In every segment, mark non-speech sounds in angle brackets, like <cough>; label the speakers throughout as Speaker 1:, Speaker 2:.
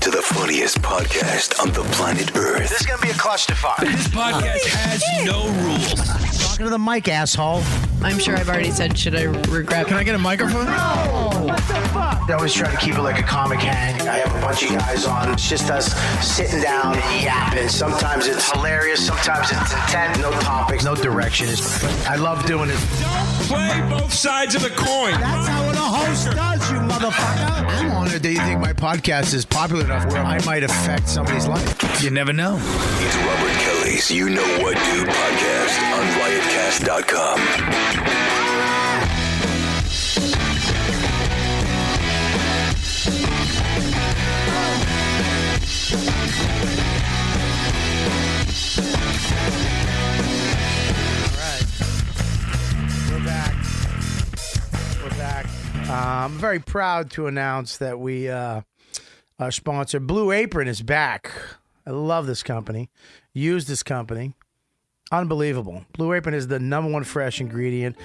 Speaker 1: to the funniest podcast on the planet Earth.
Speaker 2: This is gonna be a clusterfuck.
Speaker 3: This podcast has no rules.
Speaker 4: Talking to the mic, asshole.
Speaker 5: I'm sure I've already said, should I regret?
Speaker 3: Can I get a microphone?
Speaker 2: I always try to keep it like a comic hang. I have a bunch of guys on. It's just us sitting down and yapping. Sometimes it's hilarious. Sometimes it's intent. No topics. No direction. It's- I love doing it.
Speaker 3: Play both sides of the coin.
Speaker 4: That's how a host does, you motherfucker.
Speaker 2: I'm honored that you think my podcast is popular enough where I might affect somebody's life.
Speaker 3: You never know.
Speaker 1: It's Robert Kelly's You Know What Do podcast on riotcast.com.
Speaker 2: We're back. We're back. Uh, I'm very proud to announce that we, uh, our sponsor, Blue Apron, is back. I love this company. Use this company. Unbelievable. Blue Apron is the number one fresh ingredient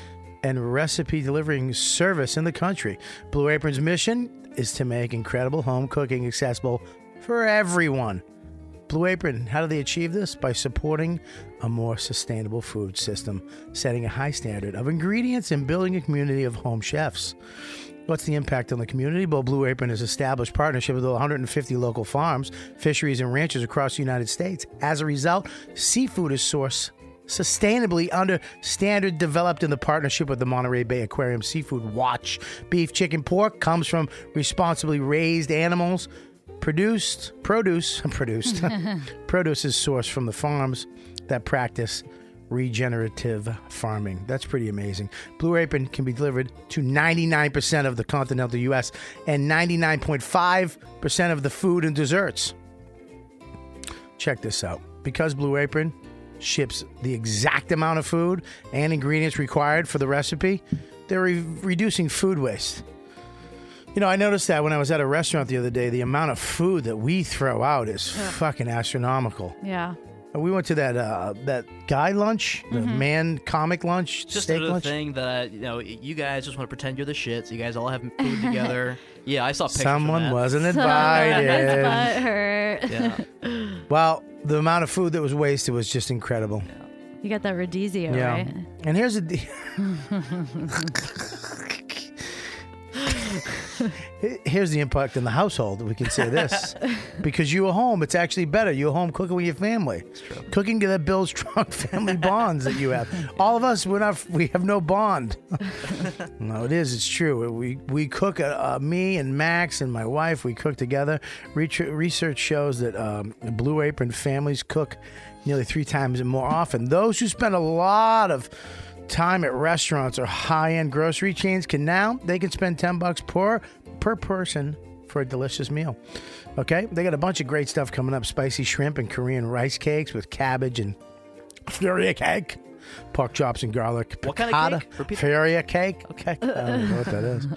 Speaker 2: and recipe delivering service in the country. Blue Apron's mission is to make incredible home cooking accessible for everyone. Blue Apron, how do they achieve this? By supporting a more sustainable food system, setting a high standard of ingredients, and building a community of home chefs. What's the impact on the community? Well, Blue Apron has established partnership with 150 local farms, fisheries, and ranchers across the United States. As a result, seafood is sourced sustainably under standard developed in the partnership with the Monterey Bay Aquarium Seafood Watch. Beef, chicken, pork comes from responsibly raised animals produced produce <laughs> produced produce is sourced from the farms that practice regenerative farming that's pretty amazing blue apron can be delivered to 99% of the continental us and 99.5% of the food and desserts check this out because blue apron ships the exact amount of food and ingredients required for the recipe they're re- reducing food waste you know, I noticed that when I was at a restaurant the other day, the amount of food that we throw out is fucking astronomical.
Speaker 5: Yeah.
Speaker 2: And We went to that uh, that guy lunch, the
Speaker 6: Mm-hmm.
Speaker 2: man comic lunch,
Speaker 7: It's just
Speaker 2: steak
Speaker 7: another
Speaker 2: lunch.
Speaker 7: thing that you know you guys just want to pretend you're the shit, so you guys
Speaker 2: <laughs>
Speaker 7: all have food together. Yeah, I saw pictures. from
Speaker 2: Someone
Speaker 7: that.
Speaker 2: wasn't
Speaker 6: <laughs> That's
Speaker 2: invited.
Speaker 6: butthurt.
Speaker 7: Yeah,
Speaker 2: well, the amount of food that was wasted was just incredible.
Speaker 6: You got that radizio, right?
Speaker 2: And here's a.
Speaker 6: <laughs>
Speaker 2: d- Here's the impact in the household. We can say
Speaker 6: <laughs>
Speaker 2: this because you are home. It's actually better. You're home cooking with your family. Cooking that builds <laughs> strong family bonds that you have. All of us, we're not. We have no bond. No, it is. It's true. We we cook. Uh, uh, me and Max and my wife. We cook together. Retr- research shows that um, Blue Apron families cook nearly three times more often. Those who spend a lot of time at restaurants or high-end grocery chains can now they can spend ten bucks per per person for a delicious meal. Okay, they got a bunch of great stuff coming up: spicy shrimp and Korean rice cakes with cabbage and furia cake. Pork chops and garlic.
Speaker 7: What kind of
Speaker 2: piccata,
Speaker 7: cake? Repeat that.
Speaker 2: Faria cake? Okay. I don't know what that
Speaker 7: <laughs>
Speaker 2: is.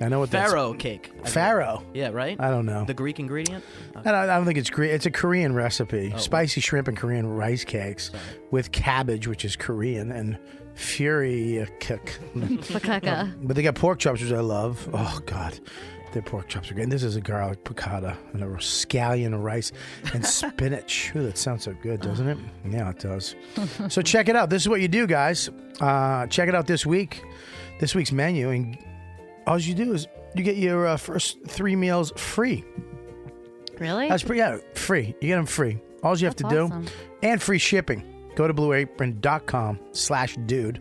Speaker 2: I know what <laughs> that's.
Speaker 7: farro cake. I believe.
Speaker 2: Farro.
Speaker 7: Yeah, right.
Speaker 2: I don't know.
Speaker 7: The Greek ingredient.
Speaker 2: I don't, I don't think it's Greek. It's a Korean
Speaker 7: Oh,
Speaker 2: recipe. Spicy shrimp and Korean rice cakes with cabbage, which is Korean, and furia cake.
Speaker 6: Fakaka.
Speaker 2: But they got pork chops, which I love. Oh God, their pork chops are good. And this is a garlic piccata and a scallion rice and spinach. Ooh, that sounds so good, doesn't it? Yeah, it does. so check it out. This is what you do, guys. Uh, check it out this week. This week's menu, and all you do is you get your uh, first three meals free.
Speaker 6: Really?
Speaker 2: That's pretty yeah, free. You get them free. All you have
Speaker 6: That's
Speaker 2: to
Speaker 6: awesome.
Speaker 2: do, and free shipping. Go to blueapron.com/dude,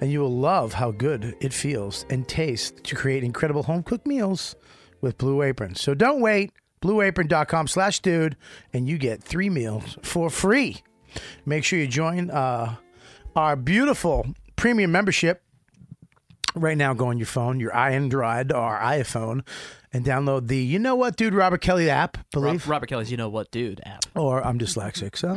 Speaker 2: and you will love how good it feels and tastes to create incredible home cooked meals with Blue Apron. So don't wait. Blueapron.com/dude, and you get three meals for free. Make sure you join uh, our beautiful premium membership right now go on your phone, your Android or iPhone, and download the You Know What Dude Robert Kelly app,
Speaker 7: Rob,
Speaker 2: believe.
Speaker 7: Robert Kelly's. You know what, dude? App.
Speaker 2: or I'm dyslexic,
Speaker 6: <laughs>
Speaker 2: so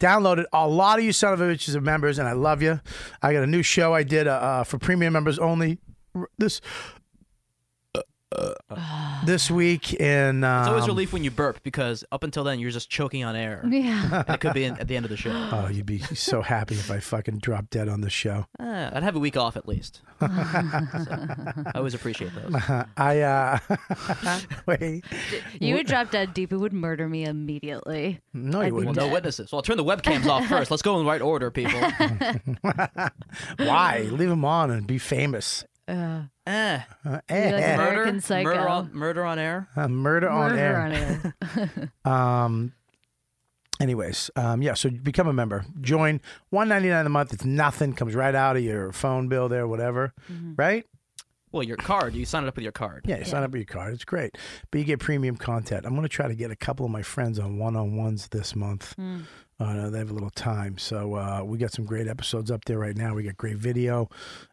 Speaker 2: download it. A lot of you son of a bitches are members, and I love you. I got a new show I did uh, uh, for premium members only. r- This
Speaker 6: <sighs>
Speaker 2: this week in. Um,
Speaker 7: It's always relief when you burp because up until then you're just choking on air.
Speaker 6: Yeah.
Speaker 7: And it could be in, at the end of the
Speaker 2: <laughs>
Speaker 7: show.
Speaker 2: Oh, you'd be so happy if I fucking dropped dead on this
Speaker 6: <laughs>
Speaker 2: show. <laughs>
Speaker 7: Ah, I'd have a week off at least. So, I always appreciate those.
Speaker 2: I uh, <laughs> wait.
Speaker 6: You would drop dead deep. It would murder me immediately.
Speaker 2: No,
Speaker 6: I'd
Speaker 2: you
Speaker 6: be
Speaker 2: wouldn't.
Speaker 7: Well, no
Speaker 6: Dead.
Speaker 7: witnesses. Well, I'll turn the webcams off first. Let's go in the right
Speaker 2: <laughs>
Speaker 7: order, people.
Speaker 2: Why? Leave him on and be famous.
Speaker 6: Uh,
Speaker 7: Eh.
Speaker 2: Uh,
Speaker 6: like
Speaker 2: eh,
Speaker 6: American
Speaker 7: Murder,
Speaker 6: Psycho.
Speaker 7: murder on murder on air.
Speaker 2: uh, murder on
Speaker 6: murder
Speaker 2: air.
Speaker 6: on
Speaker 2: <laughs>
Speaker 6: air.
Speaker 2: Um, anyways, um, yeah. So become a member. Join one ninety nine a month. It's nothing. Comes right out of your phone bill there, whatever. Right?
Speaker 7: Well, your card. You sign it up with your card.
Speaker 2: Yeah. You sign up with your card. It's great. But you get premium content. I'm gonna try to get a couple of my friends on one on ones this month. Uh, no, they have a little time, so uh, we got some great episodes up there right now. We got great video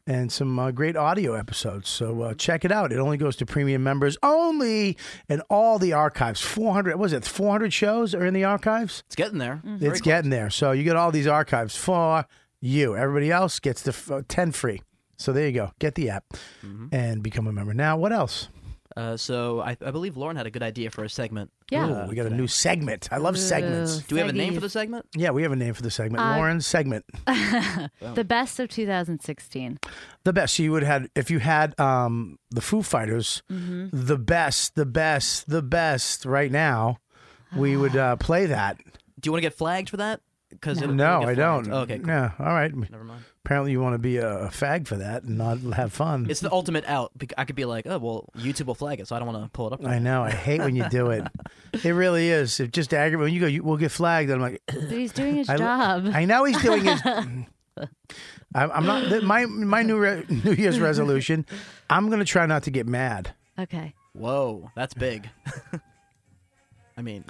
Speaker 2: and some uh, great audio episodes. So uh, check it out. It only goes to premium members only, and all the archives. Four hundred. Was it four hundred shows are in the archives?
Speaker 7: It's getting there.
Speaker 6: Mm-hmm.
Speaker 7: Very
Speaker 2: It's getting there. So you get all these archives for you. Everybody else gets the f- uh, 10 free. So there you go. Get the app
Speaker 7: Mm-hmm.
Speaker 2: and become a member. Now, what else?
Speaker 7: Uh, so I, I believe Lauren had a good idea for a segment.
Speaker 6: Yeah.
Speaker 2: Ooh, we got a new segment. I love segments.
Speaker 6: Ooh,
Speaker 7: Do we have a name
Speaker 6: Seggy.
Speaker 7: for the segment?
Speaker 2: Yeah, we have a name for the segment.
Speaker 6: Uh,
Speaker 2: Lauren's segment.
Speaker 6: The best of 2016.
Speaker 2: The best. So you would had if you had um the Foo Fighters, the best, the best, the best right now, we would uh, play that.
Speaker 7: Do you want to get flagged for that? Because
Speaker 2: No, I don't.
Speaker 7: Oh, okay, cool.
Speaker 2: Yeah, all right.
Speaker 7: never mind.
Speaker 2: Apparently you want to be a, a fag for that and not have fun.
Speaker 7: It's the ultimate out. bec- I could be like, oh well, YouTube will flag it, so I don't want to pull it up.
Speaker 2: I know. I hate when you do
Speaker 6: <laughs>
Speaker 2: it. It really is. It just aggravates. When you go, you, we'll get flagged. I'm like,
Speaker 6: But he's doing his
Speaker 2: I,
Speaker 6: job.
Speaker 2: I know he's doing
Speaker 6: <laughs>
Speaker 2: his. I'm, I'm not th- my my new re, <laughs> New Year's resolution. I'm gonna try not to get mad.
Speaker 6: okay.
Speaker 7: Whoa, that's big. <laughs> I mean,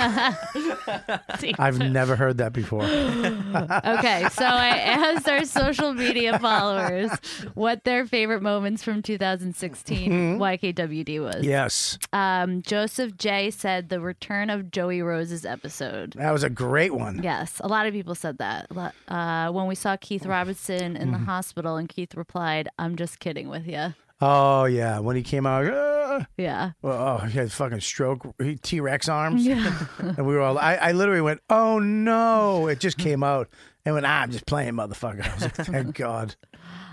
Speaker 6: <laughs>
Speaker 2: I've never heard that before.
Speaker 6: Okay, so
Speaker 2: <laughs>
Speaker 6: I asked our social media followers what their favorite moments from 2016
Speaker 2: Mm-hmm.
Speaker 6: YKWD was.
Speaker 2: Yes,
Speaker 6: Um, Joseph J said the return of Joey Rose's episode.
Speaker 2: that was a great one.
Speaker 6: Yes, a lot of people said that. A lot- Uh, when we saw Keith Robinson in the
Speaker 2: Mm-hmm.
Speaker 6: hospital, and Keith replied, "I'm just kidding with you."
Speaker 2: Oh yeah, when he came out. "Ah."
Speaker 6: Yeah,
Speaker 2: Well, oh, he had a fucking stroke, T Rex arms,
Speaker 6: yeah,
Speaker 2: <laughs> and we were all. I, I literally went, "Oh no!" It just came out, and went, "Ah, "I'm just playing, motherfucker." I was like,
Speaker 6: <laughs>
Speaker 2: "Thank God."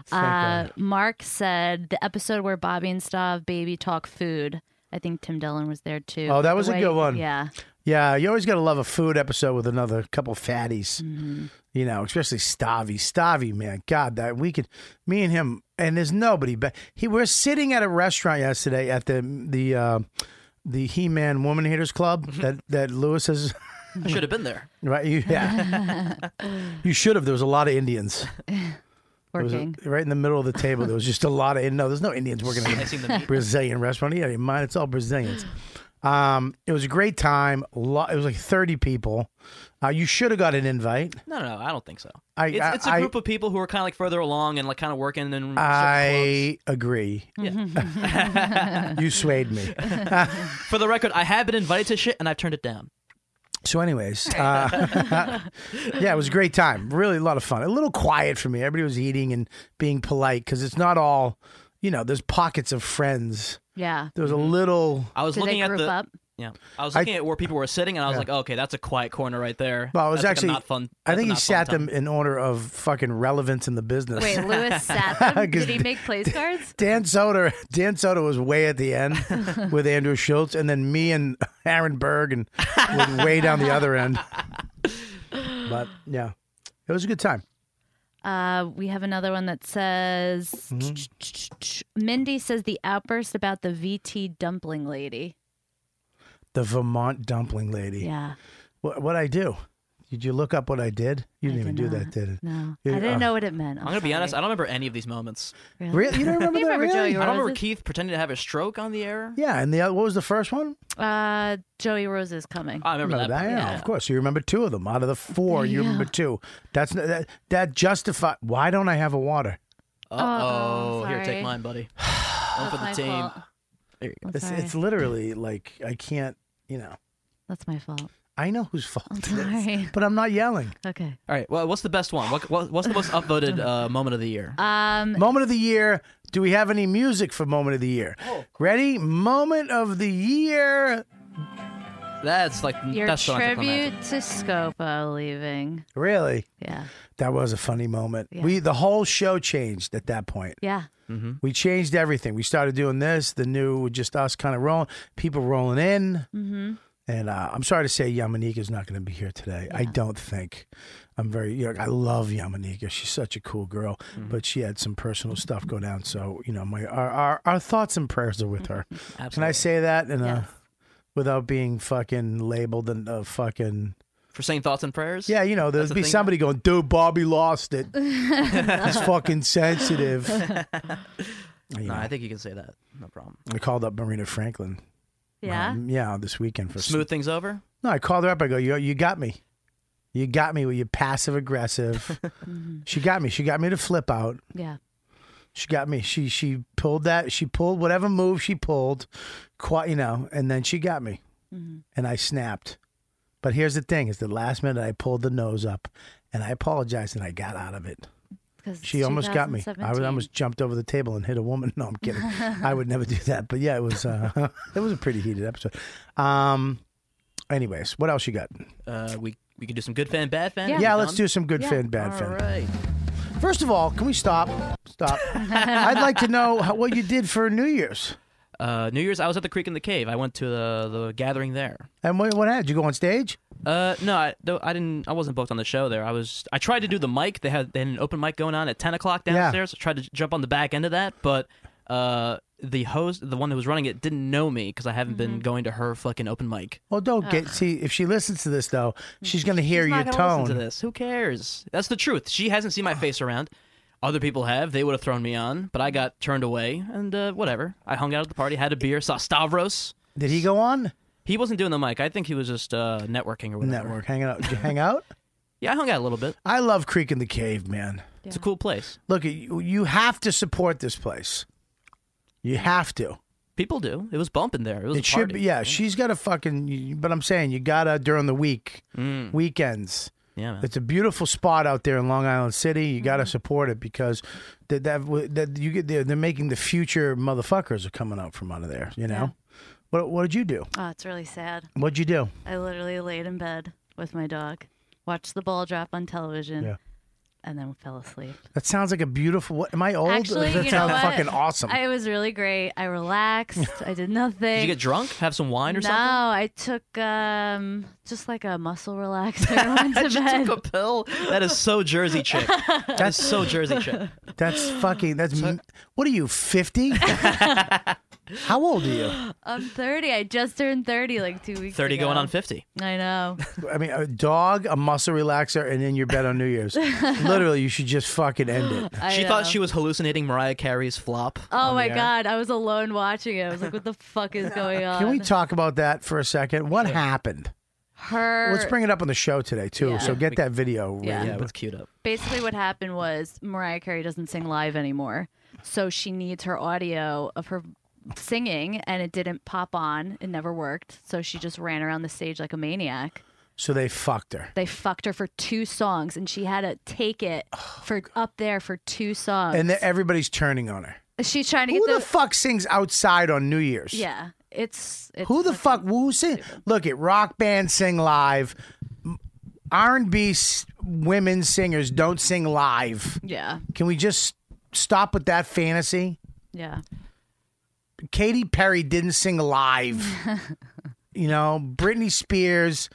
Speaker 2: Thank
Speaker 6: Uh, Mark said the episode where Bobby and Stav baby talk food. I think Tim Dillon was there too.
Speaker 2: Oh, that was
Speaker 6: The
Speaker 2: a good one.
Speaker 6: Yeah,
Speaker 2: Yeah, you always got to love a food episode with another couple fatties. You know, especially Stavi. Stavi, man, God, that we could, me and him, and there's nobody. But he, we're sitting at a restaurant yesterday at the the uh, the He Man Woman Haters Club that that Lewis has.
Speaker 7: I should have
Speaker 6: <laughs>
Speaker 7: been there.
Speaker 2: Right, you, yeah, you should have. There was a lot of Indians. There was a-
Speaker 6: working.
Speaker 2: right in the middle of the table. There was just a lot of no. There's no Indians working in
Speaker 7: I
Speaker 2: a
Speaker 7: seen the meat.
Speaker 2: Brazilian restaurant. Yeah, you mind. It's all Brazilians. Um, it was a great time. Lo- it was like 30 people. Uh, you should have got an invite.
Speaker 7: No, no, I don't think so.
Speaker 2: I-
Speaker 7: it's,
Speaker 2: I-
Speaker 7: it's a
Speaker 2: I-
Speaker 7: group of people who are kind of like further along and like kind of working and.
Speaker 2: I agree.
Speaker 6: <laughs>
Speaker 2: you swayed me.
Speaker 7: For the record, I have been invited to shit and I've turned it down.
Speaker 2: So, anyways, uh, <laughs> yeah, it was a great time. Really a lot of fun. A little quiet for me. Everybody was eating and being polite because it's not all, you know, there's pockets of friends.
Speaker 6: Yeah.
Speaker 2: There was a
Speaker 7: Mm-hmm.
Speaker 2: little.
Speaker 7: I was
Speaker 6: Did
Speaker 7: looking
Speaker 6: they
Speaker 7: at
Speaker 6: group
Speaker 7: the
Speaker 6: up?
Speaker 7: yeah. I was looking at where people were sitting, and I was like, okay, that's a quiet corner right there.
Speaker 2: Well, it was
Speaker 7: That's, like,
Speaker 2: actually.
Speaker 7: a not fun.
Speaker 2: I
Speaker 7: that's a
Speaker 2: think he
Speaker 7: not fun
Speaker 2: sat
Speaker 7: time.
Speaker 2: them in order of fucking relevance in the business.
Speaker 6: Wait,
Speaker 2: <laughs>
Speaker 6: Lewis sat them.
Speaker 2: 'Cause
Speaker 6: Did he make place cards?
Speaker 2: Dan Soder, <laughs> Dan Soder was way at the
Speaker 6: <laughs>
Speaker 2: end with Andrew Schultz, and then me and <laughs> Aaron Berg and was way down the other end. But yeah, it was a good time.
Speaker 6: Uh, we have another one that says
Speaker 2: Mm-hmm.
Speaker 6: Mindy says the outburst about the VT dumpling lady.
Speaker 2: The Vermont dumpling lady.
Speaker 6: Yeah,
Speaker 2: What what I do? Did you look up what I did? You didn't even
Speaker 6: did
Speaker 2: do
Speaker 6: not.
Speaker 2: that, did it?
Speaker 6: no,
Speaker 2: Yeah,
Speaker 6: I didn't
Speaker 2: uh,
Speaker 6: know what it meant.
Speaker 7: I'm gonna be honest. I don't remember any of these moments.
Speaker 6: don't,
Speaker 2: Really? You
Speaker 6: <laughs>
Speaker 2: don't remember
Speaker 6: You
Speaker 2: that?
Speaker 6: remember
Speaker 2: really?
Speaker 6: Joey
Speaker 7: I don't remember
Speaker 6: Rose's-
Speaker 7: Keith pretending to have a stroke on the air.
Speaker 2: Yeah, and the other- what was the first one?
Speaker 6: Uh, Joey Rose is coming.
Speaker 7: I remember that.
Speaker 2: Remember that?
Speaker 7: part,
Speaker 2: Yeah, of course. You remember two of them out of the four. You remember two. That's n- that, that justify. Why don't I have a water?
Speaker 7: Uh oh. Here,
Speaker 6: sorry.
Speaker 7: take
Speaker 2: <sighs>
Speaker 7: mine, buddy. One for the
Speaker 6: my
Speaker 7: team.
Speaker 6: fault.
Speaker 7: There you go.
Speaker 6: I'm
Speaker 2: It's,
Speaker 6: sorry.
Speaker 2: it's literally like I can't. You know.
Speaker 6: That's my fault.
Speaker 2: I know whose fault it is,
Speaker 6: Sorry.
Speaker 2: but I'm not yelling.
Speaker 6: Okay.
Speaker 7: All right. Well, what's the best one? What, what, what's the most
Speaker 6: <laughs>
Speaker 7: upvoted uh, moment of the year?
Speaker 6: Um,
Speaker 2: Moment of the year. Do we have any music for moment of the year? Ready? Moment of the year.
Speaker 7: that's like
Speaker 6: your
Speaker 7: that's so anticlimactic.
Speaker 6: tribute to Scopo leaving.
Speaker 2: Really?
Speaker 6: Yeah.
Speaker 2: That was a funny moment.
Speaker 6: Yeah.
Speaker 2: We the whole show changed at that point.
Speaker 6: Yeah.
Speaker 2: We changed everything. We started doing this, the new, just us kind of rolling, people rolling in. Mm-hmm. And uh, I'm sorry to say Yamanika is not going to be here today. I don't think. I'm very, you know, I love Yamanika. She's such a cool girl,
Speaker 7: Mm-hmm.
Speaker 2: but she had some personal stuff go down. So, you know, my our, our, our thoughts and prayers are with her. Can I
Speaker 7: Absolutely.
Speaker 2: say that? And uh,
Speaker 6: Yes.
Speaker 2: without being fucking labeled and uh, fucking.
Speaker 7: for saying thoughts and prayers.
Speaker 2: Yeah, you know, there'd
Speaker 7: the
Speaker 2: be
Speaker 7: thing.
Speaker 2: somebody going, dude, Bobby lost it. He's fucking
Speaker 7: <laughs>
Speaker 2: sensitive.
Speaker 7: No, I think you can say that. No problem.
Speaker 2: I called up Marina Franklin.
Speaker 6: Yeah.
Speaker 2: um, yeah, this weekend for
Speaker 7: Smooth things over.
Speaker 2: No, I called her up. I go, you, you got me. You got me with your passive aggressive. she got me. She got me to flip out.
Speaker 6: yeah.
Speaker 2: She got me. She she pulled that. She pulled whatever move she pulled, quite you know, and then she got me, and I snapped. But here's the thing: is the last minute I pulled the nose up, and I apologized, and I got out of it.
Speaker 6: 'Cause
Speaker 2: She
Speaker 6: it's
Speaker 2: almost got me. I was
Speaker 6: 2017.
Speaker 2: almost jumped over the table and hit a woman. <laughs> No, I'm kidding. I would never do that. But yeah, it was uh, <laughs> it was a pretty heated episode. Um, anyways, what else you got?
Speaker 7: Uh, we we can do some good fan, bad fan.
Speaker 6: Yeah.
Speaker 7: Are we
Speaker 2: Yeah, let's
Speaker 7: done?
Speaker 2: do some good
Speaker 6: Yeah.
Speaker 2: fan, bad fan.
Speaker 7: All right.
Speaker 2: First of all, can we stop?
Speaker 7: <laughs>
Speaker 2: Stop. I'd like to know how, what you did for New Year's.
Speaker 7: Uh, New Year's, I was at the Creek in the Cave. I went to the the gathering there.
Speaker 2: And what, what happened? Did you go on stage?
Speaker 7: Uh, no, I, though I didn't. I wasn't booked on the show there. I was. I tried to do the mic. They had, they had an open mic going on at ten o'clock downstairs. I tried to j- jump on the back end of that, but uh, the host, the one who was running it, didn't know me because I haven't been going to her fucking open mic.
Speaker 2: Well, don't get. See, if she listens to this, though, she's going to hear
Speaker 7: She's
Speaker 2: your
Speaker 7: not gonna listen to
Speaker 2: tone.
Speaker 7: this. Who cares? That's the truth. She hasn't seen my face around. Other people have. They would have thrown me on, but I got turned away. And uh, whatever. I hung out at the party, had a beer, saw Stavros.
Speaker 2: Did he go on?
Speaker 7: He wasn't doing the mic. I think he was just uh, networking or whatever.
Speaker 2: Network. Hanging out. Did you hang
Speaker 7: <laughs>
Speaker 2: out?
Speaker 7: Yeah, I hung out a little bit.
Speaker 2: I love Creek in the Cave, man.
Speaker 7: It's a cool place.
Speaker 2: Look, you, you have to support this place. You have to.
Speaker 7: People do. It was bumping there. It was
Speaker 2: It
Speaker 7: a
Speaker 2: should
Speaker 7: party.
Speaker 2: be. Yeah, she's got to fucking. But I'm saying you gotta during the week, weekends.
Speaker 7: Yeah, man.
Speaker 2: It's a beautiful spot out there in Long Island City. You got to support it because that that w- that you get they're, they're making the future motherfuckers are coming out from out of there. You know, what what did you do?
Speaker 6: Oh, it's really sad.
Speaker 2: What'd you do?
Speaker 6: I literally laid in bed with my dog, watched the ball drop on television,
Speaker 2: Yeah.
Speaker 6: and then fell asleep.
Speaker 2: That sounds like a beautiful. What, am I old?
Speaker 6: Actually,
Speaker 2: that
Speaker 6: you know
Speaker 2: sounds
Speaker 6: what?
Speaker 2: fucking awesome.
Speaker 6: I was really great. I relaxed. I did nothing.
Speaker 7: Did you get drunk? Have some wine or
Speaker 6: no,
Speaker 7: something?
Speaker 6: I took um, just like a
Speaker 7: <laughs>
Speaker 6: muscle relaxer. <laughs> and went to
Speaker 7: She
Speaker 6: bed.
Speaker 7: took a pill. That is
Speaker 6: <laughs>
Speaker 7: so Jersey chick. That's so Jersey chick.
Speaker 2: that's fucking. That's m what are you fifty? How old are you?
Speaker 6: I'm 30. I just turned 30 like two weeks.
Speaker 7: Thirty
Speaker 6: ago.
Speaker 7: going on fifty.
Speaker 6: I
Speaker 7: <laughs>
Speaker 6: know.
Speaker 2: I mean, a dog, a muscle relaxer, and in your bed on New
Speaker 6: <laughs>
Speaker 2: Year's. Literally, you should just fucking end it.
Speaker 6: I
Speaker 7: She
Speaker 6: know.
Speaker 7: thought she was hallucinating Mariah Carey's flop.
Speaker 6: Oh my god! I was alone watching it. I was like, "What the fuck is going on?"
Speaker 2: Can we talk about that for a second? What happened?
Speaker 6: Her.
Speaker 2: Let's bring it up on the show today too.
Speaker 6: Yeah.
Speaker 2: So get that video.
Speaker 6: Yeah.
Speaker 2: ready.
Speaker 7: Yeah, it's queued up.
Speaker 6: basically what happened was Mariah Carey doesn't sing live anymore. So she needs her audio of her singing and it didn't pop on. It never worked. So she just ran around the stage like a maniac.
Speaker 2: So they fucked her.
Speaker 6: They fucked her for two songs and she had to take it for up there for two songs.
Speaker 2: Oh, And then everybody's turning on her.
Speaker 6: she's trying to
Speaker 2: Who
Speaker 6: get
Speaker 2: the fuck sings outside on New Year's?
Speaker 6: Yeah. It's, it's
Speaker 2: Who the fuck? Who sing? Look at rock band sing live. R and B women singers don't sing live.
Speaker 6: Yeah.
Speaker 2: Can we just stop with that fantasy?
Speaker 6: Yeah.
Speaker 2: Katy Perry didn't sing
Speaker 6: <laughs>
Speaker 2: live. you know, Britney Spears,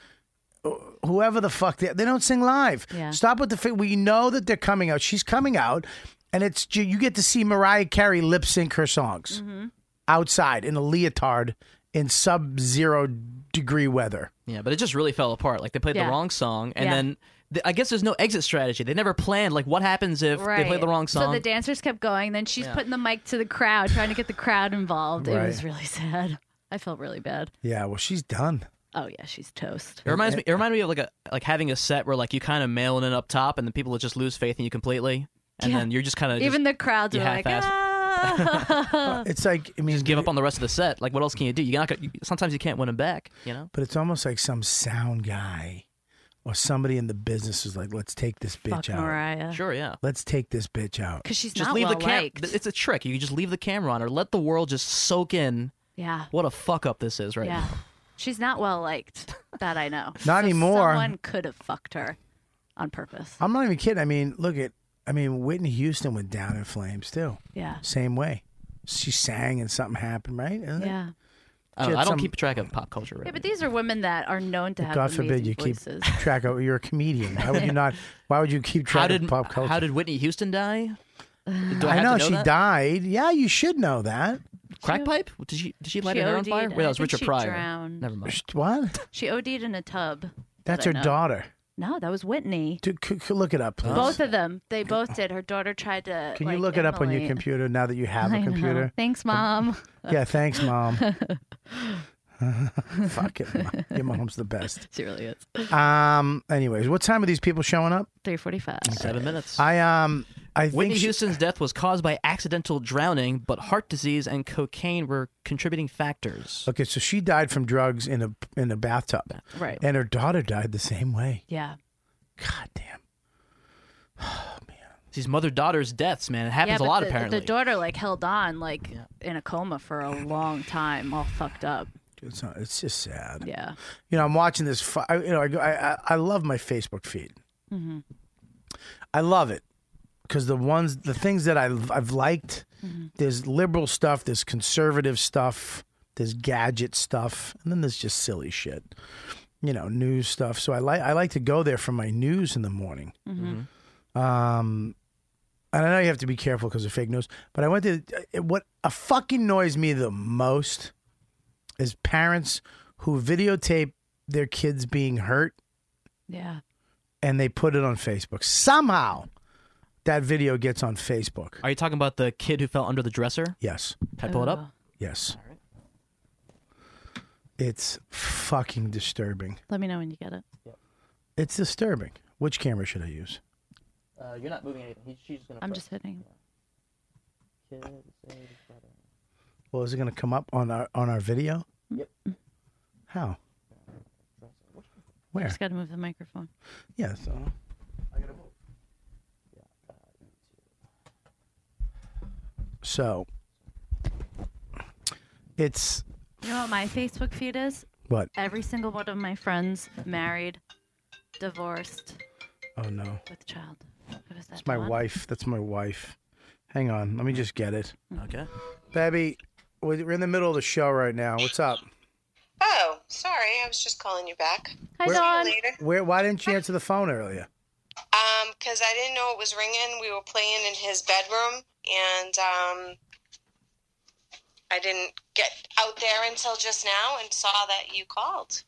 Speaker 2: wh- whoever the fuck they, they don't sing live.
Speaker 6: Yeah.
Speaker 2: Stop with the fa- we know that they're coming out. She's coming out, and it's ju- you get to see Mariah Carey lip sync her songs
Speaker 6: Mm-hmm.
Speaker 2: outside in a leotard in sub-zero degree weather.
Speaker 7: Yeah, but it just really fell apart. Like they played
Speaker 6: Yeah.
Speaker 7: the wrong song, and
Speaker 6: Yeah.
Speaker 7: then th- I guess there's no exit strategy. They never planned like what happens if they play the wrong song.
Speaker 6: So the dancers kept going. Then she's putting the mic to the crowd, trying to get the crowd involved. It was really sad. I felt really bad.
Speaker 2: Yeah, well, she's done.
Speaker 6: Oh yeah, she's toast.
Speaker 7: it reminds me. It reminded me of like a like having a set where like you kind of mailing it up top, and then people would just lose faith in you completely, and
Speaker 6: Yeah.
Speaker 7: then you're just kind of
Speaker 6: Even the crowds
Speaker 7: you
Speaker 6: were like,
Speaker 7: half-assed.
Speaker 6: ah.
Speaker 2: It's like I mean,
Speaker 7: Just give up on the rest of the set. Like, what else can you do? You're not gonna, you- sometimes you can't win them back. You know.
Speaker 2: but it's almost like some sound guy or somebody in the business is like, let's take this <laughs> bitch
Speaker 6: Fuck
Speaker 2: out.
Speaker 6: Mariah.
Speaker 7: Sure. Yeah.
Speaker 2: Let's take this bitch out.
Speaker 6: Because she's
Speaker 7: Just
Speaker 6: not
Speaker 7: leave
Speaker 6: well
Speaker 7: the camera.
Speaker 6: liked.
Speaker 7: It's a trick. You just leave the camera on, or let the world just soak in
Speaker 6: yeah.
Speaker 7: what a fuck up this is right
Speaker 6: Yeah.
Speaker 7: now.
Speaker 6: She's not well liked. That I know.
Speaker 2: Not
Speaker 6: So
Speaker 2: anymore.
Speaker 6: Someone could have fucked her on purpose.
Speaker 2: I'm not even kidding. I mean, look at. I mean, Whitney Houston went down in flames too.
Speaker 6: Yeah.
Speaker 2: Same way. She sang and something happened, right? Isn't it?
Speaker 6: Yeah.
Speaker 7: I
Speaker 2: She
Speaker 7: don't,
Speaker 2: had
Speaker 7: I don't
Speaker 2: some-
Speaker 7: keep track of pop culture. Right
Speaker 6: Yeah, but these are women that are known to have
Speaker 2: God forbid
Speaker 6: amazing
Speaker 2: you keep
Speaker 7: <laughs>
Speaker 6: voices. <laughs>
Speaker 2: track of. You're a comedian. Why would you not? Why would you keep
Speaker 7: how
Speaker 2: track
Speaker 7: did
Speaker 2: of pop culture?
Speaker 7: how did Whitney Houston die?
Speaker 6: <sighs>
Speaker 7: Do I,
Speaker 2: I,
Speaker 7: have
Speaker 2: know,
Speaker 7: to know
Speaker 2: she
Speaker 7: that?
Speaker 2: died. Yeah, you should know that.
Speaker 7: Crack pipe? Did she did she light
Speaker 6: She
Speaker 7: her hair on
Speaker 6: OD'd,
Speaker 7: fire?
Speaker 6: and
Speaker 7: Wait, that
Speaker 6: I
Speaker 7: was
Speaker 6: think
Speaker 7: Richard
Speaker 6: she
Speaker 7: Pryor.
Speaker 6: drowned.
Speaker 7: Never mind.
Speaker 2: Psht,
Speaker 7: <laughs>
Speaker 2: What?
Speaker 6: She OD'd in a tub.
Speaker 2: That's
Speaker 6: I
Speaker 2: her
Speaker 6: know.
Speaker 2: daughter.
Speaker 6: No, that was Whitney.
Speaker 2: Dude, c- c- look it up, please.
Speaker 6: Both of them.
Speaker 2: <laughs>
Speaker 6: They both did. Her daughter tried to.
Speaker 2: Can
Speaker 6: like,
Speaker 2: you look it up on your
Speaker 6: immolate-
Speaker 2: computer now that you have
Speaker 6: <laughs>
Speaker 2: a
Speaker 6: I know.
Speaker 2: computer? <laughs>
Speaker 6: Thanks, mom.
Speaker 2: Yeah, thanks,
Speaker 6: <laughs>
Speaker 2: mom. Fuck it, Mom. your mom's the best.
Speaker 6: she really is.
Speaker 2: Um. Anyways, what time are these people showing up?
Speaker 6: Three forty-five.
Speaker 2: Mm.
Speaker 7: Seven minutes.
Speaker 2: I um. I
Speaker 7: Whitney
Speaker 2: think she-
Speaker 7: Houston's death was caused by accidental drowning, but heart disease and cocaine were contributing factors.
Speaker 2: Okay, so she died from drugs in a in a bathtub,
Speaker 6: Right.
Speaker 2: and her daughter died the same way.
Speaker 6: Yeah.
Speaker 2: God damn.
Speaker 7: These mother daughter's deaths, man, it
Speaker 6: yeah,
Speaker 7: happens
Speaker 6: but
Speaker 7: a lot
Speaker 6: the,
Speaker 7: apparently.
Speaker 6: The daughter like held on like in a coma for a long time, all fucked up.
Speaker 2: It's not, It's just sad.
Speaker 6: Yeah.
Speaker 2: You know, I'm watching this. Fi- I- you know, I go. I I, I love my Facebook feed. I love it because the ones, the things that I've I've liked. There's liberal stuff. There's conservative stuff. There's gadget stuff, and then there's just silly shit. You know, news stuff. So I like I like to go there for my news in the morning. Um, and I know you have to be careful because of fake news, but I went to what a fucking annoys me the most is parents who videotape their kids being hurt
Speaker 6: Yeah.
Speaker 2: and they put it on Facebook. Somehow that video gets on Facebook.
Speaker 7: Are you talking about the kid who fell under the dresser?
Speaker 2: Yes.
Speaker 7: Can I pull it up?
Speaker 2: Yes. It's fucking disturbing.
Speaker 6: Let me know when you get it.
Speaker 2: It's disturbing. Which camera should I use?
Speaker 7: Uh, you're not moving anything. she's gonna.
Speaker 6: I'm just hitting.
Speaker 2: Well, is it going to come up on our on our video? Yep. How? Where?
Speaker 6: Just got to move the microphone.
Speaker 2: Yeah. So. So it's
Speaker 6: You know what my Facebook feed is?
Speaker 2: what?
Speaker 6: Every single one of my friends married, divorced,
Speaker 2: Oh no,
Speaker 6: with child. What is that?
Speaker 2: my
Speaker 6: one?
Speaker 2: wife. That's my wife. Hang on, let me just get it,
Speaker 7: Okay.
Speaker 2: baby. We're in the middle of the show right now. What's up?
Speaker 8: Oh, sorry. I was just calling you back.
Speaker 6: Hi,
Speaker 2: Where-
Speaker 6: Dawn.
Speaker 8: Later.
Speaker 2: Where? Why didn't you answer the phone earlier?
Speaker 8: Um, because I didn't know it was ringing. We were playing in his bedroom, and um, I didn't get out there until just now and saw that you called.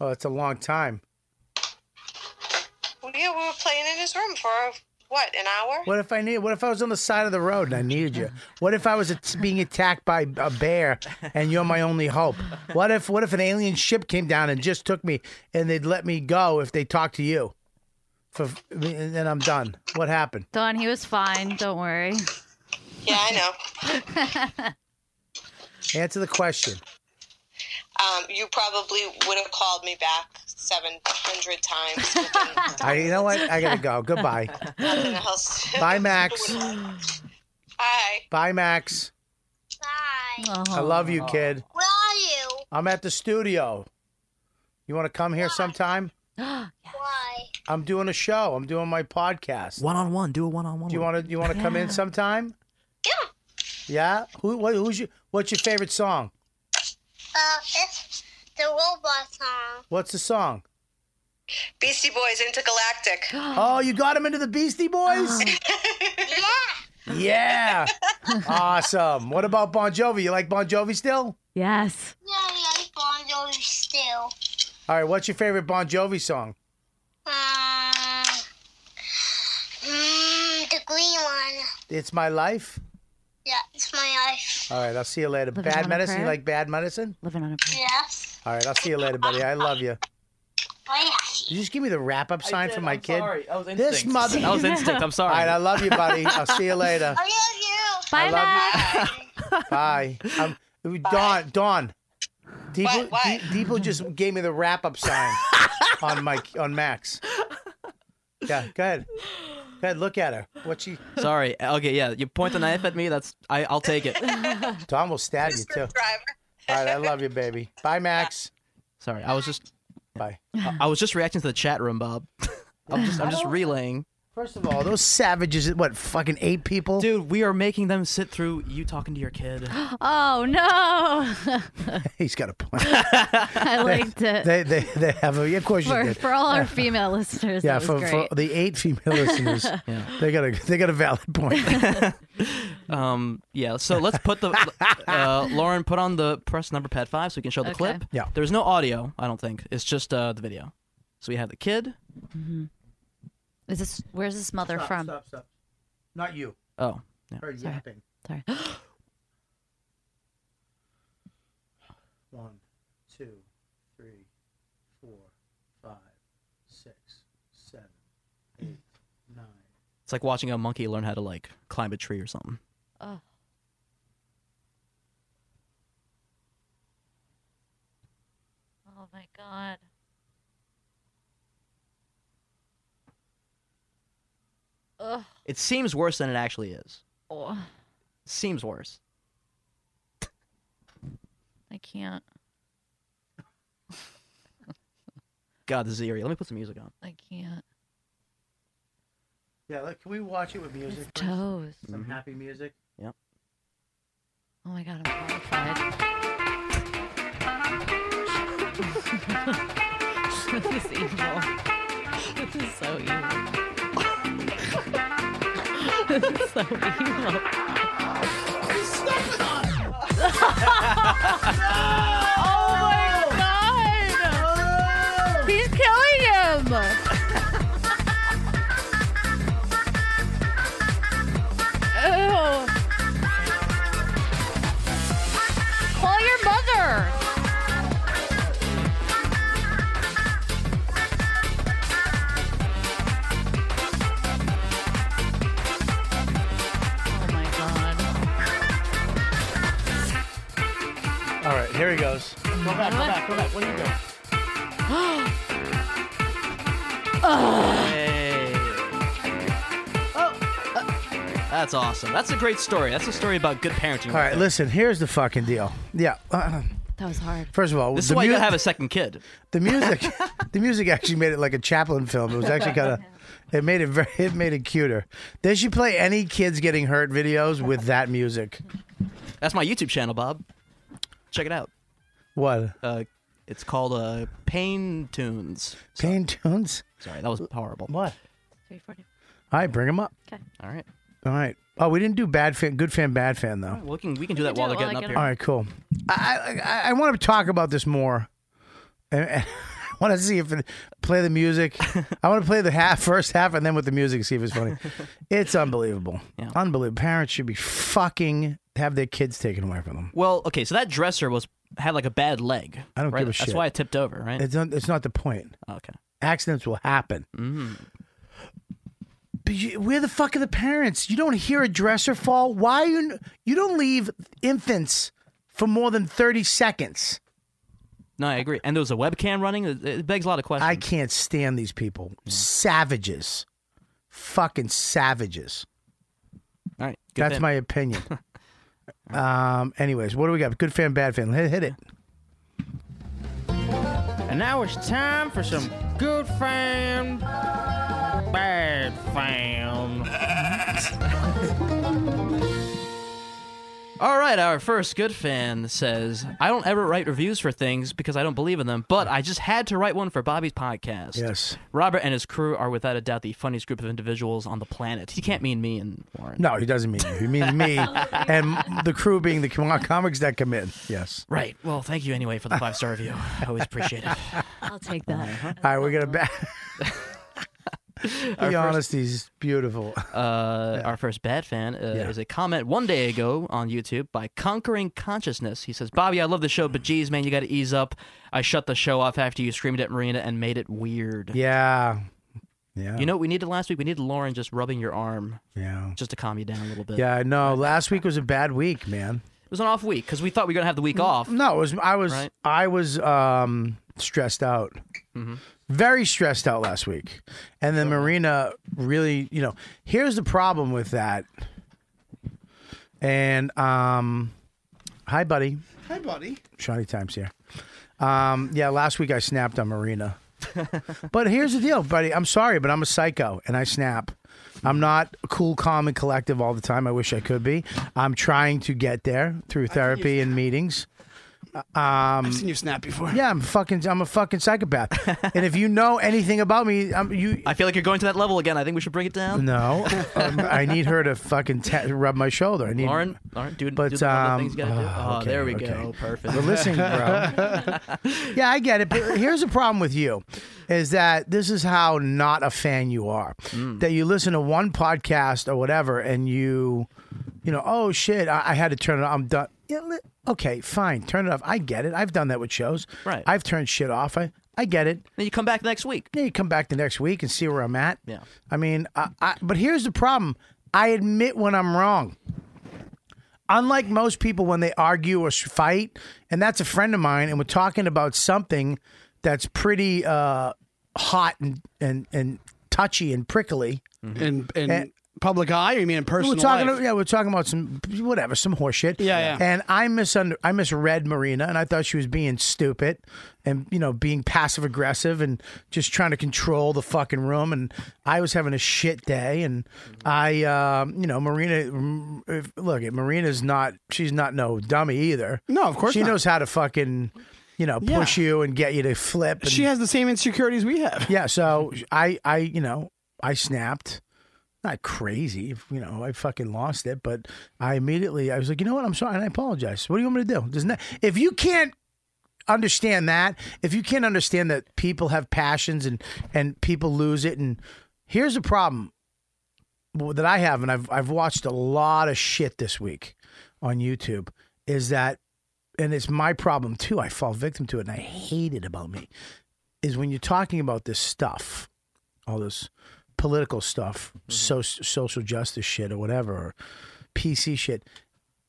Speaker 2: Oh, it's a long time.
Speaker 8: Well, yeah, we were playing in his room for what an hour.
Speaker 2: What if I need? What if I was on the side of the road and I needed you? What if I was at- being attacked by a bear and you're my only hope? What if? What if an alien ship came down and just took me and they'd let me go if they talked to you? For and then I'm done. What happened?
Speaker 6: Dawn, he was fine. Don't worry.
Speaker 8: Yeah, I know.
Speaker 2: Answer the question.
Speaker 8: Um, you probably would have called me back seven hundred times.
Speaker 2: <laughs>
Speaker 8: Within
Speaker 2: I. You know what? I gotta go. Goodbye.
Speaker 8: nothing else.
Speaker 2: <laughs> Bye,
Speaker 8: <laughs>
Speaker 2: Max.
Speaker 8: Hi.
Speaker 2: Bye, Max. I love you, kid.
Speaker 8: Where are you?
Speaker 2: I'm at the studio. You want to come here sometime?
Speaker 8: Why?
Speaker 2: I'm doing a show. I'm doing my podcast.
Speaker 7: One on one. Do a one on one.
Speaker 2: Do you want to? You want to come in sometime?
Speaker 8: Yeah.
Speaker 2: Yeah. Who? What, who's your? What's your favorite song?
Speaker 8: Uh, it's the robot song.
Speaker 2: What's the song?
Speaker 8: Beastie Boys Intergalactic. <laughs>
Speaker 2: Oh, you got him into the Beastie Boys.
Speaker 6: Uh-huh. <laughs>
Speaker 2: yeah. awesome. What about Bon Jovi? You like Bon Jovi still?
Speaker 6: Yes.
Speaker 8: Yeah, I Bon Jovi still.
Speaker 2: All right. What's your favorite Bon Jovi song?
Speaker 8: Uh, mm, the green one.
Speaker 2: It's my life.
Speaker 8: Yeah, it's my life.
Speaker 2: All right. I'll see you later.
Speaker 6: Living on
Speaker 2: bad
Speaker 6: a
Speaker 2: medicine. You
Speaker 6: Prayer?
Speaker 2: like bad medicine?
Speaker 6: Living on a prayer.
Speaker 8: Yes.
Speaker 2: All right. I'll see you later, buddy. I love you.
Speaker 8: Yes.
Speaker 2: Did you just give me the wrap up sign for my kid?
Speaker 7: That was
Speaker 2: This mother.
Speaker 7: That was instinct. I'm
Speaker 2: All <laughs>
Speaker 7: sorry.
Speaker 2: right. I love you, buddy. I'll see you later.
Speaker 8: I love you.
Speaker 6: Bye, Mac.
Speaker 8: <laughs>
Speaker 2: Bye. Um, Dawn, Dawn. Deepu,
Speaker 8: What, what?
Speaker 2: De- Deepu just gave me the wrap up sign <laughs> on Mike on Max. Yeah, go ahead. Go ahead, look at her. What she
Speaker 7: Sorry. Okay, yeah. You point the knife at me. That's I. I'll take <laughs> it.
Speaker 2: Dawn will stab you too.
Speaker 8: Driver.
Speaker 2: All right, I love you, baby. Bye, Max.
Speaker 7: Sorry. I was just.
Speaker 2: Bye.
Speaker 7: I I was just reacting to the chat room, Bob. <laughs> I'm just. I'm just relaying.
Speaker 2: First of all, those savages, what, fucking eight people?
Speaker 7: Dude, we are making them sit through you talking to your <gasps> kid.
Speaker 6: Oh no, <laughs>
Speaker 2: He's got a point.
Speaker 6: I liked
Speaker 2: <laughs>
Speaker 6: it.
Speaker 2: they, they, they have a, yeah, of course you
Speaker 6: for,
Speaker 2: did.
Speaker 6: for
Speaker 2: <laughs>
Speaker 6: all our female listeners,
Speaker 2: yeah,
Speaker 6: that was
Speaker 2: for, for
Speaker 6: great.
Speaker 2: the eight female
Speaker 6: <laughs>
Speaker 2: listeners, they got a they got a valid point.
Speaker 7: Um, yeah. So let's put the uh, Lauren put on the press number pad five so we can show the
Speaker 6: Okay.
Speaker 7: clip.
Speaker 2: Yeah.
Speaker 7: There's no audio. I don't think it's just uh, the video. So we have the kid.
Speaker 6: Is this where's this mother from?
Speaker 2: Stop, stop. Not you.
Speaker 7: Oh, yeah.
Speaker 2: Her yapping.
Speaker 6: Sorry.
Speaker 2: <gasps> One, two, three, four, five, six, seven, eight, nine.
Speaker 7: It's like watching a monkey learn how to like climb a tree or something.
Speaker 6: Oh my god. Ugh.
Speaker 7: It seems worse than it actually is.
Speaker 6: Oh,
Speaker 7: Seems worse.
Speaker 6: I can't.
Speaker 7: <laughs> God, this is eerie. Let me put some music on.
Speaker 6: I can't.
Speaker 2: Yeah, like, can we watch it with music?
Speaker 6: His
Speaker 2: first?
Speaker 6: toes.
Speaker 2: Some happy music.
Speaker 6: Oh my god, I'm horrified. <laughs> this is evil. This is so evil. this is so evil. oh my god! He's killing him! <laughs> Ew. Call your mother. Oh my god.
Speaker 2: All right, here he goes. Go back, go back, go back. What do you go?
Speaker 7: Hey. Oh, uh, That's awesome. That's a great story. That's a story about good parenting.
Speaker 2: All right, listen. Here's the fucking deal. Yeah. Uh,
Speaker 6: That was hard.
Speaker 2: first of all,
Speaker 7: This
Speaker 2: the,
Speaker 7: is why you
Speaker 2: mu-
Speaker 7: gotta have a second kid.
Speaker 2: the
Speaker 7: <laughs>
Speaker 2: music, the music actually made it like a Chaplin film. It was actually kind of, it made it very, it made it cuter. They should play any kids getting hurt videos with that music.
Speaker 7: That's my YouTube channel, Bob. Check it out.
Speaker 2: What?
Speaker 7: Uh, it's called uh, Pain Tunes.
Speaker 2: Pain tunes.
Speaker 7: Sorry, that was horrible.
Speaker 2: What?
Speaker 6: Three forty.
Speaker 2: All right, bring them up.
Speaker 7: All right.
Speaker 2: All right. Oh, we didn't do bad fan, good fan, bad fan though.
Speaker 7: Well, we can we can do that
Speaker 6: do
Speaker 7: while
Speaker 6: it
Speaker 7: they're
Speaker 6: while
Speaker 7: getting
Speaker 6: I
Speaker 7: up
Speaker 6: get
Speaker 7: here.
Speaker 2: All right, cool. I I, I want to talk about this more. And, and <laughs> I want to see if it play the music. I want to play the half first half and then with the music see if it's funny. It's unbelievable.
Speaker 7: Yeah.
Speaker 2: Unbelievable. Parents should be fucking have their kids taken away from them.
Speaker 7: Well, okay, so that dresser was had like a bad leg.
Speaker 2: I don't
Speaker 7: right?
Speaker 2: give a
Speaker 7: That's
Speaker 2: shit.
Speaker 7: why it tipped over, right?
Speaker 2: It's not, it's not the point.
Speaker 7: okay.
Speaker 2: Accidents will happen. But you, where the fuck are the parents? You don't hear a dresser fall. Why you you don't leave infants for more than 30 seconds.
Speaker 7: No, I agree. And there was a webcam running. It, it begs a lot of questions.
Speaker 2: I can't stand these people. Savages. Fucking savages.
Speaker 7: All right. good
Speaker 2: That's
Speaker 7: then.
Speaker 2: my opinion. um, anyways, what do we got? Good fan, bad fan. Hit, hit it.
Speaker 9: And now it's time for some good fam, bad fam.
Speaker 7: All right, our first good fan says, I don't ever write reviews for things because I don't believe in them, but I just had to write one for Bobby's podcast.
Speaker 2: Yes.
Speaker 7: Robert and his crew are without a doubt the funniest group of individuals on the planet. He can't mean me and Warren.
Speaker 2: No, he doesn't mean you. He means me and the crew being the com- comics that come in. Yes.
Speaker 7: Right. Well, thank you anyway for the five star review. I always appreciate
Speaker 2: <laughs>
Speaker 7: it.
Speaker 6: I'll take that.
Speaker 2: All right, we're going to back. <laughs> The honesty is beautiful.
Speaker 7: Uh, Our first bad fan uh,
Speaker 2: Yeah.
Speaker 7: is a comment one day ago on YouTube by Conquering Consciousness. He says, Bobby, I love the show, but geez, man, you got to ease up. I shut the show off after you screamed at Marina and made it weird.
Speaker 2: Yeah. Yeah.
Speaker 7: You know what we needed last week? We needed Lauren just rubbing your arm.
Speaker 2: Yeah.
Speaker 7: Just to calm you down a little bit.
Speaker 2: Yeah, I know. Last week was a bad week, man.
Speaker 7: It was an off week because we thought we were gonna have the week off.
Speaker 2: No, it was I was
Speaker 7: Right.
Speaker 2: I was um stressed out. Very stressed out last week. And then Marina really, you know, here's the problem with that. And um hi buddy.
Speaker 10: Hi, buddy.
Speaker 2: Shiny times here. Um yeah, last week I snapped on Marina. but here's the deal, buddy. I'm sorry, but I'm a psycho and I snap. I'm not cool, calm, and collective all the time. I wish I could be. I'm trying to get there through therapy and meetings. Um, I've
Speaker 10: seen you snap before.
Speaker 2: Yeah, I'm fucking. I'm a fucking psychopath. and if you know anything about me, I'm, you.
Speaker 7: I feel like you're going to that level again. I think we should bring it down. <laughs>
Speaker 2: No, um, I need her to fucking ta rub my shoulder. I need
Speaker 7: Lauren, Lauren, do,
Speaker 2: But,
Speaker 7: do the other
Speaker 2: um,
Speaker 7: things you gotta do.
Speaker 2: ah,
Speaker 7: Oh,
Speaker 2: okay,
Speaker 7: there we
Speaker 2: okay.
Speaker 7: go. Perfect.
Speaker 2: But listen, bro. <laughs> yeah, I get it. But here's the problem with you is that this is how not a fan you are. That you listen to one podcast or whatever and you, you know, oh shit, I, I had to turn it off. I'm done. Yeah, li- okay, fine. Turn it off. I get it. I've done that with shows. Right. I've turned shit off. I, I get it.
Speaker 7: <laughs> Then you come back next week.
Speaker 2: Yeah, you come back the next week and see where I'm at.
Speaker 7: Yeah.
Speaker 2: I mean, I, I, but here's the problem I admit when I'm wrong unlike most people when they argue or s- fight and that's a friend of mine and we're talking about something that's pretty uh, hot and, and, and touchy and prickly
Speaker 10: In in public eye, or you mean in personal
Speaker 2: we're talking
Speaker 10: life?
Speaker 2: yeah we're talking about some whatever some horseshit
Speaker 10: Yeah, yeah.
Speaker 2: and i misunder- i misread marina and i thought she was being stupid and you know being passive aggressive and just trying to control the fucking room and i was having a shit day and i um, you know marina mm, if, look marina's not she's not no dummy either no
Speaker 10: of course
Speaker 2: she
Speaker 10: not.
Speaker 2: knows how to fucking you know
Speaker 10: Yeah.
Speaker 2: push you and get you to flip and,
Speaker 10: She has the same insecurities we have.
Speaker 2: yeah, so I, I, you know, I snapped. Not crazy, you know. I fucking lost it, but I immediately I was like, you know what? I'm sorry, and I apologize. What do you want me to do? Doesn't that, if you can't understand that, if you can't understand that people have passions and and people lose it, and here's the problem that I have, and I've I've watched a lot of shit this week on YouTube, is that, and it's my problem too. I fall victim to it, and I hate it about me is when you're talking about this stuff, all this political stuff,
Speaker 10: Mm-hmm.
Speaker 2: so, social justice shit or whatever, or PC shit.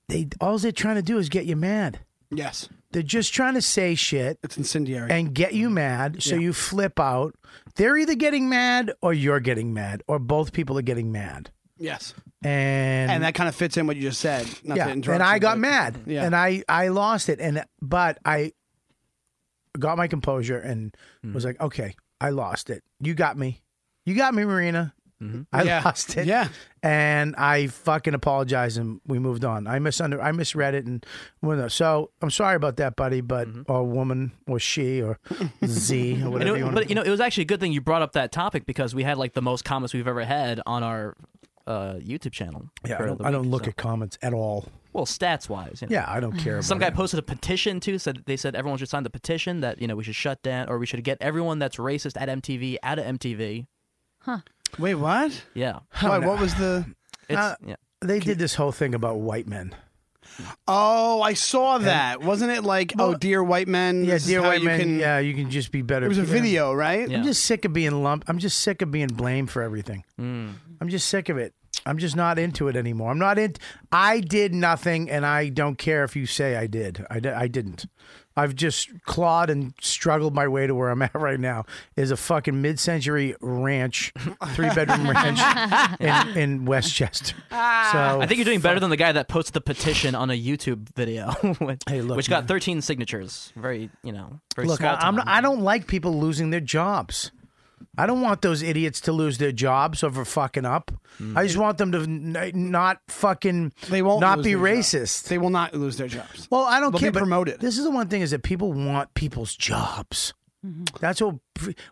Speaker 2: They all they're trying to do is get you mad.
Speaker 10: Yes.
Speaker 2: They're just trying to say shit.
Speaker 10: It's incendiary. Mm-hmm.
Speaker 2: And get you mad, so
Speaker 10: Yeah.
Speaker 2: you flip out. They're either getting mad or you're getting mad, or both people are getting mad.
Speaker 10: Yes. Mm-hmm.
Speaker 2: And
Speaker 10: And, that kind of fits in what you just said. Not
Speaker 2: yeah,
Speaker 10: to
Speaker 2: and
Speaker 10: interrupt
Speaker 2: I
Speaker 10: you,
Speaker 2: got
Speaker 10: but-
Speaker 2: mad,
Speaker 10: Yeah.
Speaker 2: and I I lost it, and but I got my composure and
Speaker 7: Mm-hmm.
Speaker 2: was like, okay, I lost it. You got me, you got me, Marina.
Speaker 7: Mm-hmm.
Speaker 2: I
Speaker 10: Yeah.
Speaker 2: lost it.
Speaker 10: Yeah.
Speaker 2: and I fucking apologized, and we moved on. I misunder, I misread it, and went on. so I'm sorry about that, buddy, but or woman or she or Z or whatever you
Speaker 7: Mm-hmm. <laughs> You know,
Speaker 2: want.
Speaker 7: but you know, it was actually a good thing you brought up that topic because we had like the most comments we've ever had on our uh, YouTube channel.
Speaker 2: yeah,
Speaker 7: for
Speaker 2: I don't,
Speaker 7: the
Speaker 2: I don't
Speaker 7: week,
Speaker 2: look
Speaker 7: so-
Speaker 2: at comments at all.
Speaker 7: well stats wise. You know.
Speaker 2: Yeah, I don't care.
Speaker 7: Some
Speaker 2: about
Speaker 7: guy posted a petition too. Said they said everyone should sign the petition that you know we should shut down or we should get everyone that's racist at MTV out of MTV.
Speaker 10: Wait, what? Oh,
Speaker 7: Yeah,
Speaker 10: Why, What was the?
Speaker 7: it's,
Speaker 2: Uh,
Speaker 7: yeah.
Speaker 2: it. they did this whole thing about white men.
Speaker 10: Oh, I saw that. Wasn't it like, oh, dear white men?
Speaker 2: Yeah,
Speaker 10: this is
Speaker 2: dear
Speaker 10: how
Speaker 2: white
Speaker 10: you
Speaker 2: men.
Speaker 10: Can...
Speaker 2: yeah, you can just be better.
Speaker 10: It was a video, right?
Speaker 7: Yeah.
Speaker 2: I'm just sick of being lumped. I'm just sick of being blamed for everything.
Speaker 10: Hmm.
Speaker 2: I'm just sick of it. I'm just not into it anymore. I'm not in. I did nothing, and I don't care if you say I did. I, di- I didn't. I've just clawed and struggled my way to where I'm at right now. Is a fucking mid-century ranch, three-bedroom
Speaker 10: <laughs>
Speaker 2: ranch in, in Westchester. So
Speaker 10: Ah.
Speaker 7: I think you're doing better than the guy that posted the petition on a YouTube video, <laughs> which,
Speaker 2: look,
Speaker 7: which got 13 signatures. Very, you know, very
Speaker 2: Look,
Speaker 7: small.
Speaker 2: I, I'm
Speaker 7: town.
Speaker 2: not, I don't like people losing their jobs. I don't want those idiots to lose their jobs over fucking up.
Speaker 7: Mm.
Speaker 2: I just want them to n- not fucking.
Speaker 10: They won't
Speaker 2: not
Speaker 10: lose
Speaker 2: be
Speaker 10: their job.
Speaker 2: racist.
Speaker 10: They will not lose their jobs.
Speaker 2: Well, I don't
Speaker 10: They'll
Speaker 2: care.
Speaker 10: be
Speaker 2: but
Speaker 10: promoted.
Speaker 2: This is the one thing is that people want people's jobs. That's what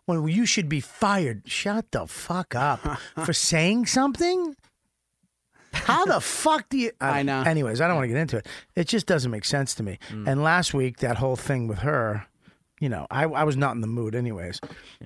Speaker 2: when you should be fired. Shut the fuck
Speaker 10: <laughs>
Speaker 2: up for saying something. How the fuck do you? uh,
Speaker 10: I know. Mm.
Speaker 2: Anyways, I don't want to get into it. It just doesn't make sense to me. And last week, that whole thing with her, you know, I, I was not in the mood. Anyways,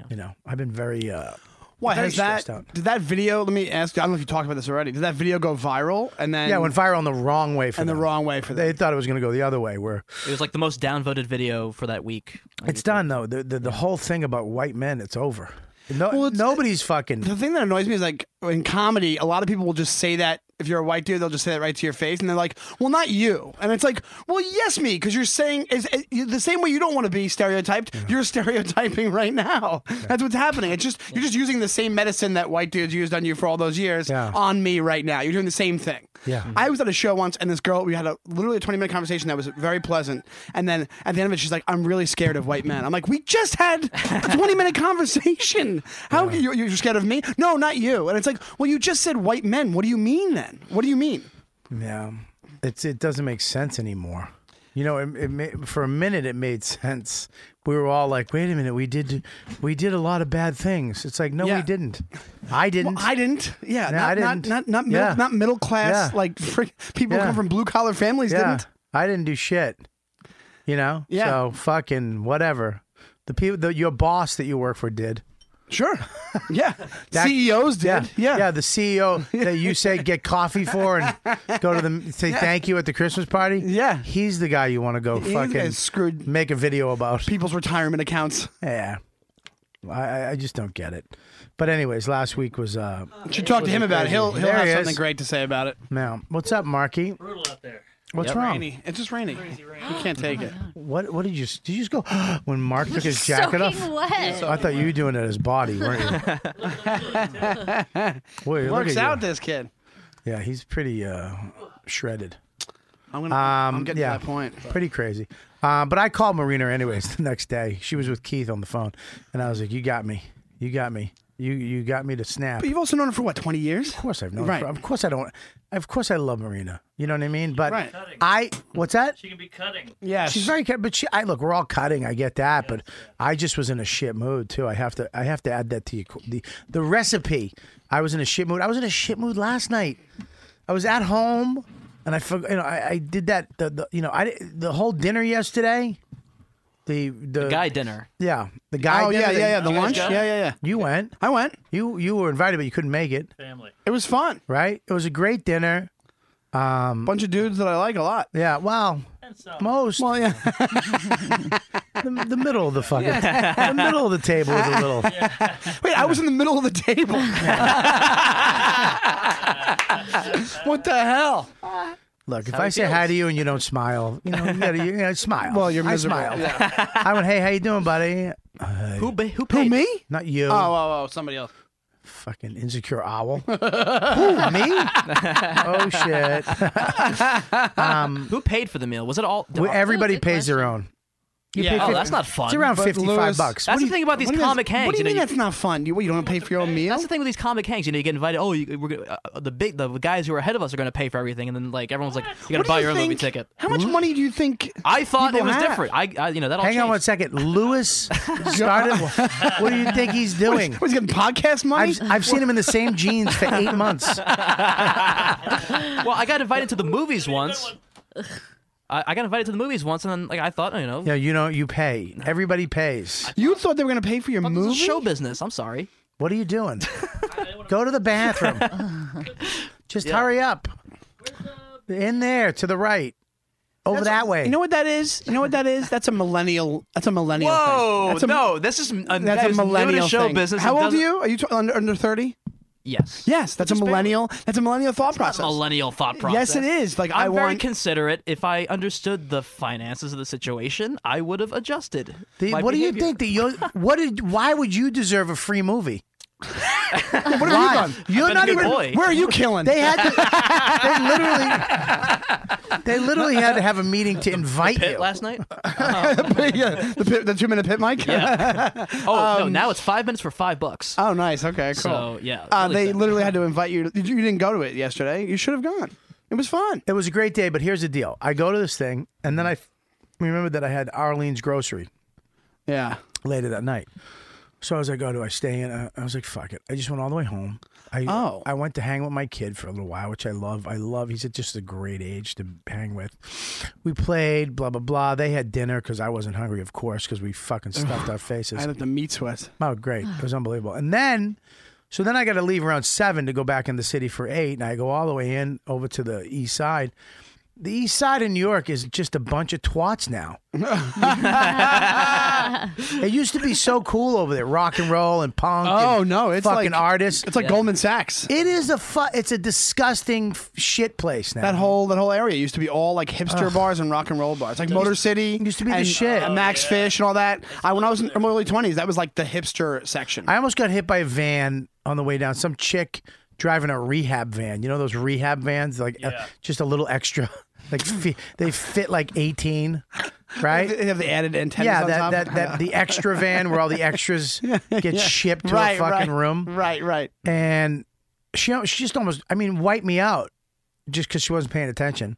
Speaker 2: you know, I've been very. uh
Speaker 10: Why
Speaker 2: very
Speaker 10: has that?
Speaker 2: stressed out.
Speaker 10: Did that video? Let me ask. you. I don't know if you talked about this already. Did that video go viral? And then
Speaker 2: Yeah, it went viral on the wrong way for
Speaker 10: and the
Speaker 2: them.
Speaker 10: wrong way for
Speaker 2: They
Speaker 10: them.
Speaker 2: thought it was going to go the other way. Where
Speaker 7: It was like the most downvoted video for that week. on
Speaker 2: it's
Speaker 7: YouTube.
Speaker 2: done though. The, the the whole thing about white men, it's over. No, nobody's fucking.
Speaker 10: The thing that annoys me is like in comedy, a lot of people will just say that. If you're a white dude, they'll just say that right to your face, and they're like, "Well, not you." And it's like, "Well, yes, me," because you're saying is is- you- the same way you don't want to be stereotyped. You're <laughs> stereotyping right now. That's what's happening. It's just you're just using the same medicine that white dudes used on you for all those years on me right now. You're doing the same thing.
Speaker 2: Yeah.
Speaker 10: I was at a show once, and this girl, we had a literally a 20 minute conversation that was very pleasant. And then at the end of it, she's like, I'm really scared of white men. I'm like, We just had a 20 minute <laughs> conversation. How you, you're scared of me? No, not you. And it's like, Well, you just said white men. What do you mean then? What do you mean?
Speaker 2: Yeah, it's it doesn't make sense anymore. You know, it, it ma- for a minute it made sense. We were all like, "Wait a minute, we did we did a lot of bad things." It's like, no, we didn't. I didn't.
Speaker 10: I didn't. Yeah,
Speaker 2: No,
Speaker 10: not,
Speaker 2: I
Speaker 10: Not
Speaker 2: didn't.
Speaker 10: not not middle,
Speaker 2: Yeah.
Speaker 10: not middle class
Speaker 2: Yeah.
Speaker 10: like frick, people who
Speaker 2: Yeah.
Speaker 10: come from blue collar families
Speaker 2: Yeah.
Speaker 10: didn't.
Speaker 2: I didn't do shit. You know.
Speaker 10: Yeah.
Speaker 2: So fucking whatever. The people, the, your boss that you work for did.
Speaker 10: Sure. Yeah.
Speaker 2: <laughs> That-
Speaker 10: CEOs did.
Speaker 2: Yeah. Yeah. The
Speaker 10: <laughs>
Speaker 2: CEO that you say get coffee for and go to the say thank you at the Christmas party. Yeah. He's the guy you want to go
Speaker 10: He's the guy
Speaker 2: fucking
Speaker 10: that's screwed.
Speaker 2: Make a video about
Speaker 10: people's retirement accounts.
Speaker 2: Yeah. I- I, I just don't get it. But anyways, last week was. Uh,
Speaker 10: You should talk to
Speaker 2: was
Speaker 10: him about it.
Speaker 2: crazy.
Speaker 10: He'll he'll
Speaker 2: There
Speaker 10: have
Speaker 2: he
Speaker 10: something
Speaker 2: is.
Speaker 10: great to say about it.
Speaker 2: Now, what's up, Marky? Brutal out there. What's
Speaker 10: Yep.
Speaker 2: wrong?
Speaker 10: Rainy. It's just rainy. You can't take it.
Speaker 2: What What did you did you just go <gasps> when Mark took his jacket off?
Speaker 10: Soaking wet.
Speaker 2: I thought you were doing it as body, weren't you?
Speaker 10: <laughs>
Speaker 2: Wait, look
Speaker 10: Works
Speaker 2: at
Speaker 10: out
Speaker 2: you.
Speaker 10: this kid.
Speaker 2: Yeah, he's pretty uh, shredded.
Speaker 10: I'm gonna. I'm getting
Speaker 2: yeah,
Speaker 10: to that point.
Speaker 2: Pretty crazy. Uh, but I called Marina anyways <laughs> the next day. She was with Keith on the phone, and I was like, "You got me. You got me. You you got me to snap."
Speaker 10: But you've also known her for what, 20 years? Of
Speaker 2: course I've known her
Speaker 10: right.
Speaker 2: for- of course I don't. Of course I love Marina. You know what I mean? But
Speaker 10: Right.
Speaker 2: I what's that?
Speaker 11: She can be cutting.
Speaker 10: Yeah,
Speaker 2: she's very cut. But she, I look, we're all cutting. I get that, but I just was in a shit mood too. I have to, I have to add that to you. The the recipe. I was in a shit mood. I was in a shit mood last night. I was at home, and I forgot. You know, I, I did that. The, the you know, I di- the whole dinner yesterday. The the,
Speaker 7: guy dinner.
Speaker 2: Yeah, the guy.
Speaker 10: Oh,
Speaker 2: dinner
Speaker 10: yeah,
Speaker 2: that-
Speaker 10: yeah, yeah, the You guys lunch? go? Yeah, yeah, yeah.
Speaker 2: You went.
Speaker 10: I went.
Speaker 2: You you were invited, but you couldn't make it.
Speaker 11: Family.
Speaker 10: It was fun,
Speaker 2: right? It was a great dinner. Um,
Speaker 10: bunch of dudes that I like a lot.
Speaker 2: Yeah. Wow. Most.
Speaker 10: Well, yeah.
Speaker 2: the, the middle of the fucking,
Speaker 10: <laughs> Yeah.
Speaker 2: the middle of the table was a
Speaker 10: <laughs>
Speaker 2: little.
Speaker 10: Wait, I was in the middle of the table. what the hell?
Speaker 2: Look, if
Speaker 10: how
Speaker 2: I
Speaker 10: it
Speaker 2: say hi to you and you don't smile, you know, you gotta you gotta smile. Well,
Speaker 10: you're miserable.
Speaker 2: I smiled. <laughs> I went, hey, how you doing, buddy? who,
Speaker 7: who,
Speaker 10: who, <laughs> me?
Speaker 2: Not you.
Speaker 10: Oh, oh, oh, somebody else.
Speaker 2: Fucking insecure
Speaker 10: <laughs>
Speaker 2: owl. who, me? oh shit. <laughs> um,
Speaker 7: Who paid for the meal? Was it all?
Speaker 2: we- everybody pays their own. You pay
Speaker 7: Oh,
Speaker 2: fif-
Speaker 7: that's not fun.
Speaker 2: It's around fifty-five bucks.
Speaker 7: That's
Speaker 2: What do
Speaker 7: the
Speaker 2: you-
Speaker 7: thing about these
Speaker 2: what do you guys-
Speaker 7: comic hangs.
Speaker 2: what do you mean
Speaker 10: that's not fun? You, don't pay for your own meal.
Speaker 7: That's the thing with these comic hangs. You know, you get invited. Oh, you, we're gonna, uh, the big the guys who are ahead of us are going to pay for everything, and then like everyone's like,
Speaker 10: What
Speaker 7: you got
Speaker 10: do
Speaker 7: to buy
Speaker 10: you
Speaker 7: your own movie
Speaker 10: think-
Speaker 7: ticket.
Speaker 10: How much money do you think?
Speaker 7: I thought it
Speaker 10: people
Speaker 7: was
Speaker 10: have?
Speaker 7: different. I, I you know that all
Speaker 2: Hang on
Speaker 7: changed.
Speaker 2: one second.
Speaker 10: <laughs>
Speaker 2: Lewis started. <laughs> what do you think he's doing?
Speaker 10: What, he's getting podcast money?
Speaker 2: I've, I've seen him in the same jeans for
Speaker 10: <laughs>
Speaker 2: eight months.
Speaker 7: well, I got invited to
Speaker 11: <laughs>
Speaker 7: the movies once. I, I got invited to the movies once, and then like I thought, you know,
Speaker 2: Yeah, you know, you pay. Everybody pays.
Speaker 10: You thought they were going to pay for your movie?
Speaker 7: show business. I'm sorry.
Speaker 2: What are you
Speaker 10: <laughs>
Speaker 2: doing? Go to the bathroom. Just hurry up. In there to the right. Over
Speaker 10: That's-
Speaker 2: that way.
Speaker 10: You know what that is? You know what that is? That's a millennial. That's a millennial.
Speaker 7: Whoa,
Speaker 10: thing. That's a,
Speaker 7: no, this is- uh,
Speaker 10: that's
Speaker 7: that
Speaker 10: a
Speaker 7: is new to
Speaker 10: millennial
Speaker 7: show
Speaker 10: thing.
Speaker 7: business. It
Speaker 10: How old are
Speaker 7: doesn't-
Speaker 10: you? Are you t- under under thirty?
Speaker 7: Yes.
Speaker 10: Yes, that's a millennial. That's a millennial thought process.
Speaker 7: millennial thought
Speaker 10: Yes,
Speaker 7: process.
Speaker 10: it is. Like
Speaker 7: I'm
Speaker 10: I
Speaker 7: very
Speaker 10: want.
Speaker 7: considerate. If I understood the finances of the situation, I would have adjusted.
Speaker 2: The-
Speaker 7: my
Speaker 2: what do you
Speaker 7: behavior.
Speaker 2: think that you? What did? Why would you deserve a free movie? what have
Speaker 10: you done?
Speaker 2: You're
Speaker 10: I've been
Speaker 2: not
Speaker 10: a good
Speaker 2: even.
Speaker 10: boy. <laughs> Where are you killing?
Speaker 2: They had. To, they literally. They literally had to have a meeting to invite
Speaker 7: Pit
Speaker 2: you.
Speaker 7: last
Speaker 10: <laughs>
Speaker 7: night?
Speaker 10: yeah, the, pit, the two minute pit mic.
Speaker 7: Yeah. Oh
Speaker 10: Um,
Speaker 7: no! Now it's five minutes for five bucks.
Speaker 10: <laughs> Oh, nice. Okay, cool.
Speaker 7: So, yeah, it's
Speaker 10: uh,
Speaker 7: really
Speaker 10: they
Speaker 7: exciting.
Speaker 10: literally had to invite you. to- you didn't go to it yesterday. You should have gone. It was fun.
Speaker 2: It was a great day, but here's the deal. I go to this thing, and then I f- remembered that I had Arlene's grocery.
Speaker 10: Yeah.
Speaker 2: Later that night. So I was like, oh, do I stay in? Uh, I was like, fuck it. I just went all the way home. I,
Speaker 10: Oh.
Speaker 2: I went to hang with my kid for a little while, which I love. I love, he's at just a great age to hang with. We played, blah, blah, blah. They had dinner because I wasn't hungry, of course, because we fucking stuffed our faces.
Speaker 10: I had the meat sweats.
Speaker 2: Oh, great. It was unbelievable. And then, so then I got to leave around seven to go back in the city for eight. And I go all the way in over to the east side. The East Side of New York is just a bunch of twats
Speaker 10: <laughs>
Speaker 2: now. <laughs> it used to be so cool over there, rock and roll and punk.
Speaker 10: Oh,
Speaker 2: and
Speaker 10: no, it's
Speaker 2: fucking
Speaker 10: like-
Speaker 2: artists.
Speaker 10: it's like Yeah. Goldman Sachs.
Speaker 2: It is a fu- It's a disgusting f- shit place now.
Speaker 10: That whole that whole area used to be all like hipster
Speaker 2: Ugh.
Speaker 10: bars and rock and roll bars, like
Speaker 2: It
Speaker 10: Motor
Speaker 2: used-
Speaker 10: City. Used
Speaker 2: to be the
Speaker 10: and,
Speaker 2: shit.
Speaker 10: and Max
Speaker 11: Oh,
Speaker 10: Fish and all that. I when I was in my early twenties, that was like the hipster section.
Speaker 2: I almost got hit by a van on the way down. Some chick driving a rehab van. You know those rehab vans, like uh, just a little extra. <laughs> Like fi- they fit like eighteen,
Speaker 10: <laughs>
Speaker 2: right?
Speaker 10: They have the added antennas
Speaker 2: Yeah,
Speaker 10: on
Speaker 2: that,
Speaker 10: top.
Speaker 2: that
Speaker 10: <laughs>
Speaker 2: that the extra van where all the extras get
Speaker 10: Yeah.
Speaker 2: shipped to
Speaker 10: Right,
Speaker 2: a fucking
Speaker 10: right.
Speaker 2: room.
Speaker 10: Right, right.
Speaker 2: And she she just almost, I mean, wiped me out just because she wasn't paying attention.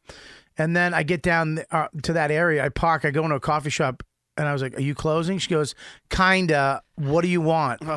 Speaker 2: And then I get down th- uh, to that area. I park. I go into a coffee shop, and I was like, "Are you closing?" She goes, "Kinda. What do you want?" and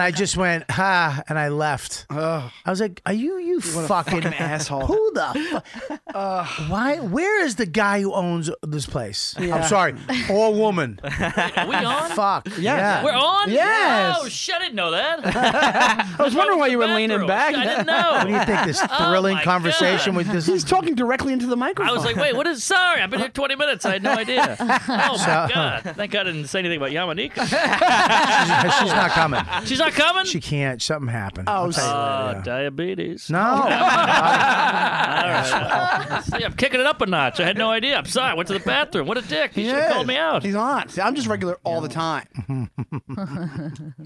Speaker 2: I just went, "Ha!" And I left. I was like, "Are you you
Speaker 10: What a
Speaker 2: fucking,
Speaker 10: fucking asshole.
Speaker 2: Who the?
Speaker 10: <laughs>
Speaker 2: Fu- Why? Where is the guy who owns this place?
Speaker 10: Yeah.
Speaker 2: I'm sorry, or woman?
Speaker 11: Are we on?
Speaker 2: Fuck. Yeah.
Speaker 11: We're on?
Speaker 2: Yes.
Speaker 11: Oh, shit, I didn't
Speaker 2: <laughs>
Speaker 11: know that.
Speaker 10: I was wondering why you were leaning back.
Speaker 11: I didn't know.
Speaker 2: What do you think? This
Speaker 11: Oh
Speaker 2: thrilling
Speaker 11: my
Speaker 2: conversation
Speaker 11: God.
Speaker 2: with this
Speaker 10: He's talking directly into the microphone.
Speaker 11: I was like, wait, what is. Sorry, I've been here 20 minutes. I
Speaker 7: <laughs>
Speaker 11: had no idea. Oh, my
Speaker 2: So-
Speaker 11: God. Thank God I didn't say anything about Yamanika.
Speaker 2: She's not coming.
Speaker 11: She's not coming?
Speaker 2: She can't. Something happened.
Speaker 11: Oh,
Speaker 2: I'll tell you later, yeah.
Speaker 11: diabetes. <laughs>
Speaker 2: No.
Speaker 11: See, I'm kicking it up a notch. I had no idea. I'm sorry. I went to the bathroom. What a dick. He should have called me out.
Speaker 10: He's on. See, I'm just regular all the time.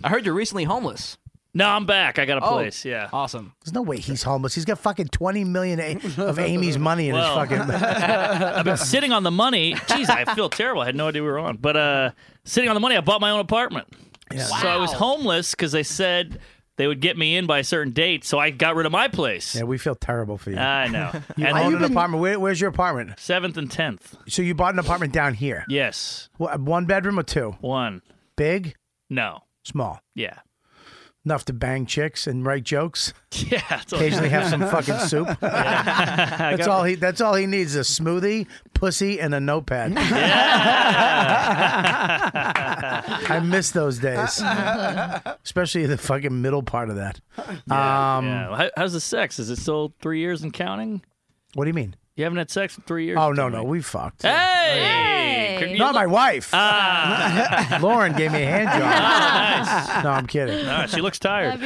Speaker 7: I heard you're recently homeless.
Speaker 11: No, I'm back. I got a
Speaker 7: Oh.
Speaker 11: place. Yeah.
Speaker 7: Awesome.
Speaker 2: There's no way he's homeless. He's got fucking 20 million a- of Amy's money in
Speaker 11: Well.
Speaker 2: his
Speaker 11: <laughs>
Speaker 2: fucking.
Speaker 11: I've been sitting on the money. Jeez, I <laughs> feel terrible. I had no idea we were on. But uh, sitting on the money, I bought my own apartment. So I was homeless because they said they would get me in by a certain date. So I got rid of my place.
Speaker 2: Yeah, we feel terrible for you.
Speaker 11: I <laughs> know.
Speaker 2: you
Speaker 11: Uh, And
Speaker 2: own
Speaker 11: then-
Speaker 2: an apartment. Where, where's your apartment?
Speaker 11: Seventh and tenth.
Speaker 2: So you bought an apartment down here.
Speaker 11: Yes.
Speaker 2: What, one bedroom or two?
Speaker 11: One.
Speaker 2: Big,
Speaker 11: No.
Speaker 2: small.
Speaker 11: Yeah. <laughs>
Speaker 2: Enough to bang chicks and write jokes.
Speaker 11: Yeah. that's all-
Speaker 2: Occasionally have
Speaker 11: <laughs>
Speaker 2: some fucking soup.
Speaker 11: I
Speaker 2: That's
Speaker 11: got-
Speaker 2: all he. That's all he needs: a smoothie, pussy, and a notepad. <laughs> I miss those days, especially the fucking middle part of that.
Speaker 11: <laughs> Yeah,
Speaker 2: um,
Speaker 11: yeah. How- How's the sex? Is it still three years and counting?
Speaker 2: What do you mean?
Speaker 11: You haven't had sex in three years.
Speaker 2: Oh no, no, we fucked.
Speaker 11: Hey!
Speaker 2: Hey! Not my wife. <laughs> Lauren gave me a hand
Speaker 11: <laughs>
Speaker 2: job. No, I'm kidding.
Speaker 11: Ah, she looks tired.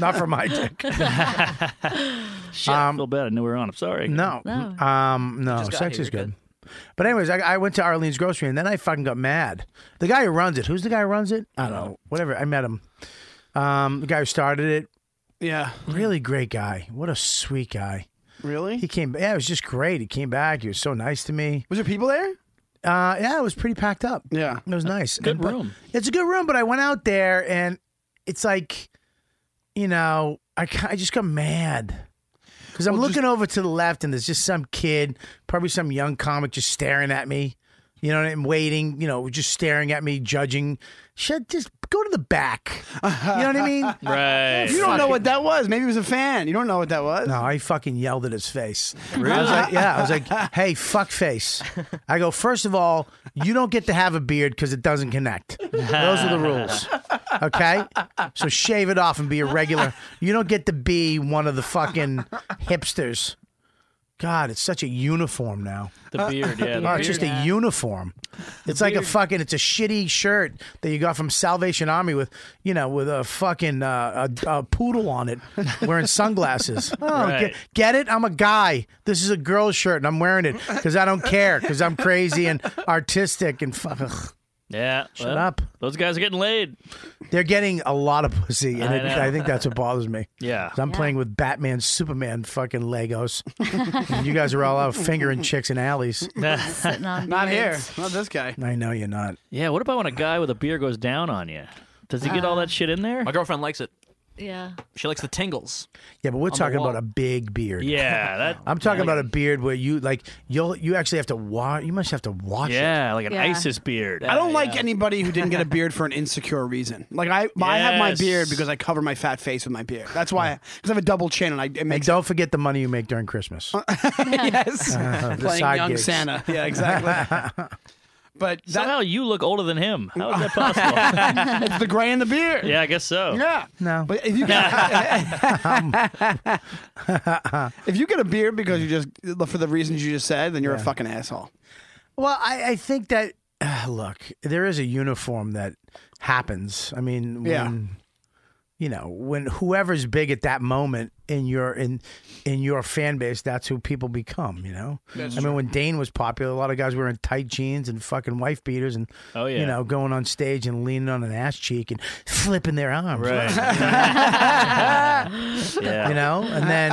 Speaker 2: Not for my dick.
Speaker 11: Shit, I feel bad. I knew we were on. I'm sorry.
Speaker 2: No.
Speaker 6: No.
Speaker 2: Um, no,
Speaker 11: got
Speaker 2: sex
Speaker 11: here,
Speaker 2: is
Speaker 11: you're
Speaker 2: good. But anyways, I, I went to Arlene's grocery and then I fucking got mad. The guy who runs it, who's the guy who runs it? I don't know. Whatever. I met him. Um, the guy who started it,
Speaker 10: Yeah.
Speaker 2: really great guy. What a sweet guy.
Speaker 10: Really?
Speaker 2: He came. Yeah, it was just great. He came back. He was so nice to me.
Speaker 10: Was there people there?
Speaker 2: Uh, yeah, it was pretty packed up.
Speaker 10: Yeah. Uh,
Speaker 2: It was nice.
Speaker 11: Good
Speaker 2: And- but-
Speaker 11: room.
Speaker 2: It's a good room, but I went out there and it's like, you know, I, ca- I just got mad. Because I'm
Speaker 10: Well, just-
Speaker 2: looking over to the left and there's just some kid, probably some young comic just staring at me, you know, and waiting, you know, just staring at me, judging. Should just go to the back. You know what I
Speaker 10: <laughs>
Speaker 2: mean?
Speaker 11: Right.
Speaker 10: You don't know what that was. Maybe he was a fan. You don't know what that was.
Speaker 2: No, I fucking yelled at his face. Really? I was like, yeah, I was like, hey, fuck face. I go, first of all, you don't get to have a beard because it doesn't connect. Those are the rules. Okay? So shave it off and be a regular. You don't get to be one of the fucking hipsters. God, it's such a uniform now.
Speaker 11: The beard. Yeah. the
Speaker 2: Oh, it's just
Speaker 11: beard.
Speaker 2: a uniform. It's like a fucking. It's a shitty shirt that you got from Salvation Army with, you know, with a fucking uh, a, a poodle on it, wearing sunglasses. <laughs> Oh,
Speaker 11: Right.
Speaker 2: get, get it? I'm a guy. This is a girl's shirt, and I'm wearing it because I don't care because I'm crazy and artistic and fuck. ugh.
Speaker 11: yeah. Shut
Speaker 2: up.
Speaker 11: Those guys are getting laid.
Speaker 2: They're getting a lot of pussy, and
Speaker 11: I
Speaker 2: it,
Speaker 11: know.
Speaker 2: I think that's what bothers me.
Speaker 11: <laughs> Yeah.
Speaker 2: 'Cause I'm playing with Batman, Superman, fucking
Speaker 11: <laughs>
Speaker 2: Legos. and you guys are all out fingering chicks in alleys.
Speaker 6: Sitting on
Speaker 10: Not here.
Speaker 6: beards.
Speaker 10: Not this guy.
Speaker 2: I know you're not.
Speaker 11: Yeah. What about when a guy with a beer goes down on you? Does he get all that
Speaker 10: Uh.
Speaker 11: shit in there?
Speaker 7: My girlfriend likes it.
Speaker 6: Yeah.
Speaker 7: She likes the <laughs> tingles.
Speaker 2: Yeah, but we're
Speaker 7: the
Speaker 2: talking about
Speaker 7: wall.
Speaker 2: a big beard. <laughs>
Speaker 11: Yeah. That.
Speaker 2: I'm talking about a beard where you like you'll you actually have to wash. You must have to wash it.
Speaker 11: Yeah, like an
Speaker 6: Yeah. <laughs>
Speaker 11: ISIS beard.
Speaker 10: I don't like anybody who didn't get a
Speaker 11: <laughs>
Speaker 10: beard for an insecure reason. Like I, I have my
Speaker 11: Yes.
Speaker 10: beard because I cover my fat face with my beard. That's why, because I have a double chin and I it
Speaker 2: And
Speaker 10: makes
Speaker 2: don't forget the money you make during Christmas.
Speaker 10: yes,
Speaker 2: <laughs> the
Speaker 10: playing
Speaker 2: side
Speaker 10: young
Speaker 11: <laughs>
Speaker 2: gigs.
Speaker 10: Santa. Yeah, exactly. But
Speaker 11: somehow you look older than him. How is that
Speaker 10: <laughs>
Speaker 11: possible?
Speaker 10: it's the gray and the beard.
Speaker 11: Yeah, I guess so.
Speaker 10: Yeah.
Speaker 2: No.
Speaker 10: But if you
Speaker 11: <laughs>
Speaker 10: get, <laughs> if you get a beard because you just for the reasons you just said, then you're a fucking asshole.
Speaker 2: Well, I, I think that <sighs> look, there is a uniform that happens. I mean,
Speaker 10: Yeah.
Speaker 2: when you know, when whoever's big at that moment in your in in your fan base, that's who people become, you know?
Speaker 10: That's
Speaker 2: I
Speaker 10: true.
Speaker 2: mean when Dane was popular, a lot of guys were in tight jeans and fucking wife beaters and
Speaker 11: Oh, yeah.
Speaker 2: you know, going on stage and leaning on an ass cheek and flipping their arms.
Speaker 10: <laughs>
Speaker 2: <laughs> You know? And then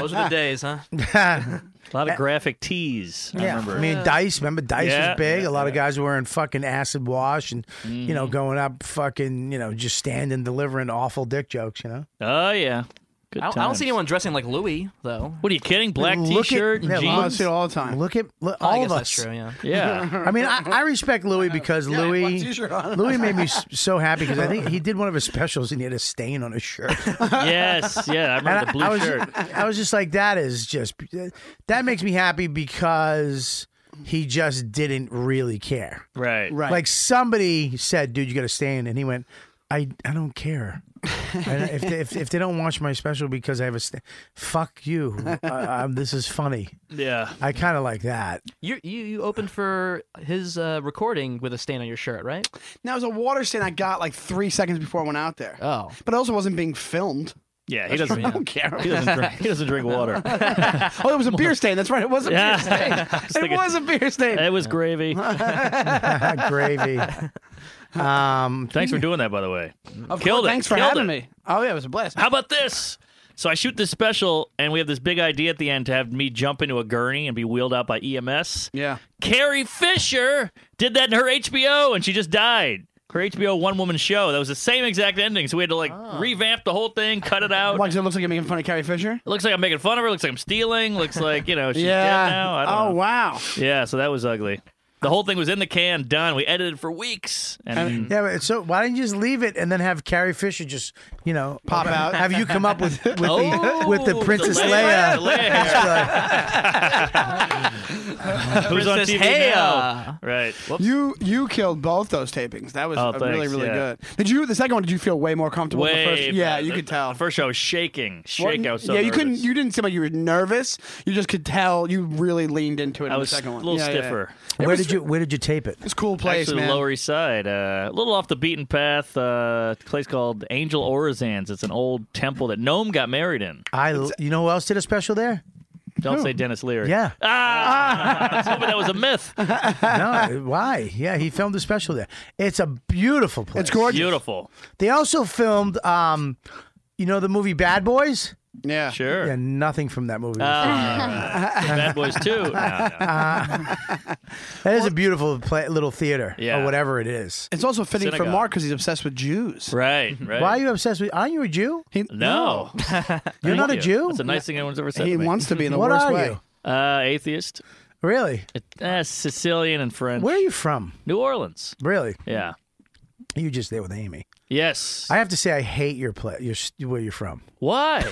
Speaker 7: Those are the days, huh?
Speaker 2: a
Speaker 11: lot of graphic tees. I
Speaker 2: Yeah,
Speaker 11: remember.
Speaker 2: I mean Dice. Remember Dice
Speaker 11: Yeah,
Speaker 2: was big.
Speaker 11: yeah, Mm-hmm.
Speaker 2: a lot of guys were in fucking acid wash and you know going up fucking you know just standing delivering awful dick jokes. You know.
Speaker 11: Oh yeah. Good
Speaker 7: I, don't- I don't
Speaker 11: times.
Speaker 7: see anyone dressing like Louis though.
Speaker 11: What are you kidding? Black
Speaker 2: Look at-
Speaker 11: t-shirt and
Speaker 2: yeah,
Speaker 11: jeans.
Speaker 2: I see it
Speaker 10: all the time.
Speaker 2: Look at look,
Speaker 7: I
Speaker 2: all
Speaker 7: guess
Speaker 2: of
Speaker 7: that's
Speaker 2: us.
Speaker 7: true, yeah.
Speaker 11: Yeah.
Speaker 2: I mean, I, I respect
Speaker 7: <laughs>
Speaker 2: Louis because Louis Louis made me s- so happy because I think he did one of his specials and he had a stain on his
Speaker 11: <laughs>
Speaker 2: shirt.
Speaker 11: yes. Yeah. I remember
Speaker 2: And
Speaker 11: the blue
Speaker 2: I was,
Speaker 11: shirt.
Speaker 2: I was just like, that is just that makes me happy because he just didn't really care.
Speaker 11: Right.
Speaker 2: Like somebody said, "Dude, you got to stay in," and he went, "I I don't care." I- if, they, if if they don't watch my special because I have a st- fuck you, uh, um, this is funny.
Speaker 11: Yeah.
Speaker 2: I kind of like that.
Speaker 7: You you you opened for his uh, recording with a stain on your shirt, right?
Speaker 10: Now it was a water stain I got like three seconds before I went out there.
Speaker 7: Oh.
Speaker 10: But it also wasn't being filmed.
Speaker 11: Yeah, he
Speaker 10: That's
Speaker 11: doesn't.
Speaker 10: true. I don't care.
Speaker 11: He doesn't drink. He doesn't drink water.
Speaker 10: <laughs> oh, it was a beer stain. That's right. It was a
Speaker 11: Yeah.
Speaker 10: beer stain.
Speaker 11: <laughs> I was
Speaker 10: It
Speaker 11: thinking-
Speaker 10: was a beer stain.
Speaker 11: It was
Speaker 7: <laughs>
Speaker 11: gravy.
Speaker 2: Gravy. Um,
Speaker 11: thanks for doing that, by the way.
Speaker 10: Of
Speaker 11: Killed
Speaker 10: course,
Speaker 11: it.
Speaker 10: Thanks for
Speaker 11: Killed
Speaker 10: having
Speaker 11: it.
Speaker 10: me. Oh yeah, it was a blast.
Speaker 11: How about this? So I shoot this special, and we have this big idea at the end to have me jump into a gurney and be wheeled out by E EMS.
Speaker 10: Yeah.
Speaker 11: Carrie Fisher did that in her HBO, and she just died. Her HBO one woman show. That was the same exact ending. So we had to like
Speaker 7: Oh.
Speaker 11: revamp the whole thing, cut it out. <laughs>
Speaker 10: Why? 'Cause it looks like you're making fun of Carrie Fisher.
Speaker 11: It looks like I'm making fun of her. Looks like I'm stealing.
Speaker 10: <laughs>
Speaker 11: Looks like you know Oh, she's
Speaker 10: yeah.
Speaker 11: dead now. I don't
Speaker 10: oh
Speaker 11: know.
Speaker 10: wow.
Speaker 11: Yeah, so that was ugly. The whole thing was in the can, done. We edited for weeks, and
Speaker 2: Yeah, but so why didn't you just leave it and then have Carrie Fisher just you know
Speaker 10: Pop out.
Speaker 2: Have you come up with with
Speaker 11: Oh,
Speaker 2: the with the
Speaker 11: the
Speaker 2: Princess Leia?
Speaker 11: Leia- the Leia hair.
Speaker 2: Just like,
Speaker 11: who's on
Speaker 7: Princess
Speaker 11: TV
Speaker 7: Leia.
Speaker 11: now?
Speaker 7: uh,
Speaker 11: Right. Whoops.
Speaker 10: You you killed both those tapings. That was
Speaker 11: Oh,
Speaker 10: uh, really
Speaker 11: thanks,
Speaker 10: really
Speaker 11: yeah.
Speaker 10: good. Did you the second one? Did you feel way more comfortable? than
Speaker 11: Way
Speaker 10: the first? Yeah,
Speaker 11: better.
Speaker 10: you
Speaker 11: The-
Speaker 10: could tell.
Speaker 11: The first show I was shaking, shake. I was so
Speaker 10: yeah, you couldn't.
Speaker 11: nervous.
Speaker 10: You didn't seem like you were nervous. You just could tell you really leaned into it.
Speaker 11: I
Speaker 10: in
Speaker 11: was
Speaker 10: the second
Speaker 11: a
Speaker 10: one.
Speaker 11: little
Speaker 10: Yeah, yeah, yeah.
Speaker 11: stiffer.
Speaker 10: It
Speaker 2: where
Speaker 10: was-
Speaker 2: did you where did you tape it?
Speaker 10: It's a cool place,
Speaker 11: Actually,
Speaker 10: man.
Speaker 11: the Lower East Side, uh, a little off the beaten path. Uh, a place called Angel Orizans. It's an old temple that Nome got married in.
Speaker 2: I you know who else did a special there?
Speaker 11: Don't say Dennis Leary.
Speaker 2: Yeah.
Speaker 11: Ah, <laughs> I was hoping that was a myth.
Speaker 2: <laughs> No, why? Yeah, he filmed a special there. It's a beautiful place.
Speaker 10: It's gorgeous.
Speaker 11: Beautiful.
Speaker 2: They also filmed, um, you know, the movie Bad Boys.
Speaker 10: Yeah.
Speaker 11: Sure.
Speaker 2: Yeah, nothing from that movie. was
Speaker 11: Uh, Bad
Speaker 2: <laughs>
Speaker 11: Boys Two. No, no.
Speaker 2: filmed. That is a beautiful pla little theater,
Speaker 11: Yeah.
Speaker 2: or whatever it is.
Speaker 10: It's also fitting for
Speaker 11: Synagogue.
Speaker 10: Mark because he's obsessed with Jews.
Speaker 11: Right. Right.
Speaker 2: Why are you obsessed with? Aren't you a Jew?
Speaker 10: He,
Speaker 11: <laughs> No.
Speaker 2: You're
Speaker 11: Thank
Speaker 2: not a
Speaker 11: you.
Speaker 2: Jew.
Speaker 11: That's the nice thing anyone's ever said.
Speaker 10: He
Speaker 11: to me.
Speaker 10: wants to be in the
Speaker 2: what
Speaker 10: worst
Speaker 2: are
Speaker 10: way.
Speaker 2: you?
Speaker 11: Uh, atheist.
Speaker 2: Really?
Speaker 11: Uh, Sicilian and French.
Speaker 2: Where are you from?
Speaker 11: New Orleans.
Speaker 2: Really?
Speaker 11: Yeah.
Speaker 2: You just there with Amy.
Speaker 11: Yes.
Speaker 2: I have to say, I hate your place. Your s- where you're from. <laughs>
Speaker 11: Why?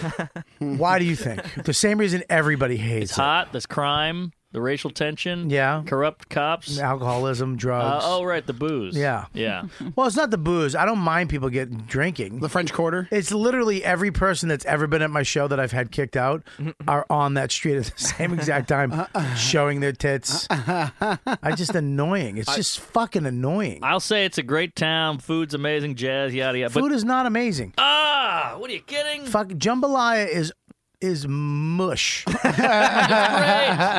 Speaker 2: Why do you
Speaker 11: <laughs>
Speaker 2: think? the same reason everybody hates
Speaker 11: It's
Speaker 2: it.
Speaker 11: hot. There's crime. The racial tension.
Speaker 2: Yeah.
Speaker 11: Corrupt cops.
Speaker 2: Alcoholism,
Speaker 11: Uh,
Speaker 2: drugs.
Speaker 11: oh, right. The booze.
Speaker 2: Yeah. <laughs>
Speaker 11: Yeah.
Speaker 2: Well, it's not the booze. I don't mind people get drinking.
Speaker 10: The French Quarter.
Speaker 2: It's literally every person that's ever been at my show that I've had kicked out
Speaker 11: Mm-hmm.
Speaker 2: are on that street at the <laughs> same exact
Speaker 11: <laughs>
Speaker 2: time, showing their tits. I just annoying. It's just fucking annoying.
Speaker 11: I'll say it's a great town. Food's amazing. Jazz. Yada yada.
Speaker 2: Food
Speaker 11: but
Speaker 2: is not amazing.
Speaker 11: ah, what are you kidding?
Speaker 2: Fuck jambalaya is is
Speaker 11: <laughs>
Speaker 2: mush.
Speaker 11: Great.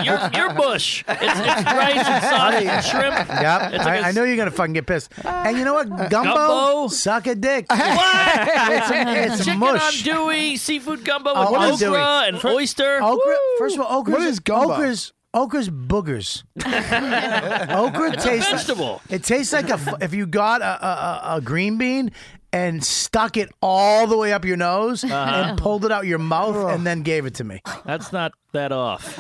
Speaker 11: You're, you're Bush. It's, it's
Speaker 2: <laughs>
Speaker 11: rice and sausage and shrimp.
Speaker 2: Yep,
Speaker 11: It's
Speaker 2: I,
Speaker 11: like a Uh,
Speaker 2: I know you're gonna fucking get pissed. And you know what? Gumbo,
Speaker 11: Gumbo?
Speaker 2: suck a
Speaker 11: <laughs>
Speaker 2: dick. <laughs> It's, it's
Speaker 11: Chicken
Speaker 2: mush.
Speaker 11: on Dewey, seafood gumbo
Speaker 2: Oh,
Speaker 11: with
Speaker 2: on
Speaker 11: okra
Speaker 2: Dewey.
Speaker 11: and oyster.
Speaker 2: Okra,
Speaker 11: Woo!
Speaker 2: first of all, okra's,
Speaker 10: What is gumbo?
Speaker 2: Okra's, okra's
Speaker 11: <laughs>
Speaker 2: boogers. okra tastes. Like,
Speaker 11: vegetable.
Speaker 2: it tastes like a f- if you got a, a, a- a green bean and stuck it all the way up your nose and pulled it out your mouth and then gave it to me.
Speaker 11: That's not
Speaker 2: <laughs>
Speaker 11: that off.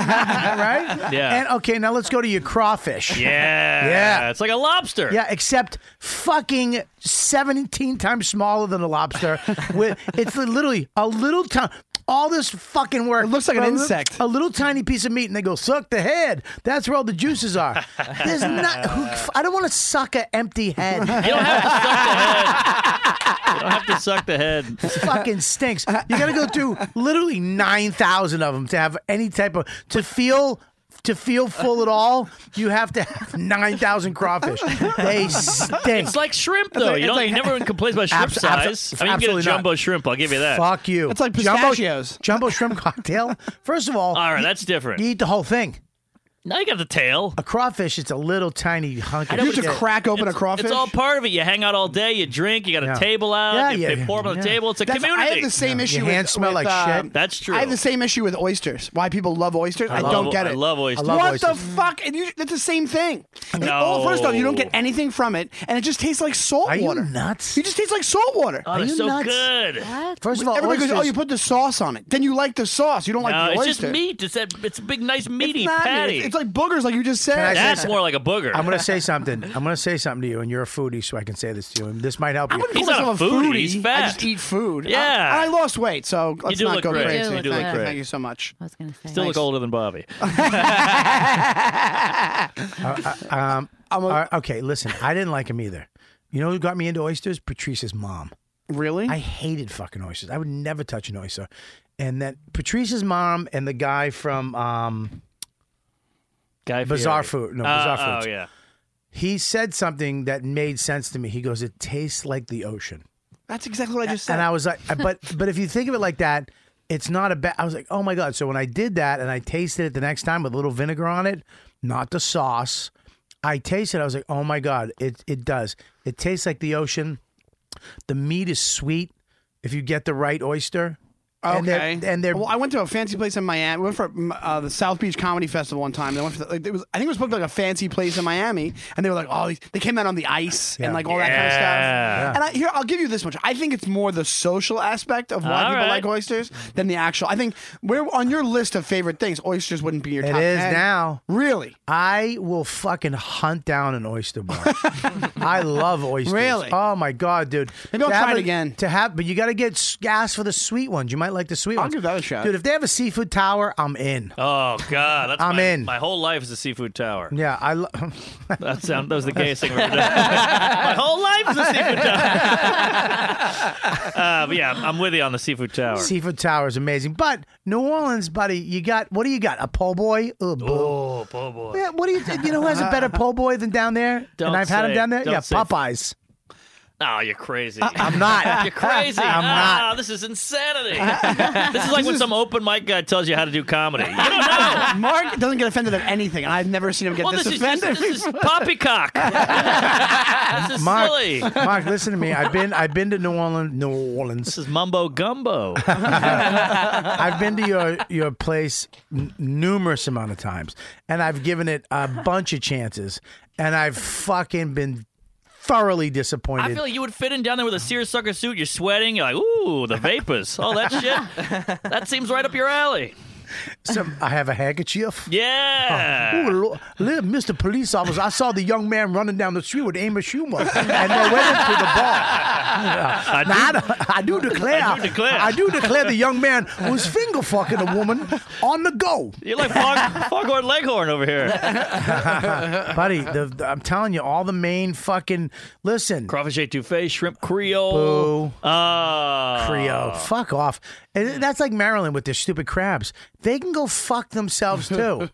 Speaker 2: right?
Speaker 11: Yeah.
Speaker 2: And okay, now let's go to your crawfish.
Speaker 11: Yeah.
Speaker 2: Yeah.
Speaker 11: It's like a lobster.
Speaker 2: Yeah, except fucking 17 times smaller than a lobster. with It's literally a little town. all this fucking work. It looks
Speaker 10: like an insect.
Speaker 2: A little tiny piece of meat, and they go suck the head. That's where all the juices are. There's not. Who, I don't want to suck an empty head.
Speaker 11: You don't have to suck the head. You don't have to suck the head.
Speaker 2: fucking stinks. You got to go through literally nine thousand of them to have any type of to feel to feel full at all. You have to have nine thousand crawfish. They stink.
Speaker 11: It's like shrimp, though. you don't. you never even complains about shrimp
Speaker 2: Abs- abs-
Speaker 11: size. I mean, you can get a
Speaker 2: absolutely not.
Speaker 11: jumbo shrimp. I'll give you that.
Speaker 2: Fuck you.
Speaker 11: It's like
Speaker 2: Jumbo-
Speaker 11: pistachios.
Speaker 2: Jumbo, shrimp cocktail. First of all,
Speaker 11: All right, that's different.
Speaker 2: you eat the whole thing.
Speaker 11: Now you got the tail.
Speaker 2: A crawfish, it's a little tiny hunk.
Speaker 11: I
Speaker 2: of
Speaker 11: know,
Speaker 2: shit.
Speaker 11: but it's- it's- It's all part of it. You hang out all day. You drink. You got a table out.
Speaker 10: Yeah,
Speaker 11: you
Speaker 10: yeah,
Speaker 11: pay pour up on the
Speaker 10: yeah.
Speaker 11: table. It's a
Speaker 10: That's-
Speaker 11: community.
Speaker 10: I have the same issue.
Speaker 11: Your
Speaker 10: with,
Speaker 11: hands smell
Speaker 10: with,
Speaker 11: like
Speaker 10: uh,
Speaker 11: shit. That's true.
Speaker 10: I have the same issue with oysters. Why people love oysters? I,
Speaker 11: I love-
Speaker 10: don't get it.
Speaker 11: I love oysters. I love
Speaker 10: what the
Speaker 11: oysters.
Speaker 10: fuck? And you, it's the same thing. And
Speaker 11: No.
Speaker 10: all- first off, you don't get anything from it, and it just tastes like salt
Speaker 2: Are you
Speaker 10: water.
Speaker 2: nuts?
Speaker 10: You just taste like salt water.
Speaker 11: Oh, they're so good. Uh,
Speaker 2: First of all,
Speaker 10: everybody goes, "Oh,
Speaker 2: oysters-
Speaker 10: you put the sauce on it." Then you like the sauce. You don't
Speaker 11: No,
Speaker 10: like the
Speaker 11: it's
Speaker 10: oyster.
Speaker 11: just meat. It's that. It's a big, nice meaty
Speaker 10: It's not meat.
Speaker 11: patty.
Speaker 10: It's like boogers, like you just said.
Speaker 2: Can I say
Speaker 11: That's
Speaker 2: something?
Speaker 11: more like a booger.
Speaker 2: I'm gonna say something. I'm gonna say something to you, and you're a foodie, so I can say this to you. And this might help you.
Speaker 10: He's not a foodie. I just eat food.
Speaker 11: Yeah.
Speaker 10: I, I lost weight, so let's
Speaker 11: do
Speaker 10: not
Speaker 11: look
Speaker 10: go
Speaker 11: great.
Speaker 10: crazy.
Speaker 11: You do look
Speaker 10: Thank
Speaker 11: great.
Speaker 10: Thank you so much.
Speaker 6: I was gonna say.
Speaker 11: Still look older
Speaker 10: <laughs>
Speaker 11: than Bobby.
Speaker 2: Uh, uh, um, uh, okay, listen. I didn't like him either. You know who got me into oysters? Patrice's mom.
Speaker 10: Really?
Speaker 2: I hated fucking oysters. I would never touch an oyster. And then Patrice's mom and the guy from um,
Speaker 11: Guy
Speaker 2: Bizarre
Speaker 11: Fieri.
Speaker 2: Food. No,
Speaker 11: Uh,
Speaker 2: Bizarre Foods.
Speaker 11: Oh yeah.
Speaker 2: He said something that made sense to me. He goes, "It tastes like the ocean."
Speaker 10: That's exactly what I just said.
Speaker 2: And I was like, but but if you think of it like that, it's not a bad. I was like, oh my god. So when I did that and I tasted it the next time with a little vinegar on it, not the sauce, I tasted. it. I was like, oh my god, it it does. It tastes like the ocean. The meat is sweet if you get the right oyster.
Speaker 10: Okay.
Speaker 2: And they're, and they're
Speaker 10: well, I went to a fancy place in Miami. We went for mm, uh, the South Beach Comedy Festival one time. They went for the, like, it was, I think it was booked like a fancy place in Miami, and they were like, "Oh, these- they came out on the ice and like all that kind of stuff."
Speaker 11: Yeah.
Speaker 10: And I, here, I'll give you this much: I think it's more the social aspect of why
Speaker 11: All
Speaker 10: people
Speaker 11: right.
Speaker 10: like oysters than the actual. I think where on your list of favorite things, oysters wouldn't be your
Speaker 2: It
Speaker 10: top.
Speaker 2: is
Speaker 10: 10.
Speaker 2: now.
Speaker 10: Really?
Speaker 2: I will fucking hunt down an oyster
Speaker 10: <laughs>
Speaker 2: bar. I love oysters.
Speaker 10: Really?
Speaker 2: Oh my god, dude.
Speaker 10: Maybe I'll
Speaker 2: To have
Speaker 10: try it
Speaker 2: a-
Speaker 10: again.
Speaker 2: To have, but you got to get s- gas for the sweet ones. You might like the sweet
Speaker 10: I'll
Speaker 2: ones.
Speaker 10: give that a shot.
Speaker 2: dude. If they have a seafood tower, I'm in.
Speaker 11: Oh god. That's
Speaker 2: I'm
Speaker 11: my,
Speaker 2: in.
Speaker 11: My whole life is a seafood
Speaker 10: <laughs>
Speaker 11: tower.
Speaker 2: Yeah, I. Lo- <laughs>
Speaker 11: That sound. That was the gayest thing I've ever done. <laughs> my whole life is a seafood
Speaker 10: <laughs>
Speaker 11: tower. uh, but yeah, I'm with you on the seafood tower.
Speaker 2: Seafood Tower is amazing, but New Orleans, buddy, you got what do you got? A po' boy? Oh, boo.
Speaker 11: oh, po' boy.
Speaker 2: Yeah, what do you? You know who has a better po' boy than down there?
Speaker 11: Don't
Speaker 2: and I've had
Speaker 11: say-
Speaker 2: him down there.
Speaker 11: don't
Speaker 2: Yeah,
Speaker 11: say-
Speaker 2: Popeyes.
Speaker 11: Oh, you're crazy.
Speaker 10: Uh,
Speaker 2: I'm not.
Speaker 11: You're crazy.
Speaker 2: <laughs> I'm
Speaker 11: Ah,
Speaker 2: not.
Speaker 11: This
Speaker 2: <laughs>
Speaker 11: is insanity. this is like when some open mic guy tells you how to do comedy. You don't know.
Speaker 10: <laughs> Mark doesn't get offended at anything, and I've never seen him get
Speaker 11: Well,
Speaker 10: this,
Speaker 11: this is just,
Speaker 10: offended.
Speaker 11: this is
Speaker 2: <laughs>
Speaker 11: poppycock. this is
Speaker 2: Mark,
Speaker 11: <laughs> silly.
Speaker 2: Mark, listen to me. I've been I've been to New Orleans. New Orleans.
Speaker 11: This is
Speaker 2: <laughs>
Speaker 11: mumbo gumbo.
Speaker 2: I've been to your your place n- numerous amount of times, and I've given it a bunch of chances, and I've fucking been thoroughly disappointed.
Speaker 11: I feel like you would fit in down there with a seersucker suit. You're sweating. You're like, ooh, the vapors. All that shit.
Speaker 2: <laughs>
Speaker 11: That seems right up your alley.
Speaker 2: Some, I have a handkerchief.
Speaker 11: Yeah.
Speaker 2: Oh, Ooh, Lord, little Mr. Police Officer, I saw the young man running down the street with Amos Schumer, and they went into the bar.
Speaker 11: I
Speaker 2: Now, I, do, I do declare,
Speaker 11: I do declare.
Speaker 2: I do declare the young man was finger fucking a woman on the go.
Speaker 11: You're like
Speaker 2: <laughs>
Speaker 11: Fog, Foghorn Leghorn over here. Uh-uh.
Speaker 2: Buddy, the, the- I'm telling you, all the main fucking listen.
Speaker 11: Crawfish etouffee, shrimp creole. Boo. Uh,
Speaker 2: Creo, fuck off. And that's like Maryland with their stupid crabs. They can go fuck themselves too. go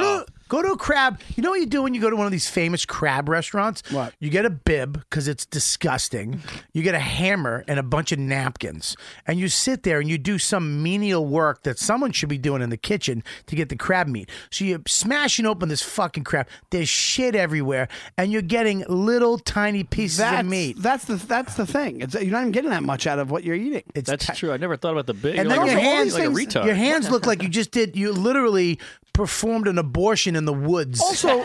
Speaker 2: to go to a crab. You know what you do when you go to one of these famous crab restaurants? What? You get a bib because it's disgusting. You get a hammer and a bunch of napkins, and you sit there and you do some menial work that someone should be doing in the kitchen to get the crab meat. So you're smashing open this fucking crab. There's shit everywhere, and you're getting little tiny pieces
Speaker 10: <laughs> That's,
Speaker 2: of meat.
Speaker 10: that's the that's the thing. It's, you're not even getting that much out of what you're eating.
Speaker 2: It's
Speaker 11: That's
Speaker 2: ti-
Speaker 11: true. I never thought about the big.
Speaker 2: and
Speaker 11: You're
Speaker 2: then
Speaker 11: like,
Speaker 2: your
Speaker 11: a-
Speaker 2: hands,
Speaker 11: like a retard.
Speaker 2: your hands look like you just did. You literally performed an abortion in the woods.
Speaker 10: Also,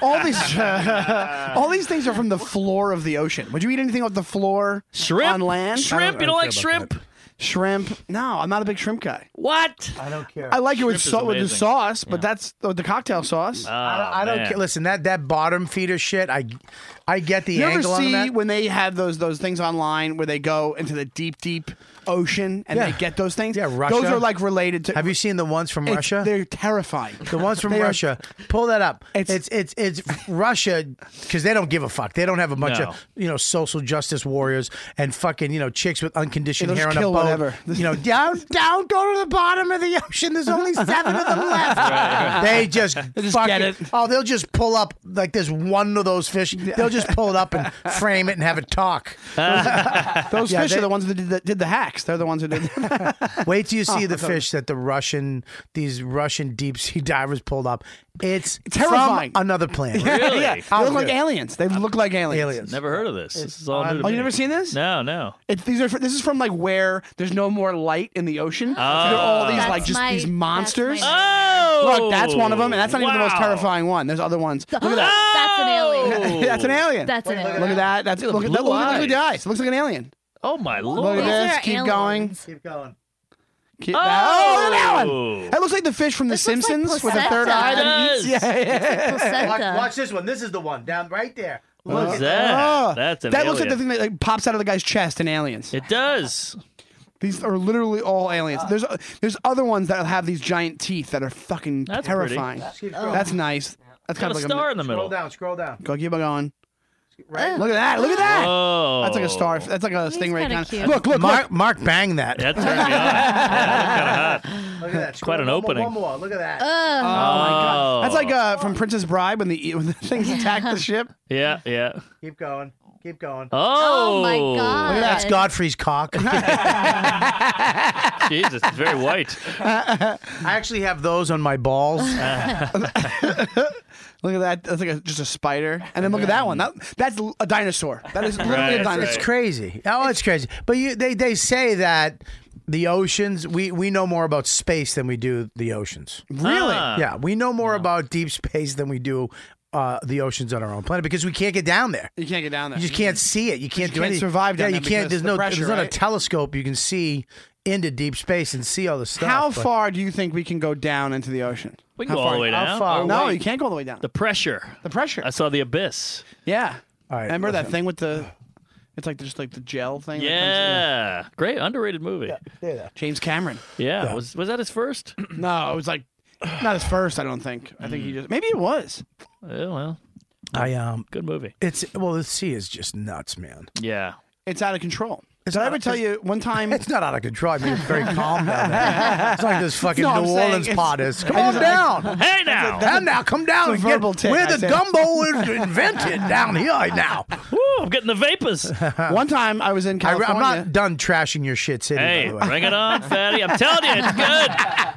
Speaker 10: all these <laughs> all these things are from the floor of the ocean. Would you eat anything off the floor
Speaker 11: shrimp
Speaker 10: on land?
Speaker 11: Shrimp. You don't like shrimp?
Speaker 10: shrimp. No, I'm not a big shrimp guy.
Speaker 11: What?
Speaker 2: I don't care.
Speaker 10: I like it with,
Speaker 2: salt
Speaker 10: sa- with the sauce, but that's with the cocktail sauce.
Speaker 2: I, I
Speaker 11: Oh,
Speaker 2: don't care. Listen, that that bottom feeder shit. I I get the
Speaker 10: you ever
Speaker 2: angle on
Speaker 10: see
Speaker 2: that.
Speaker 10: when they have those those things online where they go into the deep deep ocean and
Speaker 2: Yeah.
Speaker 10: they get those things? Yeah,
Speaker 2: Russia.
Speaker 10: Those are like related to.
Speaker 2: Have you seen the ones from
Speaker 10: It's-
Speaker 2: Russia?
Speaker 10: They're terrifying.
Speaker 2: The ones from
Speaker 10: They are-
Speaker 2: Russia. Pull that up. It's it's it's, it's Russia because they don't give a fuck. They don't have a bunch
Speaker 10: No.
Speaker 2: of you know social justice warriors and fucking you know chicks with unconditioned
Speaker 10: They'll
Speaker 2: hair on
Speaker 10: just
Speaker 2: a boat.
Speaker 10: kill whatever.
Speaker 2: You know down down go to the bottom of the ocean. There's
Speaker 10: <laughs>
Speaker 2: only seven of them left.
Speaker 10: Right.
Speaker 2: They
Speaker 10: <laughs>
Speaker 2: just,
Speaker 10: just
Speaker 2: fucking,
Speaker 10: get it.
Speaker 2: Oh, they'll just pull up like there's one of those fish. They'll just pull it up and frame it and have it
Speaker 10: <laughs>
Speaker 2: talk.
Speaker 10: <laughs> Those
Speaker 2: Yeah,
Speaker 10: fish
Speaker 2: they-
Speaker 10: are the ones that did the, did the hacks. They're the ones who did.
Speaker 2: Wait till you see
Speaker 10: Oh,
Speaker 2: the
Speaker 10: I thought-
Speaker 2: fish that the Russian these Russian deep sea <laughs> divers pulled up. It's
Speaker 10: Terrifying.
Speaker 2: From another planet.
Speaker 11: Really?
Speaker 10: yeah, they
Speaker 2: I'll
Speaker 10: look like
Speaker 2: do it.
Speaker 10: aliens. They look like aliens.
Speaker 11: Never heard of this. This is all new to
Speaker 10: Oh, you
Speaker 11: me.
Speaker 10: never seen this?
Speaker 11: No, no.
Speaker 10: It's these are fr- this is from like where there's no more light in the ocean.
Speaker 11: Oh.
Speaker 10: They're all these like
Speaker 11: That's
Speaker 10: just
Speaker 11: my-
Speaker 10: these
Speaker 11: that's
Speaker 10: monsters.
Speaker 11: Oh,
Speaker 10: Look, that's one of them, and that's not even the most
Speaker 11: Wow. Oh!
Speaker 10: terrifying one. There's other ones. Look at that.
Speaker 6: That's an
Speaker 10: <laughs>
Speaker 6: alien.
Speaker 10: that's an alien.
Speaker 6: That's an alien.
Speaker 10: Look at that. That's
Speaker 11: Look
Speaker 10: look at
Speaker 11: at the
Speaker 10: that. Look
Speaker 11: blue
Speaker 10: at the
Speaker 11: eyes.
Speaker 10: eyes. It looks like an alien.
Speaker 11: Oh my
Speaker 10: Look
Speaker 11: lord!
Speaker 10: at this. Keep going.
Speaker 2: Keep going.
Speaker 10: Keep,
Speaker 11: Oh.
Speaker 10: that, oh, look at that one. That looks like the fish from The Simpsons with a third
Speaker 2: placenta.
Speaker 10: eye. That
Speaker 11: It
Speaker 10: eats. <laughs>
Speaker 11: does.
Speaker 10: Yeah,
Speaker 2: <laughs>
Speaker 10: yeah.
Speaker 2: Watch,
Speaker 6: uh,
Speaker 2: watch this one. This is the one down right there.
Speaker 11: What
Speaker 10: Oh.
Speaker 11: is that?
Speaker 10: Oh.
Speaker 11: That's an
Speaker 10: that looks like the
Speaker 11: alien.
Speaker 10: thing that like, pops out of the guy's chest in Aliens.
Speaker 11: It does.
Speaker 10: These are literally all aliens. There's uh, there's other ones that have these giant teeth that are fucking
Speaker 11: That's pretty.
Speaker 10: terrifying.
Speaker 11: That's
Speaker 2: cute.
Speaker 10: That's nice. That's kind of like a,
Speaker 2: Scroll down. Scroll down.
Speaker 10: Go keep on going.
Speaker 2: Right.
Speaker 10: Look at that! Look at that!
Speaker 11: Whoa.
Speaker 10: That's like a star. That's like a stingray.
Speaker 2: kinda
Speaker 10: Kind
Speaker 2: cute.
Speaker 10: of, look! Look!
Speaker 2: Mark,
Speaker 10: look.
Speaker 2: Mark, bang that.
Speaker 11: That turned me
Speaker 10: <laughs>
Speaker 11: on. Yeah, that looked kinda hot.
Speaker 2: Look at that.
Speaker 11: Quite
Speaker 2: One
Speaker 11: an
Speaker 2: more-
Speaker 11: opening.
Speaker 2: One more. Look at that.
Speaker 10: Oh, my
Speaker 11: Oh.
Speaker 10: god! That's like
Speaker 2: Oh.
Speaker 10: uh, from Princess Bride when the e, when the <laughs> things
Speaker 2: <laughs>
Speaker 10: attack the ship.
Speaker 11: Yeah, yeah.
Speaker 2: Keep going. Keep going.
Speaker 11: Oh.
Speaker 6: my God.
Speaker 2: Look at that. That's Godfrey's
Speaker 10: <laughs>
Speaker 2: cock.
Speaker 11: Jesus, it's very white.
Speaker 2: I actually have those on my balls.
Speaker 10: Look at that! That's like a, just a spider. And then look at that one. That that's a dinosaur. That is literally a dinosaur.
Speaker 2: It's crazy. Oh, it's crazy. But you, they they say that the oceans we we know more about space than we do the oceans.
Speaker 11: Uh,
Speaker 10: Really? Ah.
Speaker 2: Yeah, we know more about deep space than we do uh, the oceans on our own planet because we can't get down there.
Speaker 10: You can't get down there.
Speaker 2: You just can't see it. You can't
Speaker 10: you
Speaker 2: do
Speaker 10: can't
Speaker 2: anything.
Speaker 10: survive down
Speaker 2: yeah,
Speaker 10: there
Speaker 2: you can't.
Speaker 10: because
Speaker 2: There's no.
Speaker 10: the pressure,
Speaker 2: there's not a
Speaker 10: right?
Speaker 2: telescope you can see into deep space and see all the stuff.
Speaker 10: How
Speaker 2: but-
Speaker 10: far do you think we can go down into the ocean?
Speaker 11: We can
Speaker 10: How
Speaker 11: go all
Speaker 10: far-
Speaker 11: the way
Speaker 10: how
Speaker 11: down.
Speaker 10: far?
Speaker 11: Oh,
Speaker 10: No,
Speaker 11: wait.
Speaker 10: you can't go all the way down.
Speaker 11: The pressure.
Speaker 10: The pressure.
Speaker 11: I saw the abyss.
Speaker 10: Yeah.
Speaker 2: All right.
Speaker 10: Remember that thing with the? It's like just like the gel thing. that comes in?
Speaker 11: Yeah. Great underrated movie. Yeah.
Speaker 10: James Cameron.
Speaker 11: Was was that his first? <clears throat>
Speaker 10: no, it was like not his first. I don't think. I
Speaker 11: Mm.
Speaker 10: think he just maybe it was.
Speaker 11: Yeah, well,
Speaker 2: I um.
Speaker 11: good movie.
Speaker 2: It's well, the sea is just nuts, man.
Speaker 11: Yeah.
Speaker 10: It's out of control. Did I ever tell you one
Speaker 2: <laughs>
Speaker 10: time?
Speaker 2: It's not out of control. I mean, it's very calm down
Speaker 10: <laughs>
Speaker 2: there. It's like this fucking
Speaker 10: No, I'm
Speaker 2: New
Speaker 10: saying
Speaker 2: Orleans
Speaker 10: it's-
Speaker 2: pot is. Come
Speaker 10: I
Speaker 2: on
Speaker 10: just-
Speaker 2: down.
Speaker 10: <laughs>
Speaker 11: Hey now.
Speaker 10: That's a-
Speaker 2: Come now, come down.
Speaker 10: it's a
Speaker 2: and get
Speaker 10: verbal tic,
Speaker 2: where
Speaker 10: I
Speaker 2: the
Speaker 10: say.
Speaker 2: gumbo was invented down here right
Speaker 10: <laughs>
Speaker 2: now.
Speaker 11: Woo, I'm getting the vapors.
Speaker 10: One time I was in
Speaker 2: I, am
Speaker 10: California.
Speaker 2: not done trashing your shit city.
Speaker 11: hey,
Speaker 2: by the way.
Speaker 11: bring it on, fatty. I'm telling you, it's good.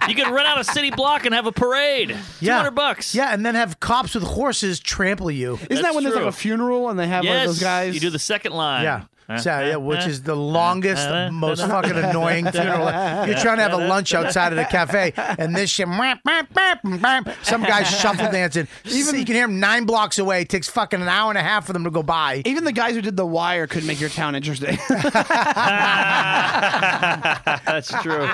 Speaker 11: You can rent out a city block and have a parade.
Speaker 2: Yeah.
Speaker 11: 200 bucks.
Speaker 2: Yeah, and then have cops with horses trample you.
Speaker 10: Isn't that
Speaker 11: That's
Speaker 10: when there's
Speaker 11: true.
Speaker 10: like a funeral and they have like,
Speaker 11: yes,
Speaker 10: those guys?
Speaker 11: You do the second line.
Speaker 2: Yeah.
Speaker 11: Uh,
Speaker 2: So, yeah,
Speaker 11: uh,
Speaker 2: which
Speaker 11: uh.
Speaker 2: is the longest, most fucking annoying funeral. You're trying to have a lunch outside of the cafe, and this shit, whap, whap, whap, whap. some guy's shuffle dancing. Even you can hear him nine blocks away. It takes fucking an hour and a half for them to go by.
Speaker 10: Even the guys who did the wire could make your town
Speaker 11: <laughs>
Speaker 10: interesting.
Speaker 11: <laughs> That's true.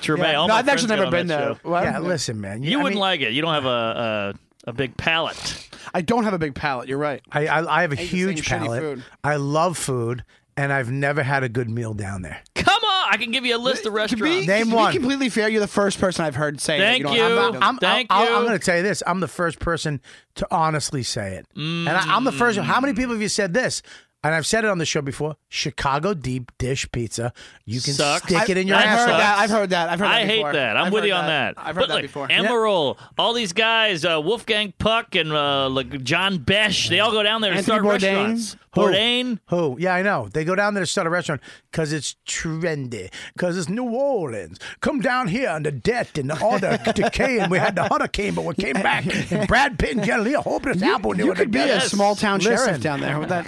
Speaker 11: True, man. All
Speaker 10: No,
Speaker 11: my
Speaker 10: I've actually
Speaker 11: friends
Speaker 10: never
Speaker 11: got on
Speaker 10: been
Speaker 11: that
Speaker 10: there.
Speaker 11: show.
Speaker 10: What?
Speaker 2: Yeah, listen, man.
Speaker 11: You
Speaker 2: I
Speaker 11: wouldn't
Speaker 2: mean,
Speaker 11: like it. You don't have a a, a big palate.
Speaker 10: I don't have a big palate. You're right.
Speaker 2: I, I, I have a
Speaker 10: I eat the
Speaker 2: huge
Speaker 10: same shitty
Speaker 2: palate.
Speaker 10: food.
Speaker 2: I love food, and I've never had a good meal down there.
Speaker 11: Come on, I can give you a list of
Speaker 10: To
Speaker 11: restaurants.
Speaker 10: be,
Speaker 2: Name
Speaker 10: to
Speaker 2: one.
Speaker 10: be completely fair, you're the first person I've heard say
Speaker 11: Thank
Speaker 10: that.
Speaker 11: you.
Speaker 10: don't have a-
Speaker 2: I'm,
Speaker 11: Thank
Speaker 2: I'm,
Speaker 11: you.
Speaker 2: I'm, going to tell you this. I'm the first person to honestly say it, and I, I'm the
Speaker 10: Mm.
Speaker 2: first. How many people have you said this? And I've said it on the show before. Chicago deep dish pizza. You can
Speaker 11: Sucks.
Speaker 2: stick it in your
Speaker 11: I've
Speaker 2: ass.
Speaker 10: I've heard
Speaker 11: sucks.
Speaker 10: that. I've heard that. I've heard
Speaker 11: I
Speaker 10: that
Speaker 11: hate
Speaker 10: before.
Speaker 11: that. I'm
Speaker 10: I've
Speaker 11: with
Speaker 10: heard
Speaker 11: you on that.
Speaker 10: I've
Speaker 11: But
Speaker 10: heard
Speaker 11: look,
Speaker 10: that before.
Speaker 11: Emerald, all these guys, uh, Wolfgang Puck and uh, like John Besh, they all go down there and
Speaker 10: Anthony
Speaker 11: start
Speaker 10: Bourdain.
Speaker 11: restaurants.
Speaker 2: Who?
Speaker 11: Bourdain.
Speaker 2: Who? Yeah, I know. They go down there to start a restaurant because it's trendy, because it's New Orleans. Come down here under debt and all
Speaker 10: <laughs>
Speaker 2: the decay, and we had the hurricane, but we came back. And Brad Pitt and Jenna Lee are hoping it's
Speaker 10: You,
Speaker 2: Apple
Speaker 10: you could be a small town
Speaker 2: Listen.
Speaker 10: sheriff down there with that.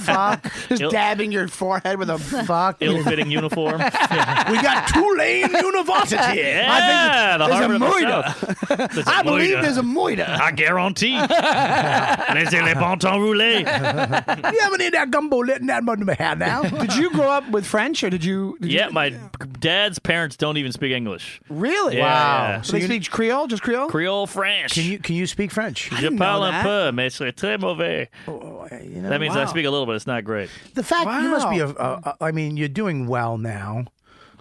Speaker 10: <laughs>
Speaker 2: Fuck.
Speaker 10: Just dabbing your forehead with a
Speaker 2: fuck.
Speaker 10: <laughs>
Speaker 11: Ill-fitting uniform.
Speaker 10: we <laughs> got Tulane University. <laughs>
Speaker 11: Yeah, the
Speaker 10: I
Speaker 11: Harvard
Speaker 10: think
Speaker 11: of the
Speaker 10: there's a
Speaker 11: South. There's a
Speaker 10: I believe
Speaker 11: moida.
Speaker 10: there's a moida. <laughs>
Speaker 11: I guarantee. Laissez les bon temps rouler.
Speaker 10: you haven't eaten that gumbo lit in that much hat now. did you grow up with French or did you? Did
Speaker 11: Yeah,
Speaker 10: you-
Speaker 11: my dad's parents don't even speak English.
Speaker 10: Really?
Speaker 11: Yeah. Wow.
Speaker 10: So they
Speaker 11: So you-
Speaker 10: speak Creole, just Creole.
Speaker 11: Creole French.
Speaker 2: Can you can you speak French?
Speaker 11: Je parle un peu, mais c'est très mauvais.
Speaker 10: Oh,
Speaker 11: that means I
Speaker 2: wow.
Speaker 11: speak a little, but it's not great.
Speaker 2: The fact Uh, you must be a,
Speaker 11: Wow.
Speaker 2: a- a- I mean, you're doing well now,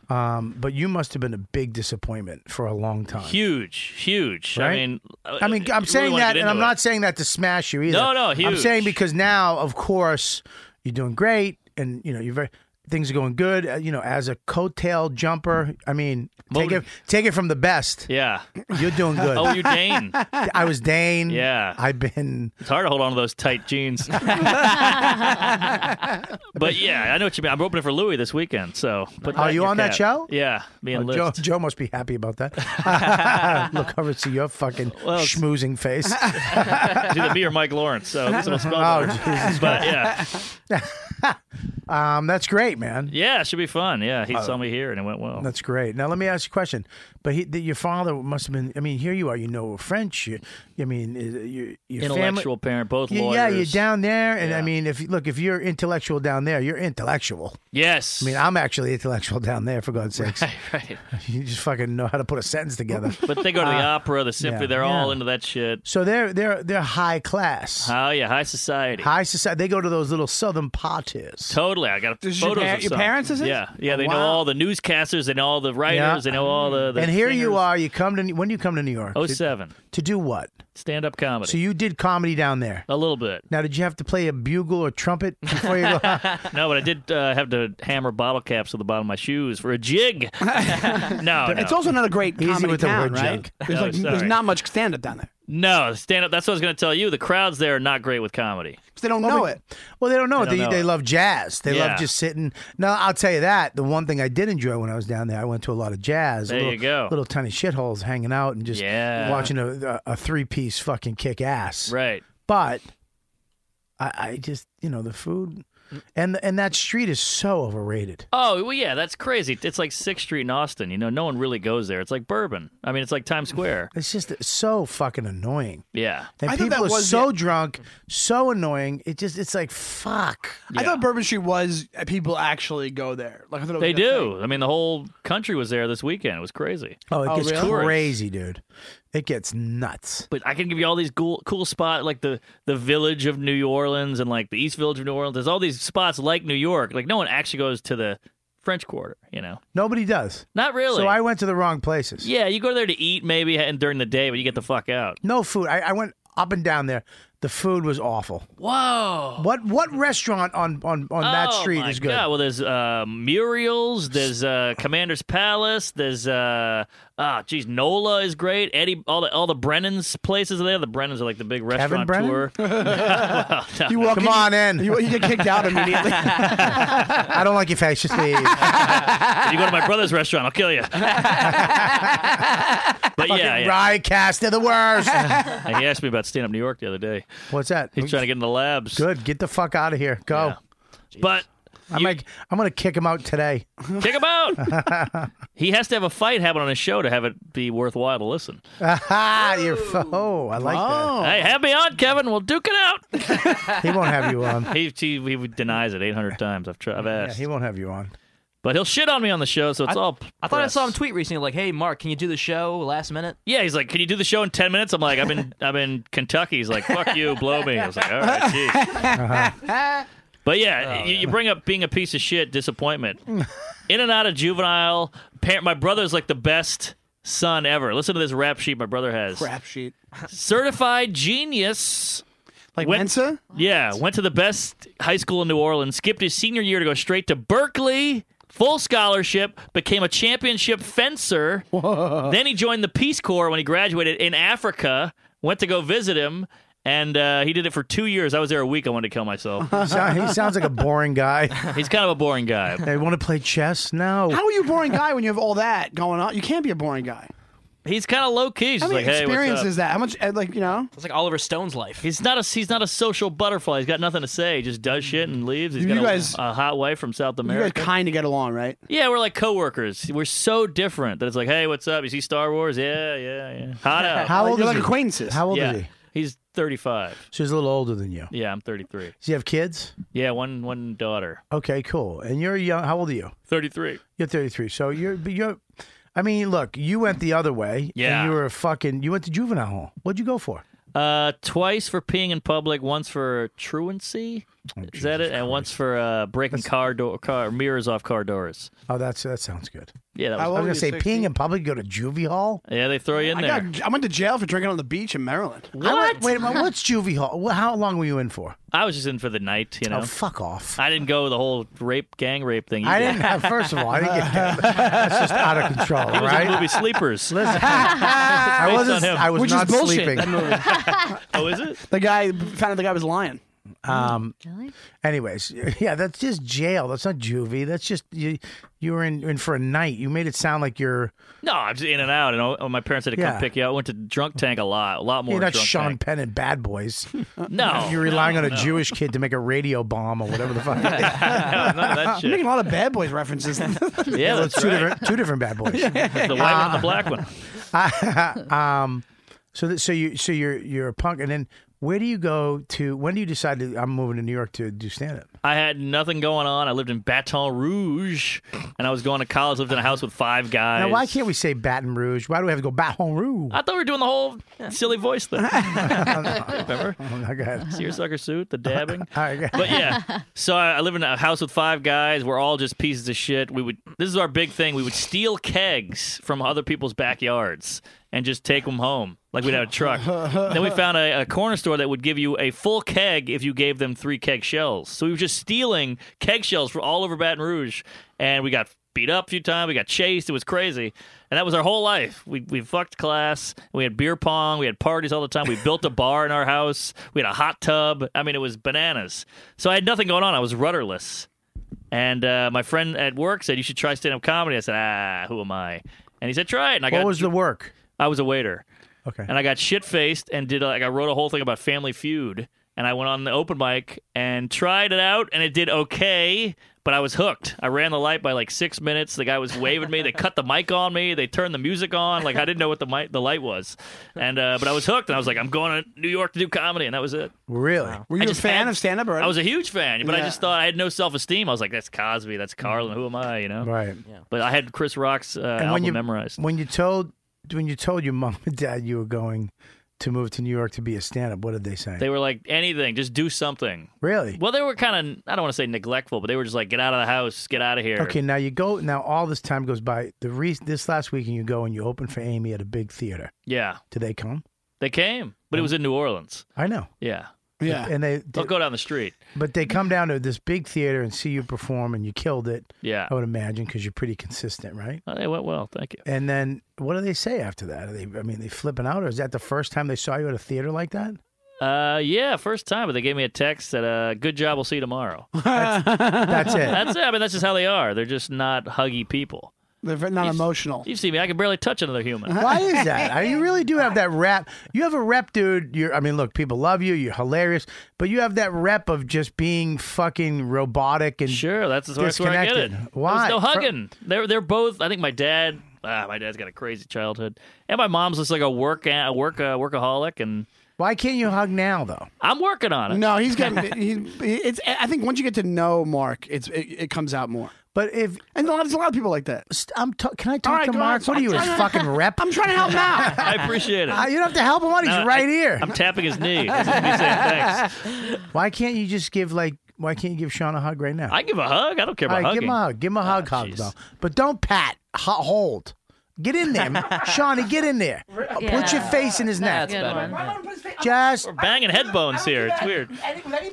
Speaker 2: um, but you must have been a big disappointment for a long time.
Speaker 11: Huge, huge.
Speaker 2: Right?
Speaker 11: I mean, uh,
Speaker 2: I mean,
Speaker 11: you
Speaker 2: I'm
Speaker 11: really
Speaker 2: saying
Speaker 11: wanna
Speaker 2: that,
Speaker 11: get
Speaker 2: and I'm
Speaker 11: into it.
Speaker 2: not saying that to smash you either.
Speaker 11: No, no,
Speaker 2: I'm
Speaker 11: huge.
Speaker 2: saying because now, of course, you're doing great, and you know you're very things are going good. Uh, you know, as a coattail jumper, I mean, take it take it from the best. <laughs>
Speaker 11: Yeah,
Speaker 2: you're doing good.
Speaker 11: <laughs> Oh, you're Dane.
Speaker 2: I was Dane.
Speaker 11: Yeah.
Speaker 2: I've been.
Speaker 11: It's hard to hold on to those
Speaker 2: <laughs>
Speaker 11: tight jeans. but yeah, I know what you mean. I'm opening for Louis this weekend, so. Put
Speaker 2: Are
Speaker 11: that in
Speaker 2: you
Speaker 11: your
Speaker 2: on that
Speaker 11: cap.
Speaker 2: show?
Speaker 11: Yeah, me and
Speaker 2: Oh,
Speaker 11: Liz. <laughs>
Speaker 2: Joe, Joe must be happy about that. <laughs> Look over to your fucking schmoozing
Speaker 11: <laughs>
Speaker 2: face.
Speaker 11: It's either me or Mike Lawrence. So this will spell
Speaker 2: Oh,
Speaker 11: better.
Speaker 2: Jesus
Speaker 11: But yeah,
Speaker 2: Um, that's great, man.
Speaker 11: yeah, it should be fun. Yeah, he
Speaker 2: Uh,
Speaker 11: saw me here and it went well.
Speaker 2: That's great. Now let me ask you a question. But he, the, your father must have been. I mean, here you are. You know French. You, I mean, is- you, your family-
Speaker 11: Intellectual parent, both
Speaker 2: You- Yeah, you're
Speaker 11: lawyers.
Speaker 2: down there, and I
Speaker 11: Yeah.
Speaker 2: mean, if you- look, if you're intellectual down there, you're intellectual.
Speaker 11: Yes.
Speaker 2: I mean, I'm actually intellectual down there, for God's sakes.
Speaker 11: right.
Speaker 2: <laughs> You just fucking know how to put a sentence
Speaker 11: <laughs>
Speaker 2: together.
Speaker 11: But they go to the
Speaker 2: Uh,
Speaker 11: opera, the symphony.
Speaker 2: yeah,
Speaker 11: they're all
Speaker 2: yeah.
Speaker 11: into that shit.
Speaker 2: So they're they're they're high class,
Speaker 11: Oh yeah, high society.
Speaker 2: high society. They go to those little southern parties.
Speaker 11: Totally. I got
Speaker 2: This is your
Speaker 11: photos
Speaker 2: par-
Speaker 11: of
Speaker 2: your
Speaker 11: some.
Speaker 2: parents, is it?
Speaker 11: Yeah, yeah. They know
Speaker 2: Wow.
Speaker 11: all the newscasters. They know all the writers. They know all the. the
Speaker 2: and here you
Speaker 11: singers. Oh,
Speaker 2: are. You come to when do you come to New York? To-
Speaker 11: 07.
Speaker 2: to do what?
Speaker 11: Stand up comedy.
Speaker 2: So you did comedy down there.
Speaker 11: a little bit.
Speaker 2: Now, did you have to play a bugle or
Speaker 11: <laughs>
Speaker 2: trumpet before you go?
Speaker 11: no, but I did uh, have to hammer bottle caps to the bottom of my shoes for
Speaker 2: <laughs>
Speaker 11: a jig. no,
Speaker 10: It's
Speaker 11: no.
Speaker 10: also not a great
Speaker 11: Easy
Speaker 10: comedy
Speaker 11: with the
Speaker 10: town,
Speaker 11: word
Speaker 10: right?
Speaker 11: joke.
Speaker 10: There's,
Speaker 11: Oh,
Speaker 10: like, there's
Speaker 11: sorry.
Speaker 10: not much stand up down there.
Speaker 11: no stand up. That's what I was going to tell you. The crowds there are not great with comedy.
Speaker 10: 'Cause They don't
Speaker 2: Well,
Speaker 10: know
Speaker 2: but-
Speaker 10: it.
Speaker 2: Well, they don't know.
Speaker 11: They
Speaker 2: They,
Speaker 11: don't know
Speaker 2: they
Speaker 11: it.
Speaker 2: love jazz. They
Speaker 11: Yeah.
Speaker 2: love just sitting. Now, I'll tell you that. The one thing I did enjoy when I was down there, I went to a lot of jazz.
Speaker 11: There
Speaker 2: little,
Speaker 11: you go.
Speaker 2: Little tiny shitholes hanging out and just
Speaker 11: Yeah.
Speaker 2: watching a, a, three piece fucking kick ass.
Speaker 11: Right.
Speaker 2: But I, I just, you know, the food and and that street is so overrated.
Speaker 11: Oh well, yeah, that's crazy. It's like Sixth Street in Austin. You know, no one really goes there. It's like Bourbon. I mean, it's like Times Square.
Speaker 2: It's just so fucking annoying.
Speaker 11: Yeah,
Speaker 2: And
Speaker 10: I
Speaker 2: people
Speaker 10: thought that
Speaker 2: are
Speaker 10: was
Speaker 2: so
Speaker 10: the-
Speaker 2: drunk, so annoying. It just, it's like, fuck.
Speaker 10: I thought Bourbon Street was uh, people actually go there. Like I thought it was
Speaker 11: they
Speaker 10: a thing.
Speaker 11: do. I mean, the whole country was there this weekend. It was crazy.
Speaker 2: Oh, it
Speaker 10: Oh,
Speaker 2: gets
Speaker 10: really?
Speaker 2: crazy, dude. It gets nuts.
Speaker 11: But I can give you all these cool, cool spots, like the the village of New Orleans and like the East Village of New Orleans. There's all these spots like New York. Like no one actually goes to the French Quarter. You know,
Speaker 2: Nobody does.
Speaker 11: not really.
Speaker 2: So I went to the wrong places.
Speaker 11: yeah, you go there to eat maybe and during the day, but you get the fuck out.
Speaker 2: No food. I, I went up and down there. The food was awful.
Speaker 11: Whoa.
Speaker 2: What what restaurant on on, on that
Speaker 11: Oh,
Speaker 2: street
Speaker 11: my
Speaker 2: is good?
Speaker 11: God. Well, there's uh, Muriel's, there's uh, Commander's Palace, there's uh, ah, geez, Nola is great. Eddie, all the all the Brennan's places are there. The Brennan's are like the big
Speaker 2: Kevin
Speaker 11: restaurant
Speaker 2: Brennan?
Speaker 11: tour. Well, no,
Speaker 10: You walk
Speaker 2: Come
Speaker 10: in,
Speaker 2: on in.
Speaker 10: You, you get kicked
Speaker 2: <laughs>
Speaker 10: out immediately.
Speaker 2: I don't like your face.
Speaker 11: <laughs>
Speaker 2: Just leave.
Speaker 11: If you go to my brother's restaurant, I'll
Speaker 2: <laughs>
Speaker 11: kill you. but yeah, yeah.
Speaker 2: Ryecast, they're the
Speaker 11: <laughs>
Speaker 2: worst.
Speaker 11: And he asked me about stand up New York the other day.
Speaker 2: What's that?
Speaker 11: He's trying to get in the labs.
Speaker 2: Good. Get the fuck out of here. Go.
Speaker 11: But
Speaker 2: I'm like, I'm gonna kick him out today.
Speaker 11: kick him
Speaker 7: <laughs>
Speaker 11: out. he has to have a fight happen on his show to have it be worthwhile to listen.
Speaker 2: Aha, you're fo- oh, I like
Speaker 11: Hey, have me on, Kevin. We'll duke it out. <laughs> Oh.
Speaker 2: that. He won't have you on.
Speaker 11: he, he, he denies it 800 times. I've, tried, I've
Speaker 2: Yeah,
Speaker 11: asked.
Speaker 2: he won't have you on.
Speaker 11: but he'll shit on me on the show, so it's
Speaker 7: I-
Speaker 11: all.
Speaker 7: I thought I
Speaker 11: press.
Speaker 7: saw him tweet recently, like, "Hey, Mark, can you do the show last minute?"
Speaker 11: Yeah, he's like, "Can you do the show in ten minutes?" I'm like, "I'm in, I'm in Kentucky." He's like, "Fuck you, blow me." I was like, "All right, geez." But yeah, you, you bring up being a piece of shit, disappointment, in and out of juvenile. Parent, my brother's like the best son ever. Listen to this rap sheet my brother has.
Speaker 10: Crap sheet.
Speaker 11: Certified genius.
Speaker 10: Like
Speaker 11: Went-
Speaker 10: Mensa?
Speaker 11: Yeah, went to the best high school in New Orleans, skipped his senior year to go straight to Berkeley, full scholarship, became a championship fencer. Then he joined the Peace Corps when he graduated in Africa, went to go visit him, and uh, he did it for two years. I was there a week. I wanted to
Speaker 10: <laughs>
Speaker 11: kill myself.
Speaker 2: He sound- he
Speaker 11: <laughs>
Speaker 2: sounds like a boring guy.
Speaker 11: He's kind of a boring guy.
Speaker 2: They want to play chess? No.
Speaker 10: How are you a boring guy when you have all that going on? You can't be a boring guy.
Speaker 11: He's kind of low key. He's
Speaker 10: How
Speaker 11: just
Speaker 10: many
Speaker 11: like, hey, what's
Speaker 10: experience
Speaker 11: up?
Speaker 10: is that? How much? uh, Like you know,
Speaker 7: It's like Oliver Stone's life.
Speaker 11: He's not a he's not a social butterfly. He's got nothing to say. He just does shit and leaves. He's
Speaker 10: You
Speaker 11: got a-
Speaker 10: guys-
Speaker 11: a, hot wife from South America.
Speaker 10: you guys kind of get along, right?
Speaker 11: yeah, we're like coworkers. We're so different that it's like, hey, what's up? You see Star Wars? Yeah,
Speaker 2: <laughs>
Speaker 11: yeah, yeah. Hot out.
Speaker 2: How old
Speaker 11: You're
Speaker 2: is
Speaker 11: like
Speaker 2: he?
Speaker 11: a qu-
Speaker 10: acquaintances.
Speaker 2: How old
Speaker 11: Yeah.
Speaker 2: is he?
Speaker 11: He's 35.
Speaker 2: So he's a little older than you.
Speaker 11: Yeah, I'm 33.
Speaker 2: Does he have kids?
Speaker 11: Yeah, one one daughter.
Speaker 2: Okay, cool. And you're young. How old are you?
Speaker 11: 33.
Speaker 2: You're 33. So you're but you're. I mean, look, you went the other way.
Speaker 11: Yeah.
Speaker 2: And you were a fucking. You went to juvenile hall. What'd you go for?
Speaker 11: Uh, twice for peeing in public, once for truancy.
Speaker 2: Oh,
Speaker 11: is that it? And once for uh, breaking car door car mirrors off car doors.
Speaker 2: Oh, that's that sounds good.
Speaker 11: Yeah, that
Speaker 2: I
Speaker 11: was-
Speaker 2: was gonna say peeing in public. Go to juvie hall.
Speaker 11: Yeah, they throw you in
Speaker 10: I,
Speaker 11: there.
Speaker 10: got, I went to jail for drinking on the beach in Maryland.
Speaker 2: I went- Wait a minute. What's juvie hall? Wha- How long were you in for?
Speaker 11: I was just in for the night, you know.
Speaker 2: Oh, fuck off.
Speaker 11: I didn't go the whole rape gang rape thing. you
Speaker 2: I
Speaker 11: did.
Speaker 2: didn't have. First of all, I didn't
Speaker 11: <laughs>
Speaker 2: get that. That's just out of control,
Speaker 11: He was in
Speaker 2: right?
Speaker 11: the
Speaker 2: <laughs>
Speaker 11: movie Sleepers.
Speaker 2: I
Speaker 11: Based
Speaker 2: wasn't.
Speaker 11: on him.
Speaker 2: I was
Speaker 10: Which is
Speaker 2: not
Speaker 10: bullshit,
Speaker 2: sleeping.
Speaker 10: that movie.
Speaker 11: oh, is it?
Speaker 10: The guy found out the guy was lying.
Speaker 2: Um, Anyways, <laughs> yeah, that's just jail. That's not juvie. That's just you. You were in, in for a night. You made it sound like you're
Speaker 11: No, I'm just in and out. And all- my parents had to
Speaker 2: Yeah.
Speaker 11: come pick you up. I went to drunk tank a lot, a lot more.
Speaker 2: you're not
Speaker 11: drunk
Speaker 2: Sean
Speaker 11: tank.
Speaker 2: Penn and Bad Boys.
Speaker 11: <laughs> No,
Speaker 2: <laughs> you're relying
Speaker 11: no,
Speaker 2: on a
Speaker 11: no.
Speaker 2: Jewish kid to make a radio bomb or whatever the fuck.
Speaker 11: <laughs>
Speaker 2: <laughs>
Speaker 11: no, none of that
Speaker 10: I'm
Speaker 11: shit.
Speaker 10: making a lot of bad boys
Speaker 11: <laughs>
Speaker 10: references.
Speaker 11: Yeah, that's
Speaker 2: two
Speaker 11: right.
Speaker 2: different Ah. two different Bad
Speaker 11: <laughs>
Speaker 2: Boys.
Speaker 11: The white
Speaker 2: <laughs>
Speaker 11: one, and the black one.
Speaker 2: um, so that, so you so you're you're a punk, and then where do you go to? When do you decide to, I'm moving to New York to do stand up?
Speaker 11: I had nothing going on. I lived in Baton Rouge, and I was going to college. Lived in a house with five guys.
Speaker 2: Now, why can't we say Baton Rouge? Why do we have to go Baton Rouge? <laughs>
Speaker 11: I thought we were doing the whole silly voice thing. Remember?
Speaker 2: Oh, go ahead.
Speaker 11: Seersucker suit, the dabbing.
Speaker 2: All right, go ahead.
Speaker 11: but yeah, so I, I live in a house with five guys. We're all just pieces of shit. We would. This is our big thing. We would steal kegs from other people's backyards and just take them home. Like we'd have a truck. then we found a, a corner store that would give you a full keg if you gave them three keg shells. So we were just stealing keg shells from all over Baton Rouge, and we got beat up a few times. We got chased. It was crazy, and that was our whole life. We we fucked class. We had beer pong. We had parties all the time. We
Speaker 2: <laughs>
Speaker 11: built a bar in our house. We had a hot tub. I mean, it was bananas. So I had nothing going on. I was rudderless. And uh, my friend at work said you should try stand up comedy. I said, ah, who am I? And he said, try it. And I
Speaker 2: what
Speaker 11: got
Speaker 2: was the work?
Speaker 11: I was a waiter.
Speaker 2: Okay.
Speaker 11: And I got shit faced and did like I wrote a whole thing about Family Feud and I went on the open mic and tried it out and it did okay, but I was hooked. I ran the light by like six minutes. The guy was waving me. They cut the mic on me. They turned the music on. Like I didn't know what the mic, the light was, and uh, but I was hooked and I was like, I'm going to New York to do comedy and that was it.
Speaker 2: Really?
Speaker 10: Were
Speaker 11: I
Speaker 10: you a
Speaker 11: just
Speaker 10: fan
Speaker 11: had-
Speaker 10: of stand up?
Speaker 11: I was a huge fan, but I
Speaker 10: Yeah.
Speaker 11: just thought I had no self esteem. I was like, that's Cosby, that's Carlin. Who am I? You know.
Speaker 2: Mm-hmm. Right.
Speaker 11: But I had Chris Rock's uh, album
Speaker 2: when you <laughs>
Speaker 11: memorized.
Speaker 2: when you told when you told your mom and dad you were going to move to New York to be a stand up, what did they say?
Speaker 11: They were like, anything, just do something.
Speaker 2: really?
Speaker 11: Well, they were kind of, I don't want to say neglectful, but they were just like, get out of the house, get out of here.
Speaker 2: Okay, now you go. Now all this time goes by. The reason this last weekend you go and you open for Amy at a big theater.
Speaker 11: Yeah.
Speaker 2: Did they come?
Speaker 11: They came, but it was in New Orleans.
Speaker 2: I know.
Speaker 11: Yeah.
Speaker 10: Yeah.
Speaker 2: And they,
Speaker 11: Don't go down the street.
Speaker 2: but they come down to this big theater and see you perform, and you killed it.
Speaker 11: Yeah.
Speaker 2: I would imagine because you're pretty consistent, right?
Speaker 11: Oh, they went well. Thank you.
Speaker 2: And then what do they say after that? Are they, I mean, they flipping out, or is that the first time they saw you at a theater like that?
Speaker 11: Uh, yeah, first time, but they gave me a text that, uh, good job, we'll see
Speaker 2: <laughs>
Speaker 11: you tomorrow.
Speaker 2: That's
Speaker 11: <laughs>
Speaker 2: it.
Speaker 11: that's it. I mean, that's just how they are. They're just not huggy people.
Speaker 10: They're very- not emotional.
Speaker 11: You see me, I can barely touch another human.
Speaker 2: Why is that? I, you really do have that rep. You have a rep, dude. You're, I mean, look, people love you. You're hilarious, but you have that rep of just being fucking robotic and
Speaker 11: Sure, that's, that's where I get it.
Speaker 2: Disconnected. Why?
Speaker 11: There was no
Speaker 2: Fr-
Speaker 11: hugging. They're they're both. I think my dad. Ah, my dad's got a crazy childhood, and my mom's just like a work a work uh, workaholic, and
Speaker 2: Why can't you hug now though?
Speaker 11: I'm working on it.
Speaker 10: No, he's
Speaker 11: <laughs>
Speaker 10: got. he, he- it's. I think once you get to know Mark, it's it, it comes out more.
Speaker 2: But if
Speaker 10: And there's a lot of people like that.
Speaker 2: I'm, t- can I
Speaker 10: All
Speaker 2: talk
Speaker 10: right,
Speaker 2: to
Speaker 10: go
Speaker 2: Mark?
Speaker 10: on.
Speaker 2: What are you,
Speaker 10: I'm
Speaker 2: his
Speaker 10: trying to- <laughs>
Speaker 2: fucking rep?
Speaker 10: I'm
Speaker 11: <laughs>
Speaker 10: trying to help him out.
Speaker 11: I
Speaker 2: <laughs>
Speaker 11: appreciate it.
Speaker 2: Uh, you don't have to help him out. He's
Speaker 11: No, I-
Speaker 2: right here.
Speaker 11: I'm tapping his knee. That's me saying thanks.
Speaker 2: why can't you just give like? Why can't you give Sean a hug right now?
Speaker 11: I give a hug. I don't care
Speaker 2: All
Speaker 11: about
Speaker 2: right,
Speaker 11: hugging.
Speaker 2: give him a hug. Give him a hug, hug
Speaker 11: jeez.
Speaker 2: though. But don't pat. Ho- hold. Get in
Speaker 10: <laughs>
Speaker 2: there, Shawnee. Get in there. Put your face in his neck.
Speaker 7: That's better.
Speaker 2: Just
Speaker 11: We're banging head bones here. It's weird.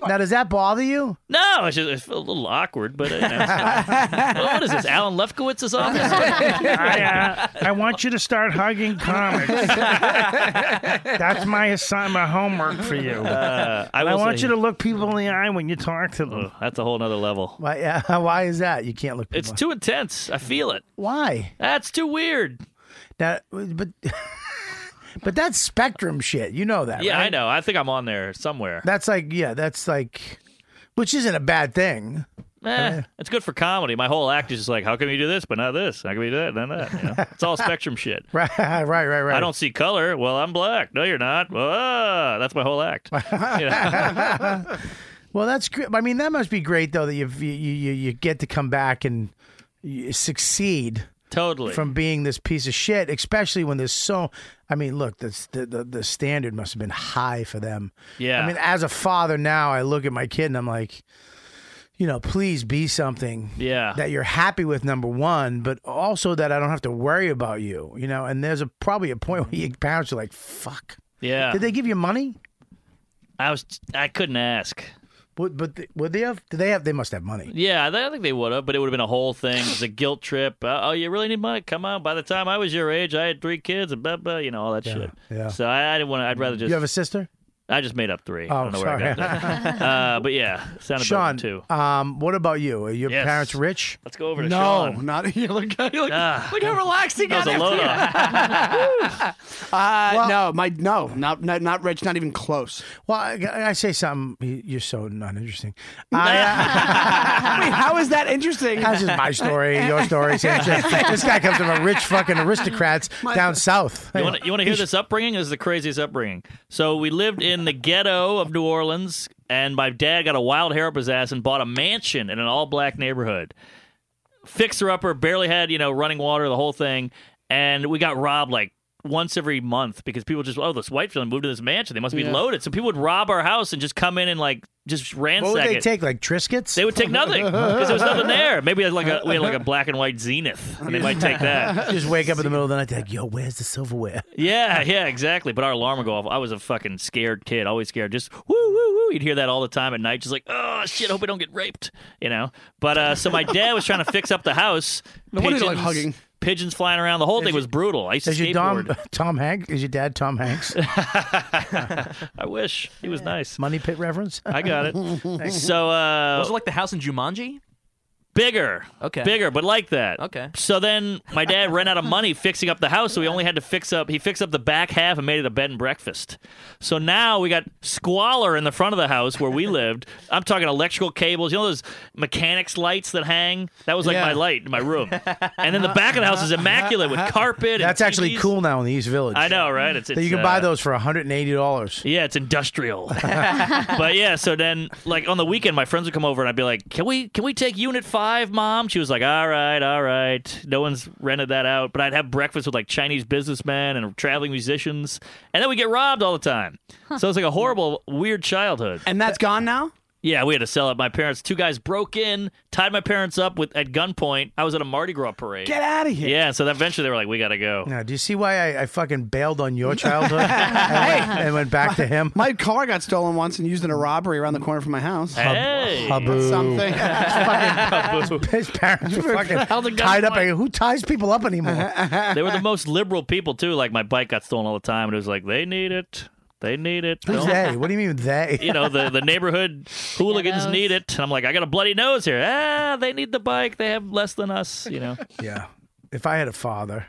Speaker 2: now, does that bother you?
Speaker 11: No, it's just it's a little awkward, but uh, you know, it's fine. Well, what is this? Alan Lefkowitz's office? Uh,
Speaker 12: I, uh, I want you to start hugging comics. That's my assignment, my homework for you.
Speaker 11: Uh, I,
Speaker 12: I
Speaker 11: will
Speaker 12: want
Speaker 11: say-
Speaker 12: you to look people in the eye when you talk to them.
Speaker 11: Oh, that's a whole nother level.
Speaker 2: <laughs> Why? Uh, why is that? You can't look. People.
Speaker 11: It's too intense. I feel it.
Speaker 2: Why?
Speaker 11: That's too weird.
Speaker 2: Now, but <laughs> but that's spectrum shit. You know that,
Speaker 11: yeah,
Speaker 2: right?
Speaker 11: I know. I think I'm on there
Speaker 2: <laughs>
Speaker 11: somewhere.
Speaker 2: That's like yeah, that's like, which isn't a bad thing. <laughs>
Speaker 11: Eh, it's good for comedy. My whole act is just like, how come you do this, but not this? How come you do that, not that? You know? It's all spectrum shit.
Speaker 2: Right, right, right, right.
Speaker 11: I don't see color. Well, I'm black. No, you're not. Well, ah, that's my whole act. You know?
Speaker 2: Well, that's great. I mean, that must be great though that you've- you you you, you get to come back and you succeed.
Speaker 11: Totally.
Speaker 2: From being this piece of shit, especially when there's so, I mean, look, the the, the, the standard must have been high for them.
Speaker 11: Yeah.
Speaker 2: I mean, as a father now, I look at my kid and I'm like, you know, please be something
Speaker 11: Yeah.
Speaker 2: that you're happy with number one, but also that I don't have to worry about you, you know. And there's a probably a point where your parents are like, "Fuck,
Speaker 11: Mm-hmm. Yeah.
Speaker 2: did they give you money?
Speaker 11: I was. I couldn't ask.
Speaker 2: Would but th- would they have? Do they have? They must have money.
Speaker 11: Yeah, I th- I think they would have, but it would have been a whole thing. It was a guilt trip. Uh, oh, you really need money? Come on. By the time I was your age, I had three kids and blah blah. You know all that shit.
Speaker 2: yeah.
Speaker 11: So I, I didn't want. to. I'd rather just.
Speaker 2: you have a sister?
Speaker 11: I just made up three. I
Speaker 2: Oh,
Speaker 11: don't know where I got
Speaker 2: sorry. <laughs>
Speaker 11: that. uh, but yeah, sounded
Speaker 2: Sean,
Speaker 11: better too.
Speaker 2: um, what about you? Are your parents rich?
Speaker 11: Let's go over to
Speaker 10: no,
Speaker 11: Sean.
Speaker 10: not <laughs> you look, you look, look how relaxed he
Speaker 11: Ah. that
Speaker 10: got.
Speaker 11: was a
Speaker 10: after
Speaker 11: load
Speaker 10: that. uh, no, my no, not not, not rich, not even
Speaker 11: <laughs>
Speaker 10: close.
Speaker 2: Well, I, I say something. you- You're so not interesting. I,
Speaker 10: Wait, how is that interesting?
Speaker 2: That's just my story, your story, same shit. This guy comes from a rich fucking aristocrats down south.
Speaker 11: You want to you wanna hear this upbringing? This is the craziest upbringing. So we lived in the ghetto of New Orleans, and my dad got a wild hair up his ass and bought a mansion in an all black neighborhood. Fixer upper, barely had you know running water, the whole thing, and we got robbed like once every month because people just oh this white family moved to this mansion they must be
Speaker 2: Yeah.
Speaker 11: loaded so people would rob our house and just come in and like just ransack
Speaker 2: What would they
Speaker 11: it.
Speaker 2: take? Like Triscuits?
Speaker 11: They would take nothing because there was nothing there. Maybe like a, we had like a black and white zenith, and they might take
Speaker 2: <laughs>
Speaker 11: that.
Speaker 2: Just wake up in the middle of the night, like, yo, where's the
Speaker 11: <laughs>
Speaker 2: silverware?
Speaker 11: Yeah, yeah, exactly. But our alarm would go off. I was a fucking scared kid, always scared. Just woo, woo, woo. You'd hear that all the time at night, just like, oh shit, hope we don't get raped, you know. But uh, so my dad was trying to fix up the house.
Speaker 10: <laughs> No wonder you like hugging.
Speaker 11: Pigeons flying around. The whole thing was brutal. I used to
Speaker 2: Is your
Speaker 11: skateboard.
Speaker 2: Dom, <laughs> Tom Hanks? Is your dad Tom
Speaker 11: <laughs>
Speaker 2: Hanks?
Speaker 11: I wish he was nice.
Speaker 2: Money pit
Speaker 11: <laughs>
Speaker 2: reference?
Speaker 11: I
Speaker 10: <laughs>
Speaker 11: got it. so uh,
Speaker 7: was it like the house in Jumanji?
Speaker 11: Bigger.
Speaker 7: Okay.
Speaker 11: Bigger, but like that.
Speaker 7: Okay.
Speaker 11: So then my dad ran out of
Speaker 2: <laughs>
Speaker 11: money fixing up the house, so we only had to fix up. He fixed up the back half and made it a bed and breakfast. So now we got squalor in the front of the
Speaker 2: <laughs>
Speaker 11: house where we lived. I'm talking electrical cables. You know those mechanics lights that hang? That was like
Speaker 2: Yeah.
Speaker 11: my light in my room.
Speaker 2: <laughs>
Speaker 11: And then the back of the house is immaculate with carpet. and
Speaker 2: That's actually
Speaker 11: TVs.
Speaker 2: cool now in the East Village.
Speaker 11: I know, right? It's, it's
Speaker 2: you can
Speaker 11: uh,
Speaker 2: buy those for $180.
Speaker 11: Yeah, it's industrial. but yeah, so then like on the weekend, my friends would come over and I'd be like, "Can we can we take Unit Five, Mom?" She was like, "All right, all right." No one's rented that out, but I'd have breakfast with like Chinese businessmen and traveling musicians, and then we get robbed all the time. So it's like a horrible, weird childhood.
Speaker 10: And that's gone now.
Speaker 11: Yeah, we had to sell it. My parents, two guys broke in, tied my parents up with at gunpoint. I was at a Mardi Gras parade.
Speaker 10: Get outta here.
Speaker 11: Yeah, so then eventually they were like, "We gotta go."
Speaker 2: Now, do you see why I, I fucking bailed on
Speaker 11: <laughs>
Speaker 2: your childhood and, went, and went back to him?
Speaker 10: My car got stolen once and used in a robbery around the corner from my house.
Speaker 11: Hey.
Speaker 10: That's
Speaker 11: <laughs>
Speaker 10: something.
Speaker 2: His parents were
Speaker 11: Held a Uh-huh.
Speaker 2: fucking
Speaker 11: gun
Speaker 2: tied up.
Speaker 11: point.
Speaker 2: Who ties people up anymore?
Speaker 11: they were the most liberal people too. Like my bike got stolen all the time, and it was like they need it, they need it.
Speaker 2: Who's
Speaker 11: Don't-
Speaker 2: they? What do you mean they?
Speaker 11: You know the the
Speaker 10: <laughs>
Speaker 11: neighborhood hooligans
Speaker 2: Ghettos.
Speaker 11: need it. And I'm like, I got a bloody nose here. Ah, they need the bike. They have less than us.
Speaker 10: <laughs>
Speaker 11: You know.
Speaker 2: Yeah. If I had a father,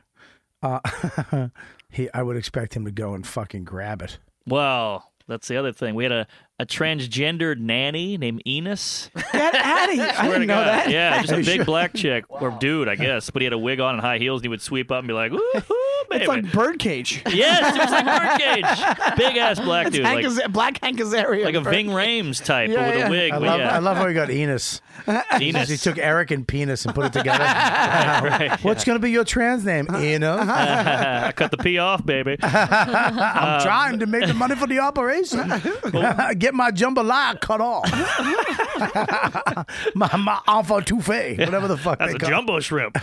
Speaker 2: uh, <laughs> he I would expect him to go and fucking grab it.
Speaker 11: Well, that's the other thing. We had a a transgendered nanny named
Speaker 10: <laughs>
Speaker 11: Enos.
Speaker 10: Get out of here. I
Speaker 11: Swear to
Speaker 10: didn't know
Speaker 11: God.
Speaker 10: that.
Speaker 11: Yeah,
Speaker 10: <laughs>
Speaker 11: just a
Speaker 10: Are you
Speaker 11: big
Speaker 10: sure?
Speaker 11: black chick or dude, I guess. But he had a wig on and high heels, and he would sweep up and be like, "Ooh, baby."
Speaker 10: <laughs> It's like <laughs> birdcage.
Speaker 11: Yes, it was like birdcage. Big ass black
Speaker 10: It's
Speaker 11: dude,
Speaker 10: Hank
Speaker 11: like-
Speaker 10: Aza- black Hank Azaria.
Speaker 11: like a
Speaker 10: bird-
Speaker 11: Ving Rhames type,
Speaker 10: Yeah,
Speaker 11: but with
Speaker 10: yeah.
Speaker 11: a wig.
Speaker 2: I
Speaker 11: but
Speaker 2: love
Speaker 11: yeah.
Speaker 2: I love how he got Enos.
Speaker 11: Enos.
Speaker 2: He took Eric and penis and put it
Speaker 11: <laughs>
Speaker 2: together.
Speaker 11: right,
Speaker 2: What's gonna be your trans name?
Speaker 11: Uh-huh.
Speaker 2: Enos.
Speaker 11: <laughs> I cut the pee
Speaker 2: <laughs>
Speaker 11: off, baby.
Speaker 2: I'm
Speaker 11: Um,
Speaker 2: trying to make the money for the
Speaker 11: <laughs>
Speaker 2: operation. <laughs> Get my jambalaya cut off. <laughs> my my enfant touffee, whatever the fuck
Speaker 11: That's
Speaker 2: they
Speaker 11: a
Speaker 2: call it. <laughs>
Speaker 11: jumbo shrimp.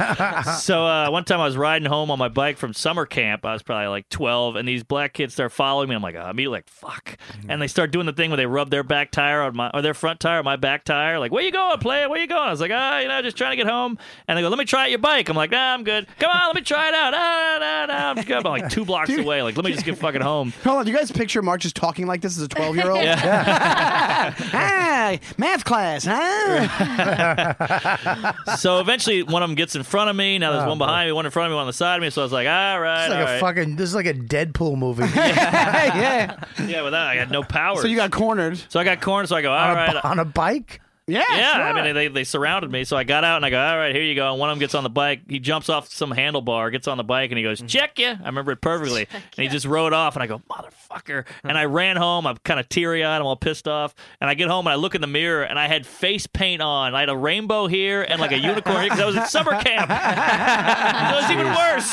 Speaker 11: so uh, one time I was riding home on my bike from summer camp. I was probably like 12, and these black kids start following me. I'm like, oh, immediately like, fuck. And they start doing the thing where they rub their back tire on my or their front tire on my back tire. Like, where you going, player? Where you going? I was like, ah, you know, just trying to get home. And they go, let me try out your bike. I'm like, nah, I'm good. Come on, let me try it out. Ah, nah, nah, I'm
Speaker 2: <laughs>
Speaker 11: good. I'm like two blocks away. Like, let me just get fucking home.
Speaker 10: Hold on, do you guys picture Mark just talking like this as a 12 year old?
Speaker 11: <laughs> Yeah.
Speaker 10: ah, math class, huh?
Speaker 11: so eventually, one of them gets in front of me. Now there's
Speaker 2: Oh,
Speaker 11: one behind me, one in front of me, one on the side of me. So I was like, all right,
Speaker 2: It's like
Speaker 11: all
Speaker 2: a
Speaker 11: right.
Speaker 2: fucking. This is like a Deadpool
Speaker 11: <laughs>
Speaker 2: movie.
Speaker 11: yeah, yeah. With that, I had no power.
Speaker 2: So you got
Speaker 10: cornered.
Speaker 11: So I got cornered. So I go, all
Speaker 2: on,
Speaker 11: right.
Speaker 2: a, on a bike.
Speaker 10: Yeah,
Speaker 11: yeah. I mean, they, they surrounded me, so I got out and I go, all right, here you go. And one of them gets on the bike. He jumps off some handlebar, gets on the bike, and he
Speaker 2: Mm-hmm.
Speaker 11: goes, check ya. I remember
Speaker 2: <laughs>
Speaker 11: it perfectly. and he just rode off, and I go, motherfucker. and I
Speaker 2: Mm-hmm.
Speaker 11: ran home. I'm kind of teary eyed. I'm all pissed off. And I get home and I look in the mirror, and I had face paint on. I had a rainbow here and like a unicorn because I was at summer camp. That was even worse.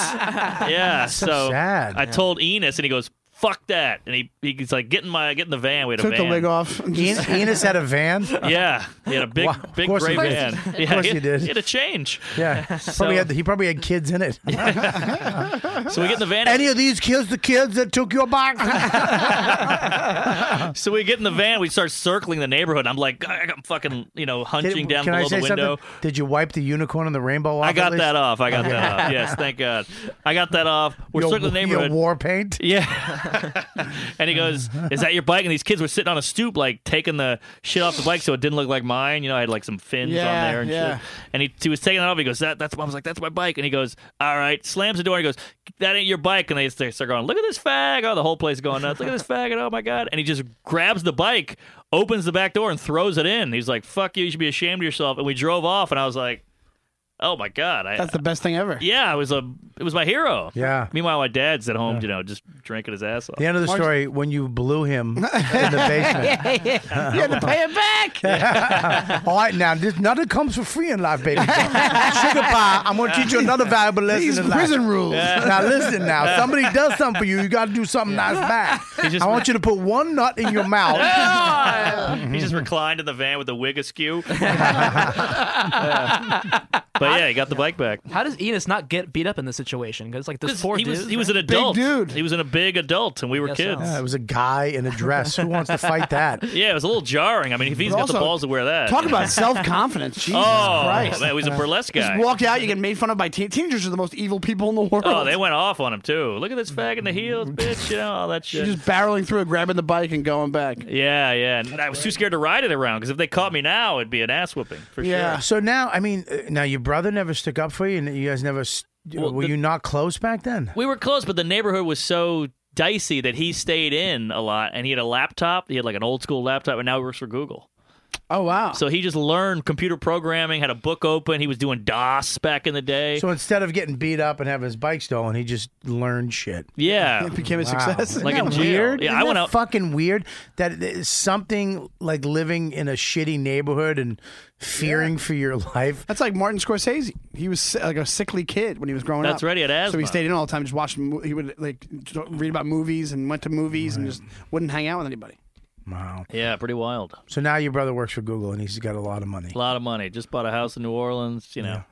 Speaker 11: Yeah.
Speaker 2: That's so
Speaker 11: So,
Speaker 2: sad.
Speaker 11: I told Enos, and he goes, fuck that. And he, he's like, get in my get in the van. We had a
Speaker 10: Took the
Speaker 11: van.
Speaker 10: wig off.
Speaker 2: En- Enos had a
Speaker 11: <laughs>
Speaker 2: van.
Speaker 11: Yeah, he had a big,
Speaker 2: Wow.
Speaker 11: big
Speaker 2: Of course
Speaker 11: gray
Speaker 2: he did.
Speaker 11: van.
Speaker 2: Of
Speaker 11: Yeah,
Speaker 2: course
Speaker 11: he,
Speaker 2: he did.
Speaker 11: He had
Speaker 2: <laughs>
Speaker 11: a change.
Speaker 2: Yeah,
Speaker 11: <laughs> So,
Speaker 2: probably had, he probably had kids in
Speaker 11: <laughs>
Speaker 2: it.
Speaker 11: so we get in the van.
Speaker 2: Any of these kids, the kids that took your
Speaker 11: <laughs>
Speaker 2: bike?
Speaker 11: so we get in the van. We start circling the neighborhood. I'm like, I- I'm fucking, you know, hunching
Speaker 2: Did-
Speaker 11: down
Speaker 2: can I
Speaker 11: below
Speaker 2: say
Speaker 11: the window.
Speaker 2: something? Did you wipe the unicorn and the rainbow off?
Speaker 11: I
Speaker 2: at
Speaker 11: got
Speaker 2: least?
Speaker 11: that off. I got
Speaker 2: <laughs>
Speaker 11: that
Speaker 2: Okay.
Speaker 11: off. Yes, thank God. I got that off. We're
Speaker 2: Your-
Speaker 11: circling the
Speaker 2: your
Speaker 11: neighborhood.
Speaker 2: war paint.
Speaker 11: <laughs> Yeah. and he goes, "Is that your bike?" And these kids were sitting on a stoop, like taking the shit off the bike, so it didn't look like mine. You know, I had like some fins
Speaker 10: Yeah,
Speaker 11: on there and
Speaker 10: yeah.
Speaker 11: shit. And he, he was taking it off. He goes, "That that's." I was like, "That's my bike." And he goes, "All right." Slams the door. and He goes, "That ain't your bike." And they they start going, "Look at this fag!" Oh, the whole place is going nuts. Look at this fag! And oh my god! And he just grabs the bike, opens the back door, and throws it in. He's like, "Fuck you! You should be ashamed of yourself." And we drove off. And I was like. Oh my God! I,
Speaker 10: That's the best thing ever.
Speaker 11: yeah, it was a it was my hero.
Speaker 2: Yeah.
Speaker 11: Meanwhile, my dad's at home, you know, just drinking his ass off. <laughs>
Speaker 2: The end of the story when you blew him in the basement.
Speaker 10: you had to pay it back.
Speaker 2: All right, now this nothing comes for free in life,
Speaker 11: <laughs>
Speaker 2: baby. Sugar pie. I'm gonna teach you another valuable lesson.
Speaker 10: These
Speaker 2: in life.
Speaker 10: prison rules.
Speaker 2: Now listen. Now if somebody does something for you. You got to do something nice back.
Speaker 11: He's just-
Speaker 2: I want you to put one nut in your
Speaker 11: <laughs>
Speaker 2: mouth.
Speaker 11: he just reclined in the van with the wig <laughs> askew. Yeah. But yeah, he got the bike back.
Speaker 7: How does Enos not get beat up in this situation? Because like there's four
Speaker 11: He
Speaker 7: dudes.
Speaker 11: was he was an
Speaker 7: right?
Speaker 11: adult dude. He was in a big adult, and we were
Speaker 7: Yes,
Speaker 11: kids.
Speaker 2: yeah, it was a guy in a dress. Who wants to fight that?
Speaker 11: Yeah, it was a little jarring. I mean, if he's
Speaker 10: But
Speaker 11: got the
Speaker 10: also,
Speaker 11: balls to wear that,
Speaker 10: Talk
Speaker 11: you know.
Speaker 10: about self confidence. Jesus
Speaker 11: Oh,
Speaker 10: Christ.
Speaker 11: man, he was a burlesque guy.
Speaker 10: Just walked out, you get made fun of by teen- teenagers are the most evil people in the world.
Speaker 11: Oh, they went off on him too. Look at this fag in the heels, bitch. You know all that shit.
Speaker 10: You're Mm. just barreling through it, grabbing the bike and going back.
Speaker 11: Yeah, yeah. And I was too scared to ride it around because if they caught me now, it'd be an ass whooping for sure.
Speaker 2: So now, I mean, uh, now your brother never stuck up for you, and you guys never. s were you not close back then?
Speaker 11: We were close, but the neighborhood was so dicey that he stayed in a lot and he had a laptop. He had like an old school laptop and now he works for Google.
Speaker 10: Oh wow!
Speaker 11: So he just learned computer programming, had a book open. He was doing DOS back in the day.
Speaker 2: So instead of getting beat up and having his bike stolen, he just learned shit. <laughs>
Speaker 11: yeah,
Speaker 10: it became a
Speaker 2: Wow.
Speaker 10: success.
Speaker 11: Like
Speaker 2: Isn't
Speaker 11: in
Speaker 2: that
Speaker 11: jail.
Speaker 2: weird?
Speaker 11: Yeah,
Speaker 2: Isn't
Speaker 11: I went
Speaker 2: that
Speaker 11: out-
Speaker 2: Fucking weird that it is something like living in a shitty neighborhood and fearing for your life.
Speaker 10: <laughs> That's like Martin Scorsese. He was si- like a sickly kid when he was growing
Speaker 11: That's
Speaker 10: up.
Speaker 11: right, he had
Speaker 10: So he
Speaker 11: asthma.
Speaker 10: stayed in all the time, just watched. mo- He would like just read about movies and went to movies and just wouldn't hang out with anybody.
Speaker 2: Wow.
Speaker 11: yeah, pretty wild.
Speaker 2: So now your brother works for Google and he's got a lot of money.
Speaker 11: A lot of money. Just bought a house in New Orleans. You know,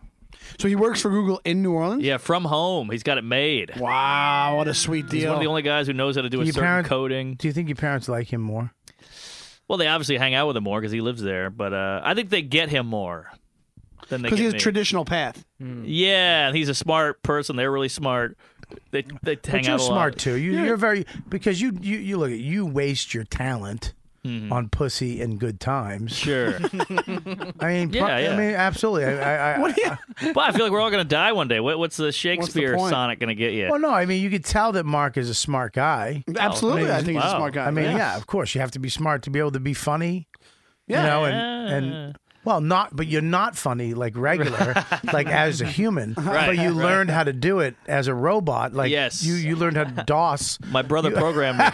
Speaker 10: So he works for Google in New Orleans.
Speaker 11: yeah, from home. He's got it made.
Speaker 10: Wow, what a sweet deal!
Speaker 11: He's one of the only guys who knows how to do a certain
Speaker 2: parent-
Speaker 11: coding.
Speaker 2: Do you think your parents like him more?
Speaker 11: Well, they obviously hang out with him more because he lives there. But uh, I think they get him more than they
Speaker 10: Because he has
Speaker 11: get
Speaker 10: a
Speaker 11: me.
Speaker 10: traditional path.
Speaker 11: Yeah, and he's a smart person. They're really smart. They they hang
Speaker 2: but you're
Speaker 11: out a
Speaker 2: smart
Speaker 11: lot.
Speaker 2: too. You, You're very because you you you look at you waste your talent
Speaker 11: Mm-hmm.
Speaker 2: on pussy and good times.
Speaker 11: <laughs> Sure.
Speaker 2: <laughs> I mean, pro-
Speaker 11: Yeah, yeah.
Speaker 2: I mean, absolutely.
Speaker 11: <laughs>
Speaker 2: I, I, I,
Speaker 11: but I feel like we're all gonna die one day. What, what's the Shakespeare
Speaker 2: point?
Speaker 11: sonnet gonna get you?
Speaker 2: Well, no, I mean, you could tell that Mark is a smart guy.
Speaker 10: Absolutely, I think he's a
Speaker 2: wow.
Speaker 10: smart guy,
Speaker 2: I mean,
Speaker 10: yeah.
Speaker 2: yeah. of course, you have to be smart to be able to be funny.
Speaker 10: Yeah.
Speaker 2: You know, and and well, not, but you're not funny like
Speaker 11: <laughs>
Speaker 2: regular, like as a human.
Speaker 11: Right,
Speaker 2: But you
Speaker 11: right.
Speaker 2: learned how to do it as a robot. Like
Speaker 11: Yes.
Speaker 2: you you learned how
Speaker 11: <laughs>
Speaker 2: to DOS.
Speaker 11: My brother programmed me.
Speaker 2: <laughs>
Speaker 11: Beep,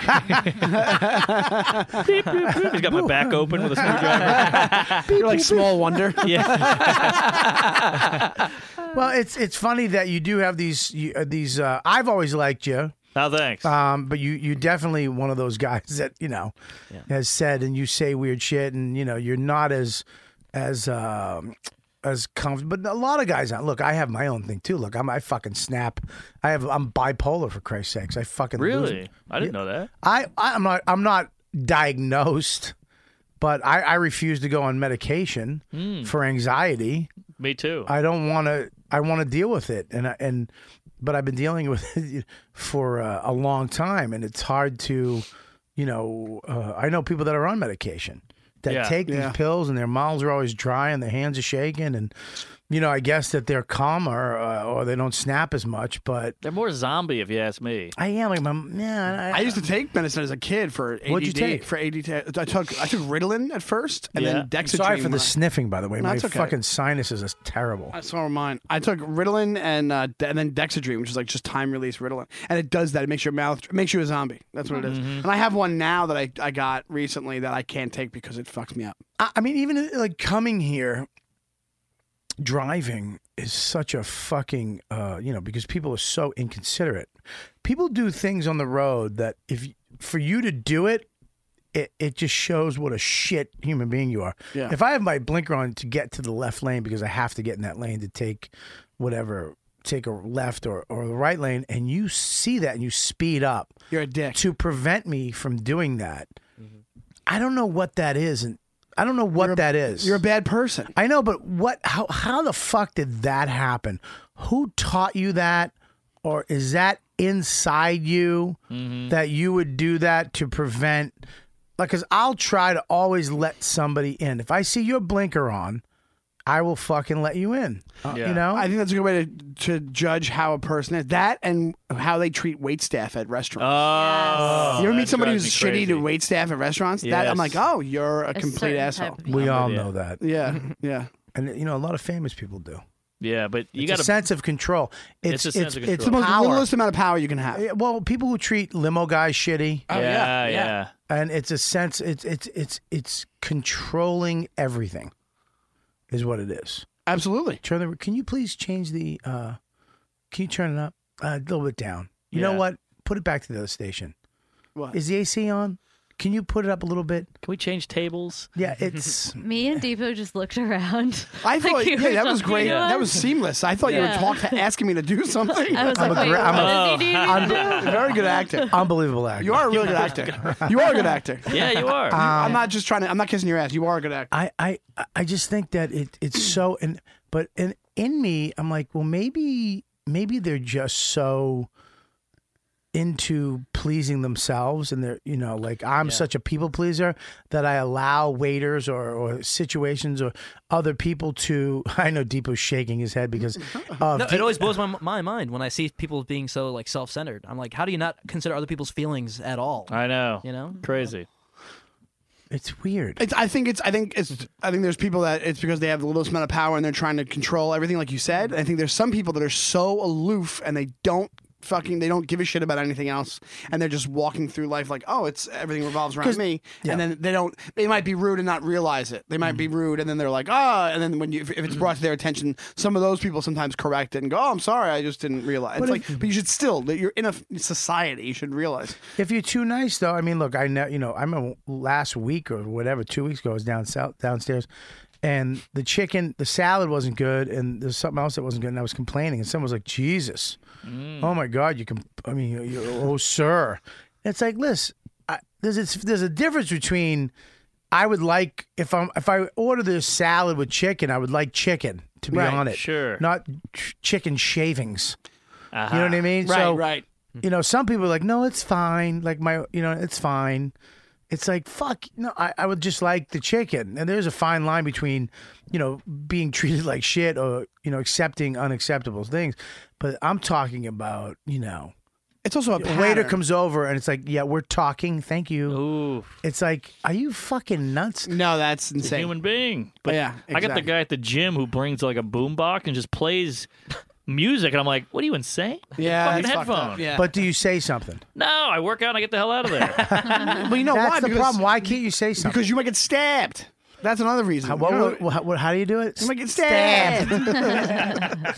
Speaker 11: boop, boop. He's got my back open with a
Speaker 2: <laughs>
Speaker 11: screwdriver.
Speaker 10: You're like small wonder.
Speaker 11: yeah.
Speaker 2: Well, it's it's funny that you do have these you, uh, these. Uh, I've always liked you.
Speaker 11: Oh, thanks.
Speaker 2: Um, but you you definitely one of those guys <laughs> that you know has said and you say weird shit and you know you're not as as um, as comfortable. But a lot of guys out. Look, I have my own thing too. Look, I'm I fucking snap. I have I'm bipolar for Christ's sakes. I fucking lose-
Speaker 11: Really? I didn't know that.
Speaker 2: I I- I'm not I'm not diagnosed, but I I refuse to go on medication
Speaker 11: Hmm.
Speaker 2: for anxiety.
Speaker 11: Me too.
Speaker 2: I don't want to. I want to deal with it, and I, and <laughs> but I've been dealing with it for uh, a long time, and it's hard to, you know, uh, I know people that are on medication that
Speaker 4: Yeah.
Speaker 2: take these
Speaker 4: Yeah.
Speaker 2: pills and their mouths are always dry and their hands are shaking and you know I guess that they're calmer uh, or they don't snap as much. But
Speaker 11: They're more zombie, if you ask me.
Speaker 2: I am like my man. I,
Speaker 10: I used to take medicine as a kid for ADD.
Speaker 2: What'd you take?
Speaker 10: For ADD, I took I took Ritalin at first, and then
Speaker 2: I'm
Speaker 10: Dexedrine.
Speaker 2: sorry for
Speaker 10: when I-
Speaker 2: the sniffing, by the way.
Speaker 10: No,
Speaker 2: my
Speaker 10: it's okay.
Speaker 2: fucking sinuses is terrible.
Speaker 10: That's all mine. I took Ritalin and uh, de- and then Dexedrine, which is like just time release Ritalin, and it does that. It makes your mouth it makes you a zombie. That's what it is.
Speaker 11: Mm-hmm.
Speaker 2: Mhm.
Speaker 10: And I have one now that I, I got recently that I can't take because it fucks me up.
Speaker 2: I, I mean, even like coming here, driving is such a fucking, uh, you know, because people are so inconsiderate. People do things on the road that if for you to do it, it, it just shows what a shit human being you are.
Speaker 4: Yeah.
Speaker 2: If I have my blinker on to get to the left lane because I have to get in that lane to take whatever, take a left or, or the right lane, and you see that and you speed up.
Speaker 10: You're a dick.
Speaker 2: To prevent me from doing that. I don't know what that is, and I don't know what that is. You're a
Speaker 10: bad person.
Speaker 2: I know, but what? How? How the fuck did that happen? Who taught you that, or is that inside you that you would do that to prevent? Like, cause I'll try to always let somebody in. If I see your blinker on, I will fucking let you in. Uh, You know,
Speaker 10: I think that's a good way to, to judge how a person is. That and how they treat wait staff at restaurants.
Speaker 11: Oh,
Speaker 10: you ever
Speaker 11: that
Speaker 10: meet somebody
Speaker 11: drives
Speaker 10: who's
Speaker 11: me
Speaker 10: shitty to wait staff at restaurants? That I'm
Speaker 11: Yes.
Speaker 10: like, oh, you're a,
Speaker 11: A
Speaker 10: complete
Speaker 11: certain
Speaker 10: asshole.
Speaker 11: type of
Speaker 2: we all know that.
Speaker 11: <laughs>
Speaker 10: Yeah, yeah.
Speaker 2: And you know, a lot of famous people do.
Speaker 11: Yeah, but you
Speaker 2: it's
Speaker 11: got
Speaker 2: a sense of control. It's
Speaker 11: It's a sense of
Speaker 2: It's
Speaker 10: the most
Speaker 2: power.
Speaker 10: littlest amount of power you can have.
Speaker 2: Yeah, well, people who treat limo guys shitty.
Speaker 10: Oh, yeah, Yeah, yeah. yeah.
Speaker 2: And it's a sense. It's it's it's it's controlling everything, is what it is.
Speaker 10: Absolutely.
Speaker 2: Turn the. Can you please change the? uh Can you turn it up Uh, a little bit down? You know
Speaker 11: Yeah.
Speaker 2: what? Put it back to the other station.
Speaker 10: What?
Speaker 2: Is the AC on? Can you put it up a little bit?
Speaker 11: Can we change tables?
Speaker 2: Yeah, it's.
Speaker 6: Me and Deepu just looked around.
Speaker 10: I
Speaker 6: Like
Speaker 10: thought,
Speaker 6: you were
Speaker 10: yeah, that was
Speaker 6: talking
Speaker 10: great.
Speaker 6: to
Speaker 10: That
Speaker 6: us.
Speaker 10: was seamless. I thought
Speaker 6: Yeah.
Speaker 10: you were talk- asking me to
Speaker 6: <laughs>
Speaker 10: do something.
Speaker 6: I
Speaker 10: <laughs>
Speaker 6: was like, wait,
Speaker 2: gra-
Speaker 6: what
Speaker 2: a-
Speaker 6: does he do?
Speaker 2: I'm-
Speaker 10: Very good actor.
Speaker 2: Unbelievable actor.
Speaker 10: You are a really good actor. You are a good actor.
Speaker 11: Um,
Speaker 2: Yeah, <laughs> you are.
Speaker 10: I'm not just trying to. I'm not kissing your ass. You are a good actor.
Speaker 2: I, I I just think that it it's
Speaker 7: Hmm.
Speaker 2: so and but in in me I'm like well maybe maybe they're just so into pleasing themselves and they're you know like I'm such a people pleaser that I allow waiters or, or situations or other people to <laughs> I know Deepu's shaking his head
Speaker 7: <laughs>
Speaker 2: because uh,
Speaker 7: No,
Speaker 2: Deep-
Speaker 7: it always blows my, my mind when I see people being so like self-centered. I'm like, how do you not consider other people's feelings at all?
Speaker 11: I know.
Speaker 7: You know,
Speaker 11: crazy.
Speaker 2: it's weird.
Speaker 10: It's, I think it's. I think it's. I think there's people that it's because they have the littlest amount of power and they're trying to control everything, like you said. I think there's some people that are so aloof and they don't fucking. They don't give a shit about anything else, and they're just walking through life like, oh, it's everything revolves around
Speaker 2: 'Cause-
Speaker 10: me.
Speaker 2: yeah. Mm-hmm.
Speaker 10: And then they don't. They might be rude and not realize it. They might be rude, and then they're like, ah. and then when you, if it's brought to their attention, some of those people sometimes correct it and go, oh, I'm sorry, I just didn't realize.
Speaker 2: But
Speaker 10: It's
Speaker 2: if-
Speaker 10: like, but you should still. that You're in a f- society. You should realize.
Speaker 2: If you're too nice, though, I mean, look, I know, you know, I remember last week or whatever, two weeks ago, I was down south, downstairs, and the chicken, the salad wasn't good, and there's something else that wasn't good, and I was complaining, and someone was like, "Jesus,
Speaker 11: Mm.
Speaker 2: oh my God, you can," I mean, you, you, oh sir, it's like, listen, I, there's it's, there's a difference between. I would like if I'm if I order this salad with chicken, I would like chicken to be
Speaker 11: Right,
Speaker 2: on it,
Speaker 11: sure. Uh-huh.
Speaker 2: not ch- chicken shavings. You know what I mean?
Speaker 11: Right,
Speaker 2: so,
Speaker 11: right.
Speaker 2: You know, some people are like, no, it's fine. Like my, you know, it's fine. It's like fuck. No, I, I would just like the chicken. And there's a fine line between, you know, being <laughs> treated like shit or you know accepting unacceptable things. But I'm talking about, you know,
Speaker 10: it's also a
Speaker 2: waiter
Speaker 10: pattern.
Speaker 2: comes over and it's like, yeah, we're talking. Thank you.
Speaker 11: Ooh.
Speaker 2: It's like, are you fucking nuts?
Speaker 10: No, that's
Speaker 11: It's a
Speaker 10: insane.
Speaker 11: human being. But
Speaker 10: yeah,
Speaker 11: I got the
Speaker 10: exactly.
Speaker 11: guy at the gym who brings like a boombox and just plays music, and I'm like, what are you insane?
Speaker 10: Yeah,
Speaker 11: Fucking
Speaker 10: that's fucked up.
Speaker 11: headphone.
Speaker 10: Yeah.
Speaker 2: But do you say something?
Speaker 11: no, I work out and I get the hell out of there.
Speaker 10: well, you know
Speaker 2: That's
Speaker 10: why?
Speaker 2: the
Speaker 10: Because-
Speaker 2: problem. Why can't you say something?
Speaker 10: Because you might get stabbed. That's another reason.
Speaker 2: How,
Speaker 10: You know-
Speaker 2: Uh, what, what, how, how do you do it?
Speaker 10: You might get stabbed.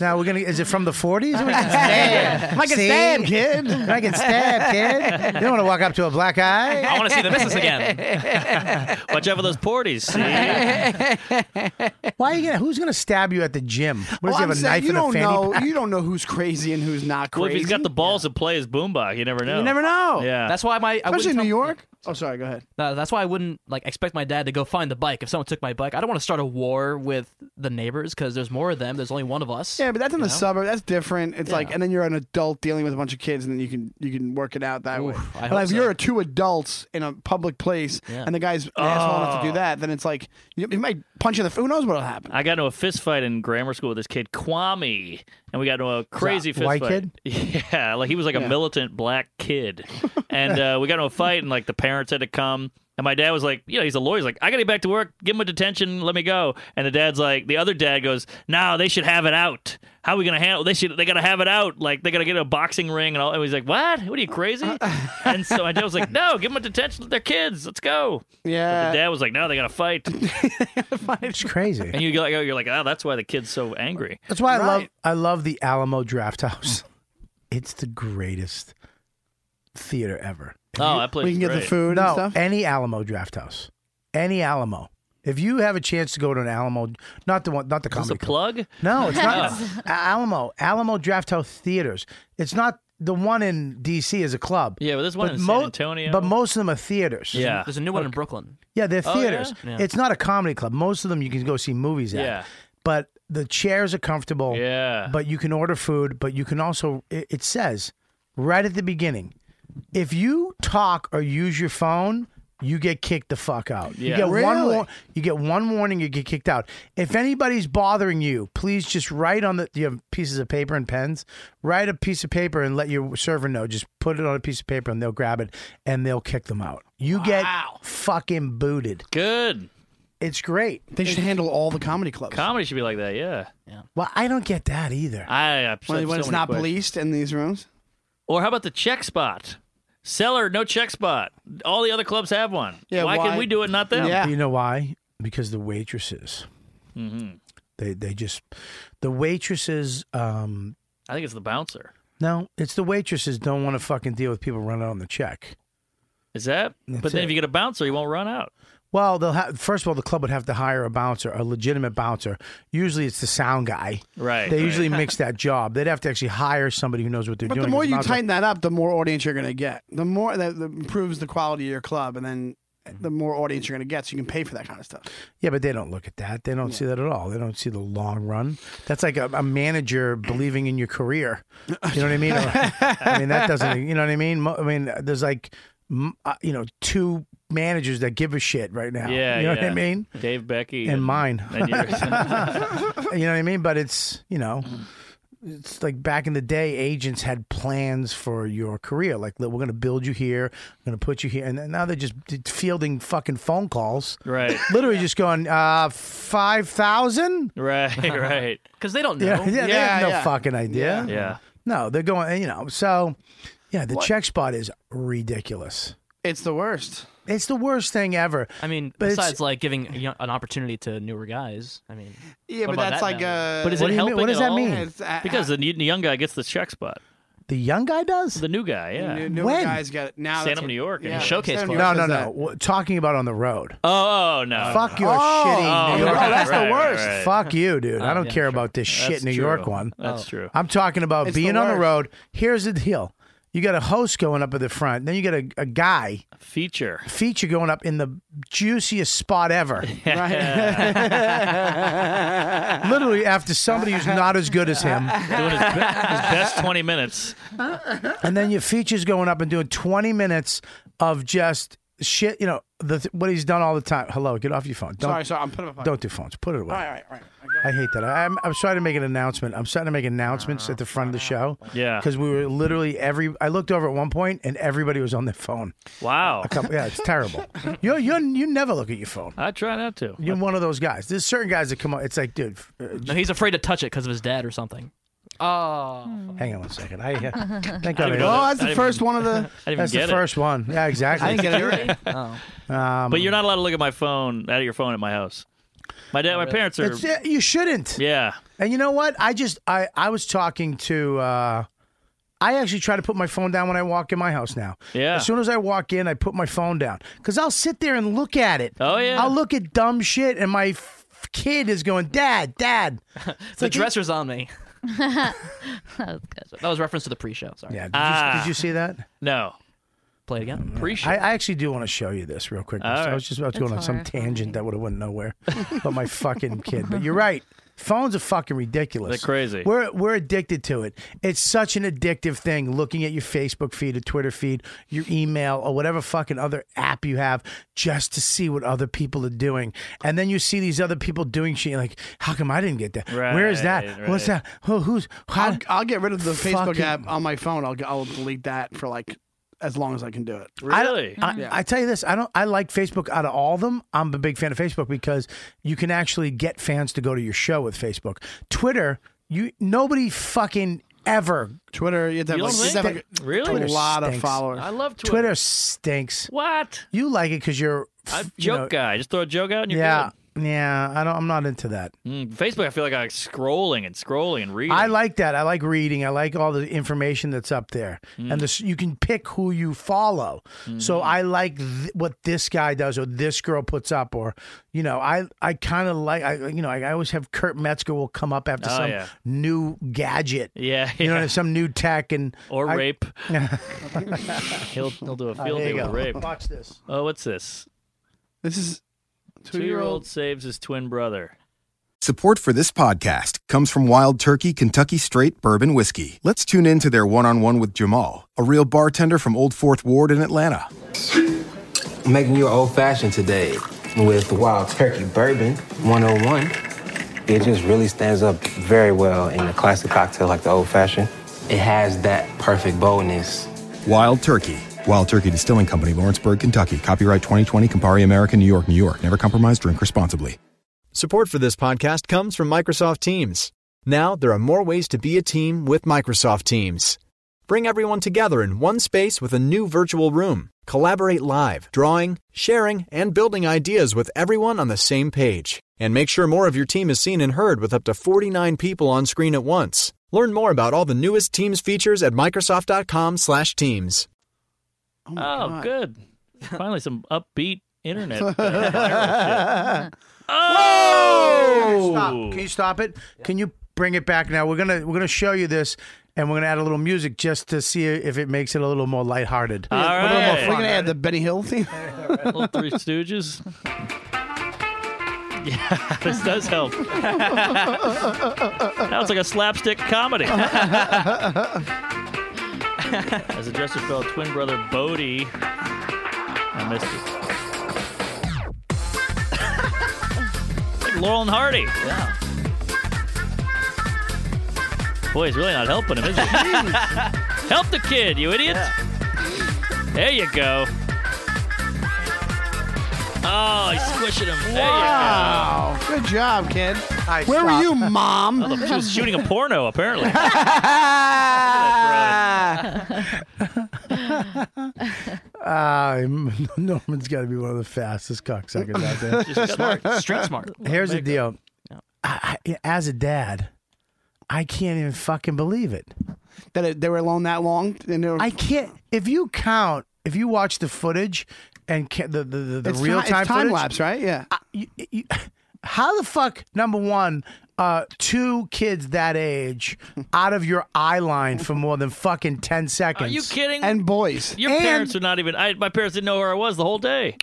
Speaker 2: <laughs> now we're gonna. Is it from the forties? I
Speaker 10: Stabbed. Might get stabbed, kid.
Speaker 2: I get stabbed, kid. You don't want to walk up to a black eye.
Speaker 11: I want to see the
Speaker 10: <laughs>
Speaker 11: missus again. Watch out for those porties. See?
Speaker 2: Why are you gonna? Who's gonna stab you at the gym? What
Speaker 10: Well,
Speaker 2: does he
Speaker 10: Oh, I'm
Speaker 2: have a
Speaker 10: saying
Speaker 2: knife
Speaker 10: you
Speaker 2: in a
Speaker 10: don't
Speaker 2: fanny
Speaker 10: know.
Speaker 2: pack?
Speaker 10: You don't know who's crazy and who's not crazy.
Speaker 11: Well, if he's got the balls to play his boombox, you never know.
Speaker 10: You never know.
Speaker 11: Yeah.
Speaker 7: That's why my I
Speaker 10: Especially in
Speaker 7: wouldn't
Speaker 10: New York.
Speaker 7: tell-
Speaker 10: Oh, sorry. Go ahead.
Speaker 7: Uh, that's why I wouldn't like expect my dad to go find the bike if someone took my bike. I don't want to start a war with the neighbors because there's more of them. There's only one of us.
Speaker 10: Yeah, but that's in
Speaker 7: you
Speaker 10: the
Speaker 7: know?
Speaker 10: suburb. That's different. It's like,
Speaker 7: Yeah.
Speaker 10: and then you're an adult dealing with a bunch of kids, and then you can you can work it out that way.
Speaker 7: I
Speaker 10: but
Speaker 7: hope
Speaker 10: if
Speaker 7: so.
Speaker 10: you're two adults in a public place,
Speaker 11: Yeah.
Speaker 10: and the guy's an asshole enough to do
Speaker 11: Oh.
Speaker 10: that, then it's like you, he might punch you in the. Who knows what'll happen?
Speaker 11: I got into a fist fight in grammar school with this kid Kwame, and we got into a crazy
Speaker 10: Is
Speaker 11: fist
Speaker 10: that white
Speaker 11: fight. <laughs> Yeah, like he was like
Speaker 10: Yeah.
Speaker 11: a militant black
Speaker 10: <laughs>
Speaker 11: kid, and uh, we got into a fight, and like the parents had to come. And my dad was like, you know, he's a lawyer. He's like, I got to get back to work. Give him a detention. Let me go. And the dad's like, the other dad goes, no, they should have it out. How are we gonna handle? They should. They gotta have it out. Like they gotta get a boxing ring and all. And he's like, what? What are you
Speaker 10: <laughs>
Speaker 11: crazy? and so my dad was like, no, give them a detention. They're kids. Let's go.
Speaker 10: Yeah.
Speaker 11: But the dad was like, no, they gotta fight.
Speaker 2: It's crazy.
Speaker 10: <laughs>
Speaker 11: And you go, you're like, oh, that's why the kid's so angry.
Speaker 2: That's why I love I love the Alamo Draft House. It's the greatest theater ever.
Speaker 11: Oh, that place
Speaker 10: We can
Speaker 11: is
Speaker 10: get the
Speaker 11: great.
Speaker 10: food and
Speaker 2: no,
Speaker 10: stuff?
Speaker 2: any Alamo Draft House, any Alamo. If you have a chance to go to an Alamo, not the one, not the
Speaker 11: Is
Speaker 2: comedy.
Speaker 11: this a plug?
Speaker 2: No, it's
Speaker 11: <laughs>
Speaker 2: not A- Alamo. Alamo Draft House Theaters. It's not the one in D.C. is a club.
Speaker 11: Yeah, but there's one in San Antonio.
Speaker 2: But most of them are theaters.
Speaker 7: Yeah. There's a new one in Brooklyn.
Speaker 2: Yeah, they're
Speaker 7: Oh, yeah?
Speaker 2: theaters.
Speaker 7: Yeah.
Speaker 2: It's not a comedy club. Most of them you can go see movies at.
Speaker 7: Yeah.
Speaker 2: But the chairs are comfortable.
Speaker 11: Yeah.
Speaker 2: But you can order food, but you can also, it, it says right at the beginning if you talk or use your phone, you get kicked the fuck out. You
Speaker 4: Yeah.
Speaker 2: get one
Speaker 4: Really?
Speaker 2: war- you get one warning, you get kicked out. If anybody's bothering you, please just write on the you have pieces of paper and pens. Write a piece of paper and let your server know. Just put it on a piece of paper and they'll grab it and they'll kick them out. You get fucking booted.
Speaker 11: Good.
Speaker 2: It's great.
Speaker 10: They should handle all the comedy clubs.
Speaker 11: Comedy should be like that, yeah. Yeah.
Speaker 2: Well, I don't get that either.
Speaker 11: I, I
Speaker 10: When, when it's not policed in these rooms.
Speaker 11: Or how about the check spot? Seller, no check spot. All the other clubs have one.
Speaker 2: Yeah,
Speaker 11: why,
Speaker 2: why-
Speaker 11: can we do it, not them?
Speaker 2: Do You know why? Because the waitresses.
Speaker 4: Mm-hmm.
Speaker 11: Mhm.
Speaker 2: They they just the waitresses um
Speaker 11: I think it's the bouncer.
Speaker 2: no, it's the waitresses don't want to fucking deal with people running on the check.
Speaker 11: Is that?
Speaker 2: That's
Speaker 11: but then
Speaker 2: it.
Speaker 11: if you get a bouncer, you won't run out.
Speaker 2: Well, they'll have first of all the club would have to hire a bouncer, a legitimate bouncer. Usually it's the sound guy.
Speaker 11: Right,
Speaker 2: They
Speaker 11: right.
Speaker 2: usually mix that job. They'd have to actually hire somebody who knows what they're
Speaker 10: But
Speaker 2: doing.
Speaker 10: the more
Speaker 2: 'cause
Speaker 10: you
Speaker 2: bouncer-
Speaker 10: tighten that up, the more audience you're going to get. The more that, that improves the quality of your club, and then
Speaker 2: Mm-hmm.
Speaker 10: the more audience you're going to get, so you can pay for that kind of stuff.
Speaker 2: Yeah, but they don't look at that. They don't see that at all. They don't see the long run. That's like a, a manager believing in your career. You know what I mean? Or- I mean that doesn't. You know what I mean? Mo- I mean, uh, there's like, m- uh, you know, two managers that give a shit right now.
Speaker 11: Yeah,
Speaker 2: you know what
Speaker 11: yeah.
Speaker 2: I mean?
Speaker 11: Dave Becky
Speaker 2: And mine. <laughs>
Speaker 11: and yours.
Speaker 2: you know what I mean? But it's you know, it's like back in the day, agents had plans for your career. Like "Look, we're going to build you here, I'm going to put you here, and then now they're just d- fielding fucking phone calls.
Speaker 11: Right.
Speaker 2: <laughs> Literally just going uh five thousand.
Speaker 11: <laughs> right, right.
Speaker 7: Because they don't
Speaker 2: <laughs>
Speaker 7: know.
Speaker 2: Yeah, yeah, they have no fucking idea.
Speaker 11: Yeah.
Speaker 2: No, they're going. You know, so yeah, the check spot is ridiculous.
Speaker 10: It's the worst.
Speaker 2: It's the worst thing ever.
Speaker 7: I mean,
Speaker 2: But it's-
Speaker 7: besides like giving a young- an opportunity to newer guys. I mean,
Speaker 10: Yeah, but
Speaker 7: what about
Speaker 10: that's
Speaker 7: that
Speaker 10: like
Speaker 7: now?
Speaker 10: a.
Speaker 11: But is it helping? at all?
Speaker 10: It's, uh,
Speaker 11: because the new- the young guy gets the check spot.
Speaker 2: The young guy does.
Speaker 11: The new guy, yeah.
Speaker 10: New, newer guys got it now.
Speaker 11: Stand up New York and
Speaker 10: Yeah,
Speaker 11: showcase
Speaker 10: Stand Up
Speaker 11: club.
Speaker 2: No,
Speaker 10: New
Speaker 2: no,
Speaker 10: York
Speaker 2: no. We're talking about on the road.
Speaker 11: Oh, oh, no.
Speaker 2: Fuck your shitty New York.
Speaker 11: right, Oh, right, right.
Speaker 2: Fuck you, dude. I
Speaker 11: Oh,
Speaker 2: don't
Speaker 11: yeah,
Speaker 2: care about this
Speaker 11: That's
Speaker 2: shit New
Speaker 11: true.
Speaker 2: York one. Uh,
Speaker 11: That's true.
Speaker 2: I'm talking about
Speaker 11: Oh. It's the
Speaker 2: being on the
Speaker 11: worst.
Speaker 2: road. Here's the deal. You got a host going up at the front, then you got a, a guy
Speaker 11: Feature.
Speaker 2: <laughs> feature going up in the juiciest spot
Speaker 11: <laughs>
Speaker 2: ever.
Speaker 10: Right.
Speaker 2: <laughs> Literally after somebody who's not as good as him.
Speaker 11: Doing his, be- his best 20 minutes.
Speaker 2: and then your features going up and doing 20 minutes of just shit, you know, the what he's done all the time. Hello, get off your phone. Don't,
Speaker 10: Sorry, sorry, I'm putting it up.
Speaker 2: Don't do phones. Put it
Speaker 10: All
Speaker 2: away.
Speaker 10: right, all right, all right.
Speaker 2: I hate that. I- I'm, I'm trying to make an announcement. I'm starting to make announcements at the front of the show.
Speaker 11: Yeah.
Speaker 2: Because we were literally every. I looked over at one point and everybody was on their phone.
Speaker 11: Wow.
Speaker 2: A couple. Yeah, it's terrible. you you you never look at your phone.
Speaker 11: I try not to.
Speaker 2: You're one of those guys. There's certain guys that come on. It's like, dude, f- uh,
Speaker 7: No, he's afraid to touch it because of his dad or something.
Speaker 2: Oh. Hang on one second. I uh, thank God.
Speaker 10: <laughs> I didn't
Speaker 2: I-
Speaker 10: know that. Oh, that's the I didn't first even- one of the- <laughs> I didn't even
Speaker 2: That's
Speaker 11: get
Speaker 2: the
Speaker 11: it.
Speaker 2: first one. Yeah, exactly.
Speaker 11: I didn't get it.
Speaker 2: Um,
Speaker 11: But you're not allowed to look at my phone, out of your phone at my house. My dad, my parents are.
Speaker 2: It's- uh, you shouldn't.
Speaker 11: Yeah.
Speaker 2: And you know what? I just I I was talking to uh I actually try to put my phone down when I walk in my house now.
Speaker 11: Yeah.
Speaker 2: As soon as I walk in, I put my phone down cuz I'll sit there and look at it.
Speaker 11: Oh, yeah.
Speaker 2: I'll look at dumb shit and my f- kid is going, "Dad,
Speaker 11: <laughs>
Speaker 2: dad." It's
Speaker 7: the
Speaker 2: like,
Speaker 7: dresser's on me.
Speaker 6: that was
Speaker 7: That was reference to the pre-show. Sorry.
Speaker 11: Ah.
Speaker 2: Yeah. Did, you, did you see that?
Speaker 11: No.
Speaker 7: play it again.
Speaker 2: <laughs> I, I actually do want to show you this real quick.
Speaker 7: All
Speaker 2: I
Speaker 7: right.
Speaker 2: was just about to go
Speaker 7: It's
Speaker 2: on some tangent that would have went
Speaker 7: <laughs>
Speaker 2: nowhere, but my fucking kid. But you're right. Phones are fucking ridiculous.
Speaker 11: They're crazy.
Speaker 2: We're we're addicted to it. It's such an addictive thing. Looking at your Facebook feed, or Twitter feed, your email, or whatever fucking other app you have, just to see what other people are doing, and then you see these other people doing shit. You're like, how come I didn't get that? Where is that?
Speaker 10: Right,
Speaker 2: What's
Speaker 10: right.
Speaker 2: that? Who, who's? How,
Speaker 10: I'll, I'll get rid of the Facebook
Speaker 2: Fucking-
Speaker 10: app on my phone. I'll, I'll delete that for like as long as I can do it.
Speaker 2: I don't- I, I tell you this, I don't. I like Facebook out of all of them. I'm a big fan of Facebook because you can actually get fans to go to your show with Facebook. Twitter, you nobody fucking ever.
Speaker 10: Twitter, you have to have,
Speaker 2: You
Speaker 10: like,
Speaker 2: don't
Speaker 10: you have to have,
Speaker 2: think?
Speaker 10: like,
Speaker 2: Really?
Speaker 10: a
Speaker 2: Twitter
Speaker 10: lot of
Speaker 2: stinks.
Speaker 10: followers.
Speaker 11: I love Twitter.
Speaker 2: Twitter stinks.
Speaker 11: What?
Speaker 2: You like it because you're
Speaker 11: I'm
Speaker 2: you
Speaker 11: joke
Speaker 2: know-
Speaker 11: guy. Just throw a joke out and you're
Speaker 2: yeah, yeah. I don't. I'm not into that.
Speaker 11: good. Mm, Facebook, I feel like I'm scrolling and scrolling and reading.
Speaker 2: I like that. I like reading. I like all the information that's up there,
Speaker 11: Mm.
Speaker 2: and this, you can pick who you follow. So
Speaker 11: Mm-hmm.
Speaker 2: I like th- what this guy does, or this girl puts up, or you know, I I kind of like. I you know, I, I always have Kurt Metzger will come up after
Speaker 11: Oh,
Speaker 2: some
Speaker 11: yeah.
Speaker 2: new gadget.
Speaker 11: Yeah,
Speaker 2: you know,
Speaker 11: yeah.
Speaker 2: some new tech and
Speaker 11: Or
Speaker 2: I- <laughs>
Speaker 11: rape.
Speaker 2: Yeah.
Speaker 11: he'll, he'll do a
Speaker 2: Ah,
Speaker 11: field
Speaker 2: there
Speaker 11: day
Speaker 2: you
Speaker 11: with
Speaker 2: go.
Speaker 11: rape.
Speaker 2: Watch this.
Speaker 11: Oh, what's this?
Speaker 10: This is
Speaker 11: two-year-old saves his twin brother.
Speaker 13: Support for this podcast comes from Wild Turkey Kentucky Straight Bourbon Whiskey. Let's tune in to their one on one with Jamal, a real bartender from Old Fourth Ward in Atlanta.
Speaker 14: Making your old fashioned today with Wild Turkey Bourbon 101. It just really stands up very well in a classic cocktail like the old fashioned. It has that perfect boldness.
Speaker 13: Wild Turkey. Wild Turkey Distilling Company, Lawrenceburg, Kentucky. Copyright 2020, Campari American, New York, New York. Never compromise, drink responsibly.
Speaker 15: Support for this podcast comes from Microsoft Teams. Now, there are more ways to be a team with Microsoft Teams. Bring everyone together in one space with a new virtual room. Collaborate live, drawing, sharing, and building ideas with everyone on the same page. And make sure more of your team is seen and heard with up to 49 people on screen at once. Learn more about all the newest Teams features at microsoft.com/teams.
Speaker 11: Oh, good. Finally, some upbeat internet. Oh!
Speaker 2: Whoa! Stop. Can you stop it? Can you bring it back now? We're gonna we're gonna show you this, and we're gonna add a little music just to see if it makes it a little more lighthearted.
Speaker 11: All
Speaker 2: a little
Speaker 11: right.
Speaker 2: more
Speaker 10: We're
Speaker 2: fun.
Speaker 10: gonna add the Benny Hill theme.
Speaker 11: Little Three Stooges. <laughs> Yeah, this does help. Sounds like a slapstick comedy. As a dresser fell, twin brother Bodie. I missed it. Like Laurel and Hardy. Yeah. Boy, he's really not helping him, is he? Help the kid, you idiot. There you go. Oh, he's squishing him. There
Speaker 10: Wow. Good job, kid. Where
Speaker 11: stop.
Speaker 10: were
Speaker 2: <laughs>
Speaker 10: you,
Speaker 11: you
Speaker 10: mom?
Speaker 11: go. Oh, she was shooting a porno, apparently.
Speaker 2: Ah, m- <laughs> Norman's got to be one of the fastest cocksuckers out
Speaker 11: <laughs>
Speaker 2: there.
Speaker 7: Just smart. Street smart.
Speaker 2: Here's the deal. I, I, as a dad, I can't even fucking believe it.
Speaker 10: That it, they were alone that long? And they were,
Speaker 2: I can't. If you count, if you watch the footage and ca- the the, the, the
Speaker 10: It's
Speaker 2: real
Speaker 10: ti- it's
Speaker 2: time
Speaker 10: time
Speaker 2: footage-
Speaker 10: lapse, right? Yeah.
Speaker 2: I- you- you- how the fuck number one uh two kids that age out of your eye line for more than fucking 10 seconds
Speaker 11: Are you kidding?
Speaker 10: boys
Speaker 11: Your parents are not even. I, my parents didn't know where I was the whole day.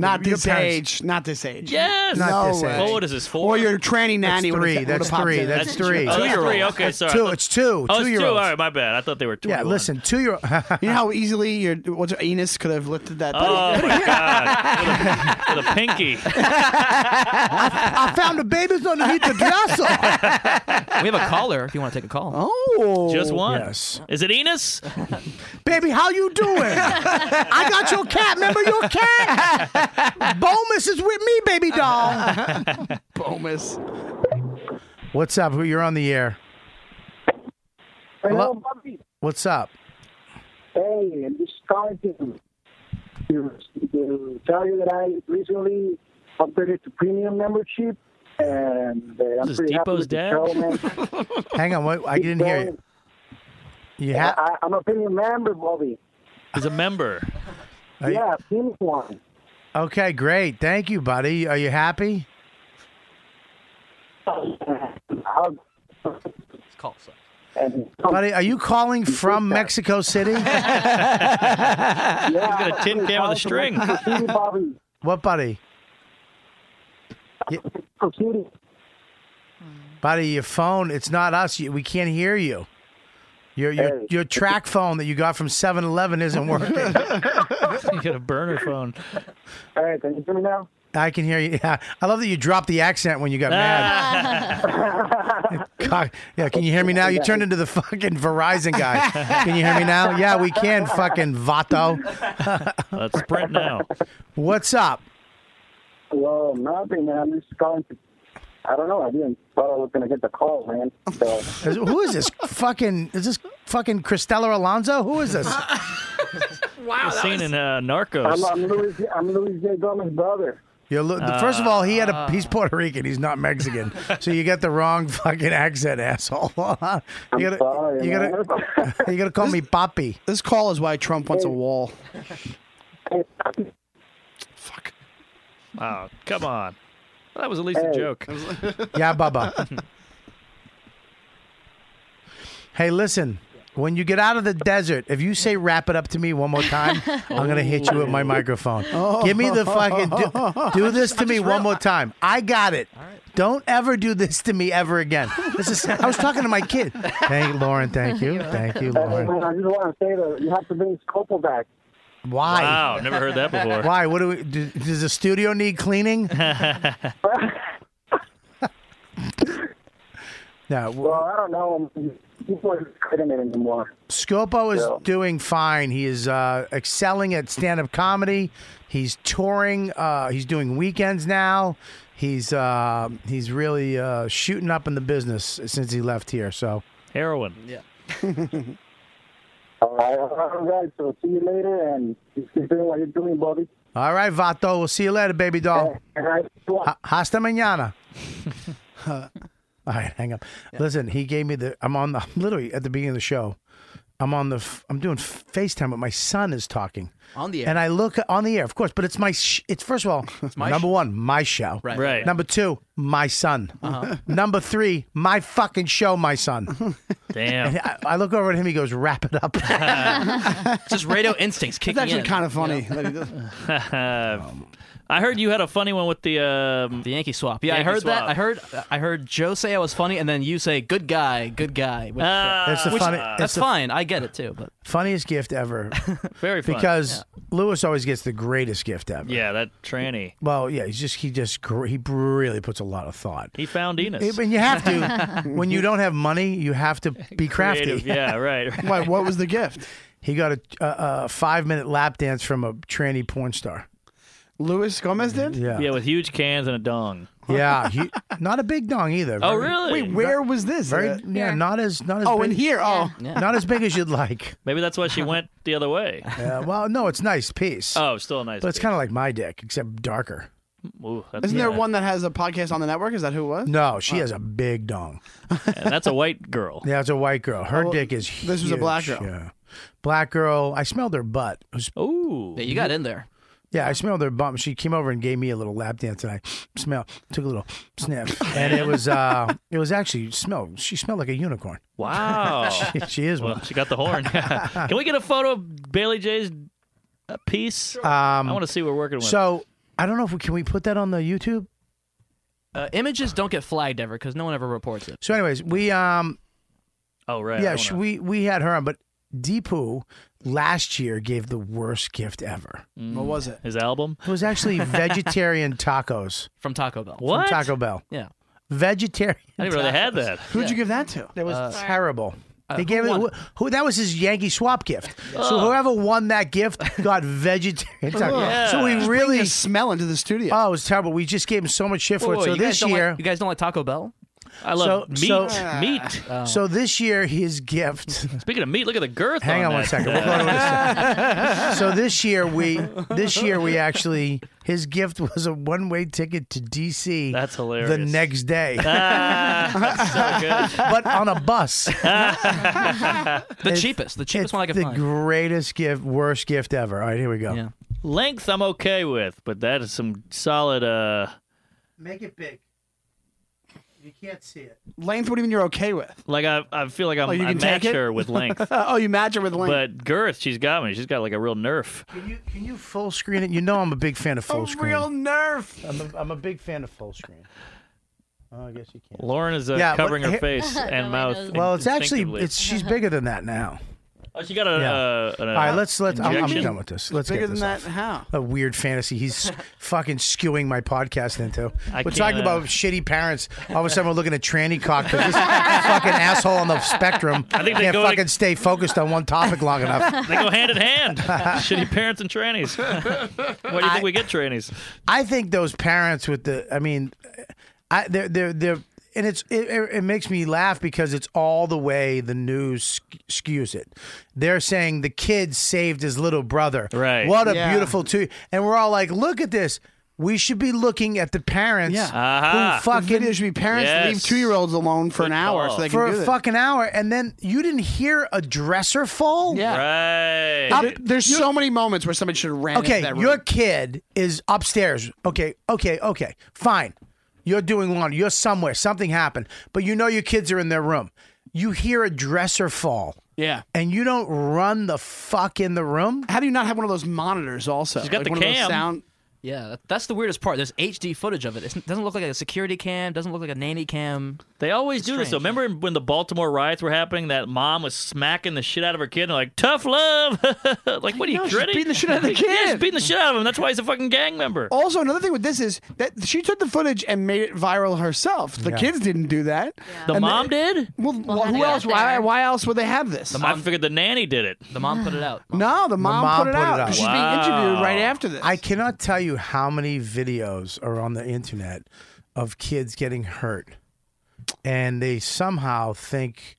Speaker 10: Not
Speaker 11: Your
Speaker 10: this
Speaker 11: parents-
Speaker 10: age. Not this age.
Speaker 11: Yes.
Speaker 10: No
Speaker 11: Not this
Speaker 10: way.
Speaker 11: age. Well, what is this, four?
Speaker 10: Or your tranny nanny.
Speaker 2: That's
Speaker 10: would've-
Speaker 2: three.
Speaker 10: would've
Speaker 2: That's
Speaker 10: popped
Speaker 2: three.
Speaker 10: in.
Speaker 2: That's three.
Speaker 11: Oh, that's three. Okay, sorry. I
Speaker 2: two.
Speaker 11: thought-
Speaker 2: It's two.
Speaker 11: Oh,
Speaker 2: two
Speaker 11: it's
Speaker 2: year
Speaker 11: two. All
Speaker 2: olds.
Speaker 11: right, my bad. I thought they were two.
Speaker 2: Yeah, listen, two year.
Speaker 10: You know how easily your what's your anus could have lifted
Speaker 2: <laughs>
Speaker 10: that.
Speaker 11: Oh my god! With a, with a pinky.
Speaker 2: <laughs> I found the babies underneath
Speaker 11: <laughs>
Speaker 2: the dresser.
Speaker 7: We have a caller if you want to take a call.
Speaker 2: Oh.
Speaker 11: Just one.
Speaker 2: Yes.
Speaker 11: Is it Enos?
Speaker 2: Baby, how you doing? I got your cat. Remember your cat? Bomus is with me, baby doll.
Speaker 10: Bomus.
Speaker 2: What's up? Who You're on the air.
Speaker 16: Hello, Bobby.
Speaker 2: What's up?
Speaker 16: Hey, I'm just calling to, to, to tell you that I recently upgraded to premium membership, and uh, I'm
Speaker 2: is
Speaker 16: pretty happy
Speaker 2: Depot's
Speaker 16: with
Speaker 2: dad?
Speaker 16: the show, man.
Speaker 2: Hang on. What, I didn't hear you. You ha-
Speaker 16: I, I'm a premium member, Bobby.
Speaker 11: He's a member.
Speaker 2: Are you-
Speaker 16: yeah, premium one.
Speaker 2: Okay, great. Thank you, buddy. Are you happy?
Speaker 16: I'll-
Speaker 7: Call. So.
Speaker 16: And
Speaker 2: Buddy, are you calling from Mexico City?
Speaker 16: <laughs> yeah,
Speaker 11: He's got a tin can with a string.
Speaker 2: What, buddy? Y- Buddy, your phone, it's not us. You- We can't hear you. Your, your, your track phone that you got from 7 Eleven isn't working.
Speaker 11: you got a burner phone.
Speaker 16: All right, can you hear me now?
Speaker 2: I can hear you. Yeah. I love that you dropped the accent when you got mad. God, yeah, can you hear me now? You turned into the fucking Verizon guy. Can you hear me now? Yeah, we can, fucking Vato.
Speaker 11: Let's sprint now.
Speaker 2: What's up?
Speaker 16: Well, nothing, man. I'm just calling. To, I don't know. I didn't thought I was gonna get the call, man. So
Speaker 2: Is- who is this? Fucking is this fucking Cristela Alonso? Who is this?
Speaker 11: Wow, scene in uh,
Speaker 16: I'm,
Speaker 11: Narcos.
Speaker 16: I'm Luis. I'm Luis J. Gomez's brother.
Speaker 2: You're lo- first of all, he had a he's
Speaker 16: Ah.
Speaker 2: Puerto Rican. He's not
Speaker 16: <laughs>
Speaker 2: Mexican, so you got the wrong fucking accent, <laughs> asshole. you gotta,
Speaker 16: sorry,
Speaker 2: you
Speaker 16: man.
Speaker 2: gotta, <laughs> you gotta call me Poppy.
Speaker 10: This call is why Trump wants a wall.
Speaker 11: Oh, come on. Well, that was at least a joke.
Speaker 2: <laughs> Yeah, Bubba. hey, listen. When you get out of the desert, if you say "wrap it up" to me one more time, I'm gonna hit you with my microphone. Give me the fucking do, do this to me one more time. I got it. Don't ever do this to me ever again. This is. I was talking to my kid. Thank Lauren.
Speaker 16: <laughs>
Speaker 2: Thank you. Thank you,
Speaker 16: Hey, man,
Speaker 2: Lauren.
Speaker 16: I just want to say that you have to bring Scopo back.
Speaker 2: Why?
Speaker 11: Wow, never heard that before.
Speaker 2: Why? What do we? Do, does the studio need cleaning? <laughs> no. w-
Speaker 16: Well, I don't know. People are just quitting it anymore.
Speaker 2: Scopo is
Speaker 16: Yeah.
Speaker 2: doing fine. He is uh, excelling at stand up comedy. He's touring. Uh, he's doing weekends now. He's uh, he's really uh, shooting up in the business since he left here. So
Speaker 11: Heroin. Yeah.
Speaker 16: All right, all right. So see you later, and just keep doing what you're doing, buddy.
Speaker 2: all right, Vato. We'll see you later, baby doll.
Speaker 16: All right.
Speaker 2: Ha-
Speaker 17: <laughs>
Speaker 2: hasta mañana. All right, hang up. Listen, he gave me the. I'm on the. I'm literally at the beginning of the show. I'm on the. f- I'm doing FaceTime, but my son is talking
Speaker 17: On the air.
Speaker 2: and I look on the air, of course. But it's my. Sh- it's first
Speaker 17: <laughs>
Speaker 2: of all,
Speaker 17: my
Speaker 2: number
Speaker 17: sh-
Speaker 2: one, my show.
Speaker 17: Right. Uh-huh. Right.
Speaker 2: Number two, my son. <laughs> number three, my fucking show, my son.
Speaker 17: <laughs>
Speaker 2: <laughs>
Speaker 11: Damn.
Speaker 2: And I, I look over at him. He goes, "Wrap it up."
Speaker 11: Just radio instincts
Speaker 10: It's actually kind of funny.
Speaker 11: I heard you had a funny one with the um, the
Speaker 7: Yankee swap. Yeah, I heard that. I heard. I heard Joe say I was funny, and then you say "good guy, good guy." Which,
Speaker 11: Ah. That's the
Speaker 7: which-
Speaker 2: funny- that's
Speaker 7: that's
Speaker 2: the-
Speaker 7: fine. I get it too. But
Speaker 2: Funniest gift ever.
Speaker 11: Very funny.
Speaker 2: Because Lewis always gets the greatest gift ever.
Speaker 11: yeah, that tranny.
Speaker 2: Well, yeah, he's just he just gr- he really puts a lot of thought.
Speaker 11: He found Enos.
Speaker 2: Yeah, but you have
Speaker 11: <laughs>
Speaker 2: to when you don't have money, you have to be crafty. <laughs>
Speaker 11: Creative, yeah, right, right.
Speaker 2: What, was the gift? He got a, a, a five minute lap dance from a tranny porn star.
Speaker 10: Luis Gomez did?
Speaker 2: Yeah,
Speaker 11: Yeah, with huge cans and a dong.
Speaker 2: yeah, he, not a big dong either.
Speaker 11: Oh,
Speaker 2: Very-
Speaker 11: really?
Speaker 10: Wait, where was this?
Speaker 2: Very,
Speaker 10: Uh,
Speaker 2: yeah, not as not as.
Speaker 10: Oh,
Speaker 2: big,
Speaker 10: in here. Oh.
Speaker 11: Yeah.
Speaker 2: <laughs> not as big as you'd like.
Speaker 11: Maybe that's why she went the other way.
Speaker 2: <laughs> Yeah, well, no, it's nice piece.
Speaker 11: Oh, still a nice.
Speaker 2: but it's kind of like my dick, except darker.
Speaker 11: of. Ooh, that's
Speaker 10: Isn't there
Speaker 11: yeah.
Speaker 10: one that has a podcast on the network? Is that who it was?
Speaker 2: No, she has a big dong.
Speaker 11: And that's a white girl.
Speaker 2: Yeah, it's a white girl. Her dick is huge.
Speaker 10: Oh, this was a black girl.
Speaker 2: Yeah. Black girl. I smelled her butt.
Speaker 11: Ooh.
Speaker 7: yeah, you got in there.
Speaker 2: Yeah, I smelled her bump. She came over and gave me a little lap dance, and I smell took a little sniff, and it was uh, it was actually smell. She smelled like a unicorn. <laughs>
Speaker 11: Wow.
Speaker 2: she, she is
Speaker 11: Well,
Speaker 2: one.
Speaker 11: she got
Speaker 2: <laughs>
Speaker 11: the horn. Can we get a photo of Bailey J's uh, piece?
Speaker 2: Um,
Speaker 11: I want to see what we're working with.
Speaker 2: So I don't know if we can we put that on the YouTube.
Speaker 7: Uh, images don't get flagged ever because no one ever reports it.
Speaker 2: So, anyways, we um
Speaker 11: oh right.
Speaker 2: yeah she, we we had her on, but Deepu last year gave the worst gift ever.
Speaker 10: What was it?
Speaker 11: His album.
Speaker 2: It was
Speaker 11: <laughs>
Speaker 2: actually vegetarian tacos
Speaker 7: from Taco Bell.
Speaker 2: from Taco Bell.
Speaker 7: Yeah.
Speaker 2: Vegetarian.
Speaker 11: I didn't know they had
Speaker 2: tacos.
Speaker 11: that.
Speaker 10: Who'd you give that to?
Speaker 2: That was
Speaker 10: Uh,
Speaker 2: terrible.
Speaker 7: Uh,
Speaker 2: They
Speaker 7: who
Speaker 2: gave
Speaker 7: won? Oh.
Speaker 2: it who that was his Yankee swap gift. So
Speaker 10: Ugh.
Speaker 2: whoever won that gift
Speaker 7: <laughs>
Speaker 2: got vegetarian. taco.
Speaker 10: Yeah.
Speaker 2: So we
Speaker 10: Just bring
Speaker 2: really
Speaker 10: the smell into the studio.
Speaker 2: Oh, it was terrible. We just gave him so much shit for
Speaker 7: Whoa,
Speaker 2: it. So
Speaker 7: you guys
Speaker 2: this
Speaker 7: don't like-
Speaker 2: year,
Speaker 7: you guys don't like Taco Bell?
Speaker 11: I love
Speaker 2: so- Uh,
Speaker 11: meat.
Speaker 2: so-
Speaker 11: meat.
Speaker 2: so
Speaker 7: Oh.
Speaker 2: this year his
Speaker 7: <laughs>
Speaker 2: gift.
Speaker 11: Speaking of meat, look at the girth.
Speaker 2: Hang on
Speaker 11: on
Speaker 2: one
Speaker 11: that, <laughs>
Speaker 2: second. We'll go to so this year
Speaker 7: <laughs>
Speaker 2: we this year we actually his gift was a one way ticket to DC. That's
Speaker 11: hilarious.
Speaker 2: The next
Speaker 7: <laughs>
Speaker 2: day. <laughs>
Speaker 11: Ah,
Speaker 2: but on a bus.
Speaker 7: the cheapest, the cheapest one I could
Speaker 2: the
Speaker 7: find.
Speaker 2: greatest gift, worst gift ever. All right, here we go.
Speaker 11: Length, I'm okay with, but that is some solid. uh
Speaker 2: Make it big. You can't see it.
Speaker 10: Length? What do you mean you're okay with? <laughs>
Speaker 11: Like I, I feel like I'm,
Speaker 10: oh, you
Speaker 11: I
Speaker 10: can
Speaker 11: match
Speaker 10: take it?
Speaker 11: her with length,
Speaker 2: <laughs>
Speaker 10: oh, you match her with length.
Speaker 11: but girth, she's got me. She's got like a real nerf.
Speaker 2: Can you can you full screen it? You know I'm a big fan of full screen.
Speaker 10: Oh, Real nerf.
Speaker 2: Oh, I'm a, I'm a big fan of full screen. Oh, I guess you can't.
Speaker 11: Lauren is uh,
Speaker 2: Yeah, but
Speaker 11: covering her
Speaker 2: here-
Speaker 11: face and mouth.
Speaker 2: Well, it's actually
Speaker 11: instinctively.
Speaker 2: it's she's bigger than that now.
Speaker 11: Oh, she got a.
Speaker 2: Yeah.
Speaker 11: Uh, an, uh,
Speaker 2: All right, let's let's. I'm, I'm
Speaker 11: injection?
Speaker 2: done with this. Let's
Speaker 10: Bigger
Speaker 2: get
Speaker 10: than
Speaker 2: this
Speaker 10: that?
Speaker 2: off.
Speaker 10: How?
Speaker 2: A weird fantasy.
Speaker 11: <laughs>
Speaker 2: He's fucking skewing my podcast into.
Speaker 11: I
Speaker 2: we're
Speaker 11: can't,
Speaker 2: talking
Speaker 11: uh,
Speaker 2: about shitty parents. All of a sudden, we're looking at tranny cock. 'cause This <laughs> fucking asshole on the spectrum
Speaker 11: I think they
Speaker 2: can't
Speaker 11: go to-
Speaker 2: fucking stay focused on one topic long
Speaker 11: <laughs>
Speaker 2: enough.
Speaker 11: they go hand
Speaker 2: <laughs>
Speaker 11: in hand. Shitty parents and trannies. Why do you think we get trannies?
Speaker 2: I think those parents with the, I mean, I they're they're they're, and it's it, it it makes me laugh because it's all the way the news sk- skews it. They're saying the kid saved his little brother. Right. What a
Speaker 10: Yeah.
Speaker 2: beautiful two. And we're all like, look at this. We should be looking at the parents
Speaker 10: Yeah.
Speaker 2: who fucking
Speaker 10: video should be parents leave
Speaker 2: Yes.
Speaker 10: two year olds alone for an hour so they can
Speaker 2: for
Speaker 10: do
Speaker 2: a
Speaker 10: this.
Speaker 2: fucking hour, and then you didn't hear a dresser fall.
Speaker 11: Right.
Speaker 10: Up- there's so many moments where somebody should have ran into
Speaker 2: Okay,
Speaker 10: that room.
Speaker 2: your kid is upstairs. Okay, okay, okay. Fine. You're doing laundry. You're somewhere. Something happened. But you know your kids are in their room. You hear a dresser fall.
Speaker 10: Yeah.
Speaker 2: And you don't run the fuck in the room?
Speaker 10: How do you not have one of those monitors also?
Speaker 7: She's got
Speaker 10: Like
Speaker 7: the
Speaker 10: one Of
Speaker 7: cam.
Speaker 10: those sound-
Speaker 7: Yeah, that- that's the weirdest part. There's HD footage of it. It's- It doesn't look like a security cam. Doesn't look like a nanny cam.
Speaker 11: They always do this. So remember when the Baltimore riots were happening, that mom was smacking the shit out of her kid. And they're like, "Tough love." <laughs> like, what are you
Speaker 10: No, she's
Speaker 11: gritty?
Speaker 10: beating the shit <laughs> out of the
Speaker 11: Yeah, she's
Speaker 10: kid. Oh,
Speaker 11: beating the shit out of him. That's why he's a fucking gang member.
Speaker 10: Also, another thing with this is that she took the footage and made it viral herself. The
Speaker 11: Yeah.
Speaker 10: kids didn't do that.
Speaker 11: The
Speaker 10: And
Speaker 11: mom did.
Speaker 10: Well, well, who else? Why? Why else would they have this?
Speaker 11: I figured the nanny did it.
Speaker 7: The mom put it out.
Speaker 10: No, the mom,
Speaker 2: mom
Speaker 10: put it out. 'cause She's being interviewed right after this.
Speaker 2: I cannot tell you how many videos are on the internet of kids getting hurt, and they somehow think,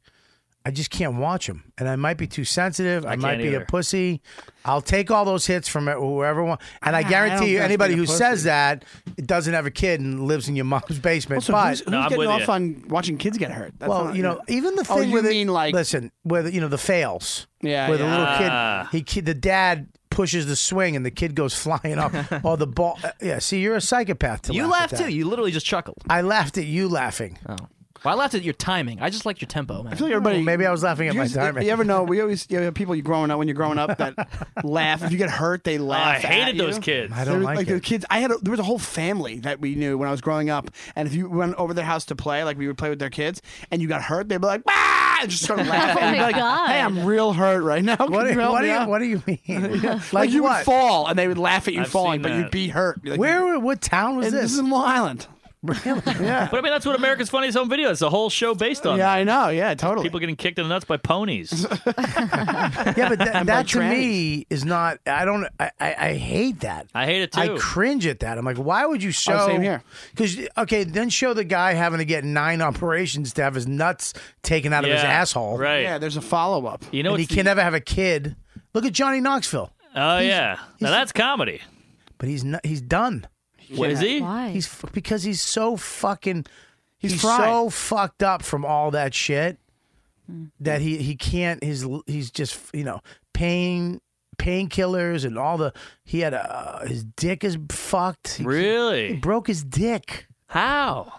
Speaker 2: "I just can't watch them," and I might be too sensitive. I,
Speaker 11: I
Speaker 2: might
Speaker 11: can't
Speaker 2: be
Speaker 11: either.
Speaker 2: a pussy. I'll take all those hits from whoever. One, and I
Speaker 10: Yeah, I
Speaker 2: guarantee
Speaker 10: don't
Speaker 2: you,
Speaker 10: think
Speaker 2: anybody
Speaker 10: being a
Speaker 2: who
Speaker 10: pussy.
Speaker 2: says that it doesn't have a kid and lives in your mom's <laughs> basement.
Speaker 10: Also,
Speaker 2: but
Speaker 10: who's, who's getting off on watching kids get hurt? That's
Speaker 2: well,
Speaker 10: not-
Speaker 2: you know, even the thing
Speaker 10: oh, you
Speaker 2: where they-
Speaker 10: mean like
Speaker 2: listen, where the, you know the fails,
Speaker 10: Yeah,
Speaker 2: where
Speaker 10: yeah.
Speaker 2: the little kid, he ki- the dad pushes the swing and the kid goes <laughs> flying
Speaker 10: <laughs>
Speaker 2: up, or the ball. uh, Yeah, see, you're a psychopath. To
Speaker 7: You
Speaker 2: laugh
Speaker 7: laughed
Speaker 2: at
Speaker 7: too.
Speaker 2: that.
Speaker 7: You literally just chuckled.
Speaker 2: I laughed at you laughing.
Speaker 7: Oh. Well, I laughed at your timing. I just liked your tempo, man.
Speaker 10: I feel like everybody.
Speaker 2: maybe I was laughing at
Speaker 10: you
Speaker 2: my
Speaker 10: just-
Speaker 2: timing.
Speaker 10: You ever know? We always you have people you growing up when you're growing up that laugh. If you get hurt, they laugh.
Speaker 11: hated
Speaker 10: at you.
Speaker 11: those kids. I
Speaker 10: There
Speaker 11: don't
Speaker 10: was,
Speaker 11: like
Speaker 10: the
Speaker 11: it.
Speaker 10: kids. I had a, there was a whole family that we knew when I was growing up, and if you went over their house to play, like we would play with their kids, and you got hurt, they'd be like, "Ah!" and just start laughing.
Speaker 2: Oh
Speaker 10: And be
Speaker 2: my
Speaker 10: like,
Speaker 2: God.
Speaker 10: Hey, I'm real hurt right now. Can
Speaker 2: What, do-
Speaker 10: you help
Speaker 2: what do
Speaker 10: me
Speaker 2: you,
Speaker 10: out?"
Speaker 2: what do you mean?
Speaker 10: <laughs> Like, you would fall, and they would laugh at you
Speaker 11: I've
Speaker 10: falling,
Speaker 11: seen
Speaker 10: but
Speaker 11: that.
Speaker 10: you'd be hurt. Like,
Speaker 2: Where? What town was
Speaker 10: and
Speaker 2: this?
Speaker 10: This is in Long Island.
Speaker 2: <laughs>
Speaker 10: <laughs>
Speaker 11: But I mean, that's what America's Funniest Home Video is. The whole show based on.
Speaker 10: Yeah,
Speaker 11: that.
Speaker 10: I know. Yeah, totally.
Speaker 11: People getting kicked in the nuts by ponies.
Speaker 2: yeah, but that,
Speaker 11: And
Speaker 2: that
Speaker 11: by
Speaker 2: to me is not. I don't. I, I, I hate that.
Speaker 11: I hate it
Speaker 2: I
Speaker 11: too. Oh,
Speaker 2: cringe at that. I'm like, why would you show?
Speaker 10: same here.
Speaker 2: Because okay, then show the guy having to get nine <laughs> operations to have his nuts taken out of his
Speaker 11: Yeah,
Speaker 2: asshole.
Speaker 11: right. Yeah,
Speaker 10: there's a follow up.
Speaker 11: You know
Speaker 2: and he
Speaker 11: what's
Speaker 2: can
Speaker 11: the-
Speaker 2: never have a kid. Look at Johnny Knoxville.
Speaker 11: Oh yeah. Now that's comedy.
Speaker 2: But he's not, he's done.
Speaker 11: What is he?
Speaker 2: Why? He's f- because he's so fucking. He's,
Speaker 10: fried.
Speaker 2: so fucked up from all that shit that he he can't. His he's just you know pain painkillers and all the he had a his dick is fucked. He-
Speaker 11: Really?
Speaker 2: he broke his dick.
Speaker 11: How?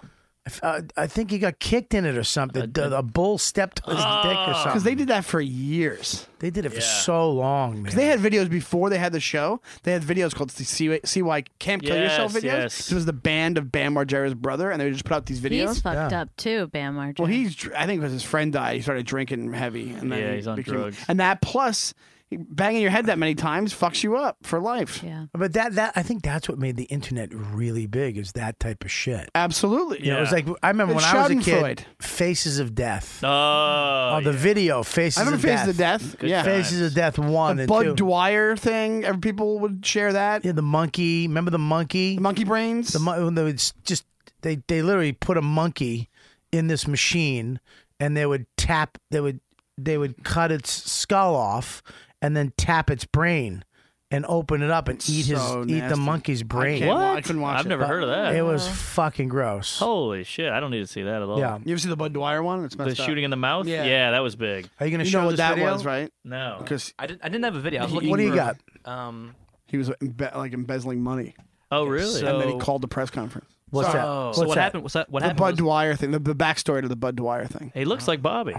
Speaker 2: Uh, I think he got kicked in it or
Speaker 10: Uh,
Speaker 2: something. The, the bull stepped on his dick or something.
Speaker 10: Because Oh. they did that for years.
Speaker 2: They did it for so long, man.
Speaker 10: Because they had videos before they had the show. They had videos called the CY, CY Camp Kill Yourself
Speaker 11: Yes,
Speaker 10: videos.
Speaker 11: yes.
Speaker 10: It was the band of Bam Margera's brother, and they would just put out these videos.
Speaker 6: He's fucked up too, Bam Margera.
Speaker 10: Well, he's dr- I think because his friend died, he started drinking heavy, and then
Speaker 11: Yeah,
Speaker 10: he
Speaker 11: he's on
Speaker 10: became-
Speaker 11: drugs.
Speaker 10: And that plus banging your head that many times fucks you up for life.
Speaker 6: Yeah,
Speaker 2: But that that I think that's what made the internet really big is that type of shit.
Speaker 10: absolutely.
Speaker 2: You know, it was like I remember
Speaker 10: It's
Speaker 2: when I was a
Speaker 10: Schadenfreude.
Speaker 2: kid, Faces of Death.
Speaker 11: Oh,
Speaker 2: Oh, the video Faces
Speaker 10: I remember
Speaker 2: of
Speaker 10: Faces
Speaker 2: Death.
Speaker 10: of Death. Good Yeah. times.
Speaker 2: Faces of Death one
Speaker 10: The
Speaker 2: and
Speaker 10: Bud
Speaker 2: two.
Speaker 10: Dwyer thing. ev- People would share that.
Speaker 2: Yeah, the monkey. Remember the monkey? The
Speaker 10: monkey brains.
Speaker 2: The mon- when they would s- just they they literally put a monkey in this machine and they would tap they would they would cut its skull off and then tap its brain and open it up and eat
Speaker 10: So
Speaker 2: his eat the
Speaker 10: nasty.
Speaker 2: monkey's
Speaker 10: I
Speaker 2: brain.
Speaker 10: can't wa- I What? couldn't watch
Speaker 11: I've
Speaker 10: it.
Speaker 11: never heard of that.
Speaker 2: It was fucking gross.
Speaker 11: Holy shit! I don't need to see that at all.
Speaker 2: Yeah.
Speaker 10: You ever see the Bud Dwyer one? It's
Speaker 11: The
Speaker 10: messed up.
Speaker 11: shooting in the mouth.
Speaker 10: Yeah.
Speaker 11: that was big.
Speaker 2: Are you gonna
Speaker 10: You
Speaker 2: show
Speaker 10: know what
Speaker 2: this
Speaker 10: that
Speaker 2: video?
Speaker 10: was, right?
Speaker 11: No.
Speaker 10: Because
Speaker 7: I didn't, I didn't have a video. I was looking
Speaker 10: What do you
Speaker 7: for,
Speaker 10: got?
Speaker 7: Um,
Speaker 10: he was embe- like embezzling money.
Speaker 11: Oh really?
Speaker 10: and then he
Speaker 7: So-
Speaker 10: called the press conference.
Speaker 2: What's that?
Speaker 11: So
Speaker 2: What's
Speaker 11: what
Speaker 2: that?
Speaker 11: happened- what's Oh. that- what
Speaker 10: the
Speaker 11: happened
Speaker 10: Bud
Speaker 11: was-
Speaker 10: Dwyer thing. The, the backstory to the Bud Dwyer thing.
Speaker 11: He looks like Bobby.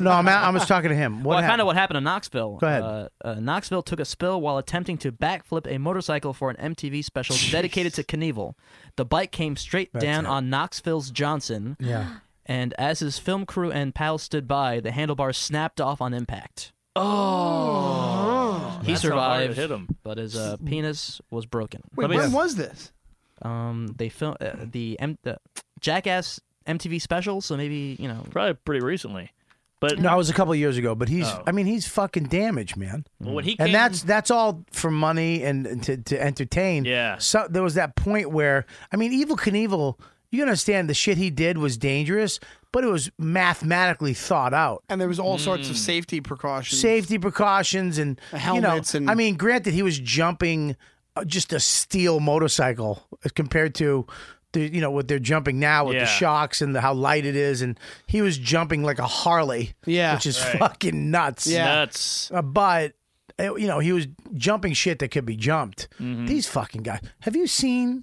Speaker 2: no, I'm, I'm just talking to him. What
Speaker 7: well, I found
Speaker 2: happened?
Speaker 7: out what happened in Knoxville.
Speaker 2: Go ahead.
Speaker 7: Uh, uh, Knoxville took a spill while attempting to backflip a motorcycle for an MTV special dedicated to Knievel. The bike came straight
Speaker 2: That's
Speaker 7: down
Speaker 2: it.
Speaker 7: on Knoxville's Johnson.
Speaker 2: Yeah.
Speaker 7: And as his film crew and pals stood by, the handlebars snapped off on impact.
Speaker 11: Oh,
Speaker 7: he
Speaker 11: That's how hard
Speaker 7: survived.
Speaker 11: it hit him.
Speaker 7: but his uh, penis was broken.
Speaker 11: Wait, Let me when s- was
Speaker 10: this?
Speaker 7: Um, they filmed uh, the M- uh, Jackass MTV special, so maybe you know,
Speaker 11: probably pretty recently. But
Speaker 2: no, it was a couple years ago. But he's,
Speaker 7: Oh.
Speaker 2: I mean, he's fucking damaged, man.
Speaker 11: Well, when he
Speaker 2: Mm. and
Speaker 11: came-
Speaker 2: that's that's all for money and, and to, to entertain. Yeah. So there was that point where, I mean, Evil Knievel, you understand the shit he did was dangerous, but it was mathematically thought out.
Speaker 10: And there was all sorts of
Speaker 11: Hmm.
Speaker 10: safety precautions.
Speaker 2: safety precautions and
Speaker 10: Helmets
Speaker 2: you know,
Speaker 10: and-
Speaker 2: I mean, granted, he was jumping uh, just a steel motorcycle as compared to. The, you know what they're jumping now with
Speaker 10: Yeah.
Speaker 2: the shocks and the, how light it is, and he was jumping like a Harley,
Speaker 10: Yeah.
Speaker 2: which is
Speaker 10: Right.
Speaker 2: fucking nuts.
Speaker 10: Yeah.
Speaker 11: Nuts.
Speaker 2: Uh, but uh, you know he was jumping shit that could be jumped.
Speaker 11: Mm-hmm.
Speaker 2: These fucking guys. Have you seen?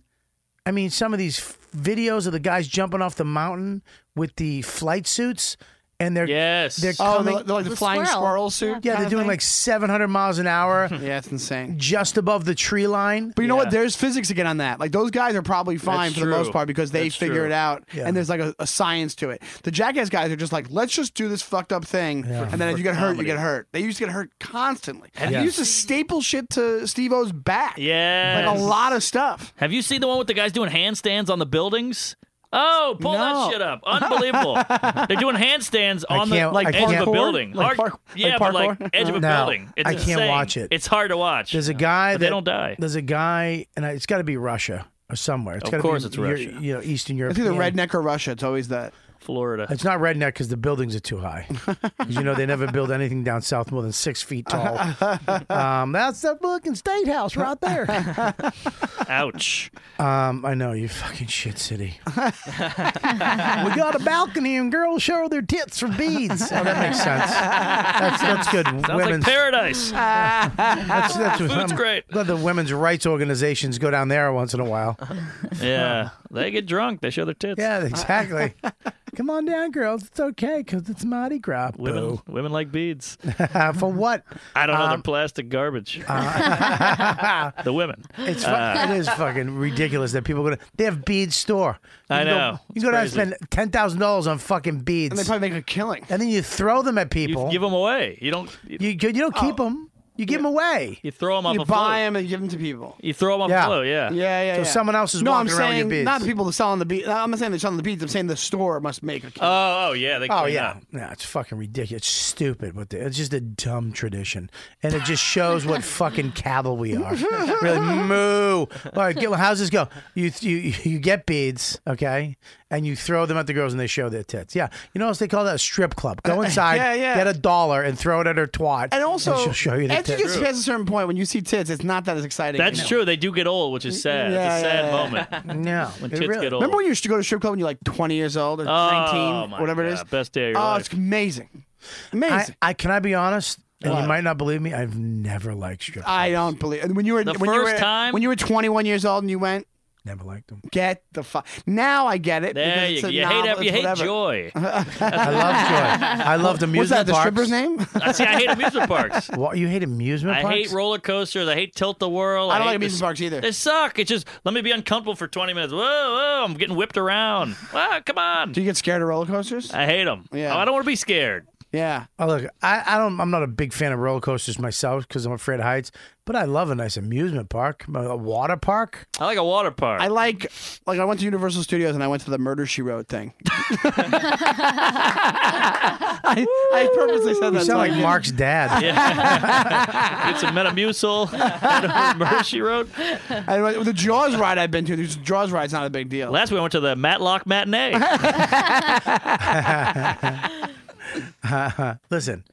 Speaker 2: I mean, some of these f- videos of the guys jumping off the mountain with the flight suits, and they're
Speaker 11: Yes.
Speaker 2: they're
Speaker 10: Oh,
Speaker 2: coming,
Speaker 10: the- the- like the The flying squirrel. squirrel suit
Speaker 2: Yeah,
Speaker 10: kinda
Speaker 2: they're doing
Speaker 10: thing?
Speaker 2: like 700 miles an
Speaker 11: <laughs>
Speaker 2: hour.
Speaker 10: yeah, it's insane.
Speaker 2: Just above the tree line.
Speaker 10: But you know what? There's physics again on that. Like those guys are probably fine
Speaker 2: That's
Speaker 10: for the
Speaker 2: true.
Speaker 10: most part because they
Speaker 2: That's
Speaker 10: figure
Speaker 2: true.
Speaker 10: it out,
Speaker 2: Yeah.
Speaker 10: and there's like a, a science to it. The jackass guys are just like, let's just do this fucked up thing, and then if
Speaker 11: for
Speaker 10: you get hurt, you
Speaker 11: comedy.
Speaker 10: get hurt. They used to get hurt constantly.
Speaker 11: Have
Speaker 10: They
Speaker 11: you
Speaker 10: used to staple shit to Steve O's back.
Speaker 11: Yes.
Speaker 10: like a lot of stuff.
Speaker 11: Have you seen the one with the guys doing handstands on the buildings? Oh, pull
Speaker 10: No.
Speaker 11: that shit up!
Speaker 2: <laughs>
Speaker 11: Unbelievable. They're doing handstands
Speaker 2: I
Speaker 11: on the
Speaker 2: can't-
Speaker 11: like
Speaker 2: I
Speaker 11: edge of
Speaker 2: can't-
Speaker 11: a building.
Speaker 2: Like
Speaker 11: Hard-
Speaker 2: park- like
Speaker 11: yeah, but like
Speaker 2: parkour?
Speaker 11: edge of a
Speaker 2: No,
Speaker 11: building. It's
Speaker 2: I can't
Speaker 11: insane.
Speaker 2: watch it.
Speaker 11: It's hard to watch.
Speaker 2: There's a guy
Speaker 11: But
Speaker 2: that
Speaker 11: they don't die.
Speaker 2: There's a guy, and I, it's got to be Russia or somewhere. It's
Speaker 10: Of
Speaker 2: gotta
Speaker 10: course
Speaker 2: be,
Speaker 10: it's
Speaker 2: Eu-
Speaker 10: Russia.
Speaker 2: You know, Eastern Europe.
Speaker 10: It's either redneck or Russia. It's always that.
Speaker 11: Florida.
Speaker 2: <laughs> It's not redneck because the buildings are too high. 'Cause you know they never build anything down south more than six feet tall. um, that's the fucking state house right there. <laughs>
Speaker 11: Ouch.
Speaker 2: Um, I know you fucking shit city. we got a balcony and girls show their tits for beads. Oh, that makes sense. That's that's good.
Speaker 11: Sounds like
Speaker 2: Women's <laughs>
Speaker 11: paradise.
Speaker 2: That's, that's
Speaker 11: <laughs> Food's
Speaker 2: I'm
Speaker 11: great.
Speaker 2: glad the women's rights organizations go down there once in a while.
Speaker 11: Yeah, they get drunk. They show their tits.
Speaker 2: Yeah, exactly. Come on down, girls. It's okay because it's Mardi Gras.
Speaker 11: Women, women like beads.
Speaker 2: Boo. <laughs> For what?
Speaker 11: I don't know.
Speaker 10: Um,
Speaker 11: they're plastic garbage.
Speaker 10: uh, <laughs>
Speaker 11: the women.
Speaker 2: It's fu-
Speaker 11: Uh,
Speaker 2: it is fucking ridiculous that people go to. They have bead store. You
Speaker 11: I
Speaker 2: can go-
Speaker 11: know.
Speaker 2: you can go down and
Speaker 11: It's crazy.
Speaker 2: spend ten thousand dollars on fucking beads,
Speaker 10: And they probably make a killing.
Speaker 2: And then you throw them at people.
Speaker 11: Give them away. You don't. You,
Speaker 2: You you don't
Speaker 10: Oh.
Speaker 2: keep them. You give them away.
Speaker 11: you throw them off
Speaker 10: You
Speaker 11: a float.
Speaker 10: buy them and give them to people.
Speaker 11: You throw them off
Speaker 2: Yeah.
Speaker 11: a float. Yeah.
Speaker 10: Yeah, yeah.
Speaker 2: So
Speaker 10: yeah.
Speaker 2: someone else is
Speaker 10: no,
Speaker 2: walking
Speaker 10: I'm
Speaker 2: around
Speaker 10: saying
Speaker 2: your beads.
Speaker 10: not the people that selling the beads. I'm not saying they're selling the beads. I'm saying the store must make a. killing.
Speaker 11: Oh, oh yeah. They
Speaker 2: oh
Speaker 11: clean
Speaker 2: yeah,
Speaker 11: up.
Speaker 2: no, it's fucking ridiculous. It's stupid. What the, it's just a dumb tradition, and it just shows what fucking cattle we are. really, moo. All right, Gil, how's this go? You you you get beads, okay, and you throw them at the girls, and they show their tits. Yeah, you know what they call that a strip club. Go inside,
Speaker 10: <laughs> Yeah, yeah.
Speaker 2: get a dollar, and throw it at her twat,
Speaker 10: And also,
Speaker 2: she'll show you the
Speaker 10: after you
Speaker 2: tits.
Speaker 10: get past a certain point, when you see tits, it's not that as exciting.
Speaker 11: That's
Speaker 10: anymore.
Speaker 11: true. They do get old, which is sad.
Speaker 10: Yeah,
Speaker 11: it's a
Speaker 10: yeah,
Speaker 11: sad
Speaker 10: yeah. <laughs>
Speaker 11: moment.
Speaker 2: No,
Speaker 11: When
Speaker 10: It
Speaker 11: tits
Speaker 10: really-
Speaker 11: get old.
Speaker 10: Remember when you used to go to strip club when you're like 20 years old or
Speaker 11: Oh,
Speaker 10: 19,
Speaker 11: my
Speaker 10: whatever it
Speaker 11: God.
Speaker 10: is?
Speaker 11: Best day of your
Speaker 10: oh,
Speaker 11: life.
Speaker 10: it's amazing. Amazing.
Speaker 2: I, I can I be honest, and
Speaker 10: What?
Speaker 2: you might not believe me. I've never liked strip.
Speaker 10: I, don't believe and When you were
Speaker 2: The
Speaker 10: when you
Speaker 2: first
Speaker 10: were,
Speaker 2: time?
Speaker 10: when you were 21 years old and you went,
Speaker 2: Never liked them.
Speaker 10: get the fuck. Now I get it.
Speaker 11: There
Speaker 10: because
Speaker 11: you
Speaker 10: it's a
Speaker 11: go. You hate
Speaker 10: novel,
Speaker 11: ev- you
Speaker 10: it's
Speaker 11: hate
Speaker 10: whatever. <laughs>
Speaker 2: I
Speaker 11: joy.
Speaker 2: love joy. I love the
Speaker 10: What's
Speaker 2: amusement
Speaker 10: that? The
Speaker 2: parks.
Speaker 10: stripper's name? <laughs>
Speaker 11: I see. I hate amusement parks.
Speaker 2: What you hate amusement
Speaker 11: I
Speaker 2: parks?
Speaker 11: hate roller coasters. I hate tilt the whirl.
Speaker 10: I don't
Speaker 11: hate
Speaker 10: like amusement
Speaker 11: this-
Speaker 10: parks either.
Speaker 11: They suck. It's just let me be uncomfortable for 20 minutes. Whoa, whoa! I'm getting whipped around. Wow, come on.
Speaker 10: Do you get scared of roller coasters?
Speaker 11: I hate them.
Speaker 10: Yeah.
Speaker 11: Oh, I don't want to be scared.
Speaker 10: Yeah.
Speaker 2: Oh, look, I, I don't. I'm not a big fan of roller coasters myself because I'm afraid of heights. But I love a nice amusement park, a water park.
Speaker 11: I like a water park.
Speaker 10: I like like I went to Universal Studios and I went to the Murder She Wrote thing. <laughs> I, I purposely said
Speaker 2: You
Speaker 10: that.
Speaker 2: sound
Speaker 10: so I
Speaker 2: like
Speaker 10: didn't-
Speaker 11: <laughs>
Speaker 2: Mark's dad.
Speaker 11: Yeah. Get
Speaker 10: <laughs>
Speaker 11: some Metamucil. Mercy Road.
Speaker 10: I, went- the Jaws ride I've been to. The Jaws ride's not a big deal.
Speaker 11: Last week I went to the Matlock matinee.
Speaker 2: Listen,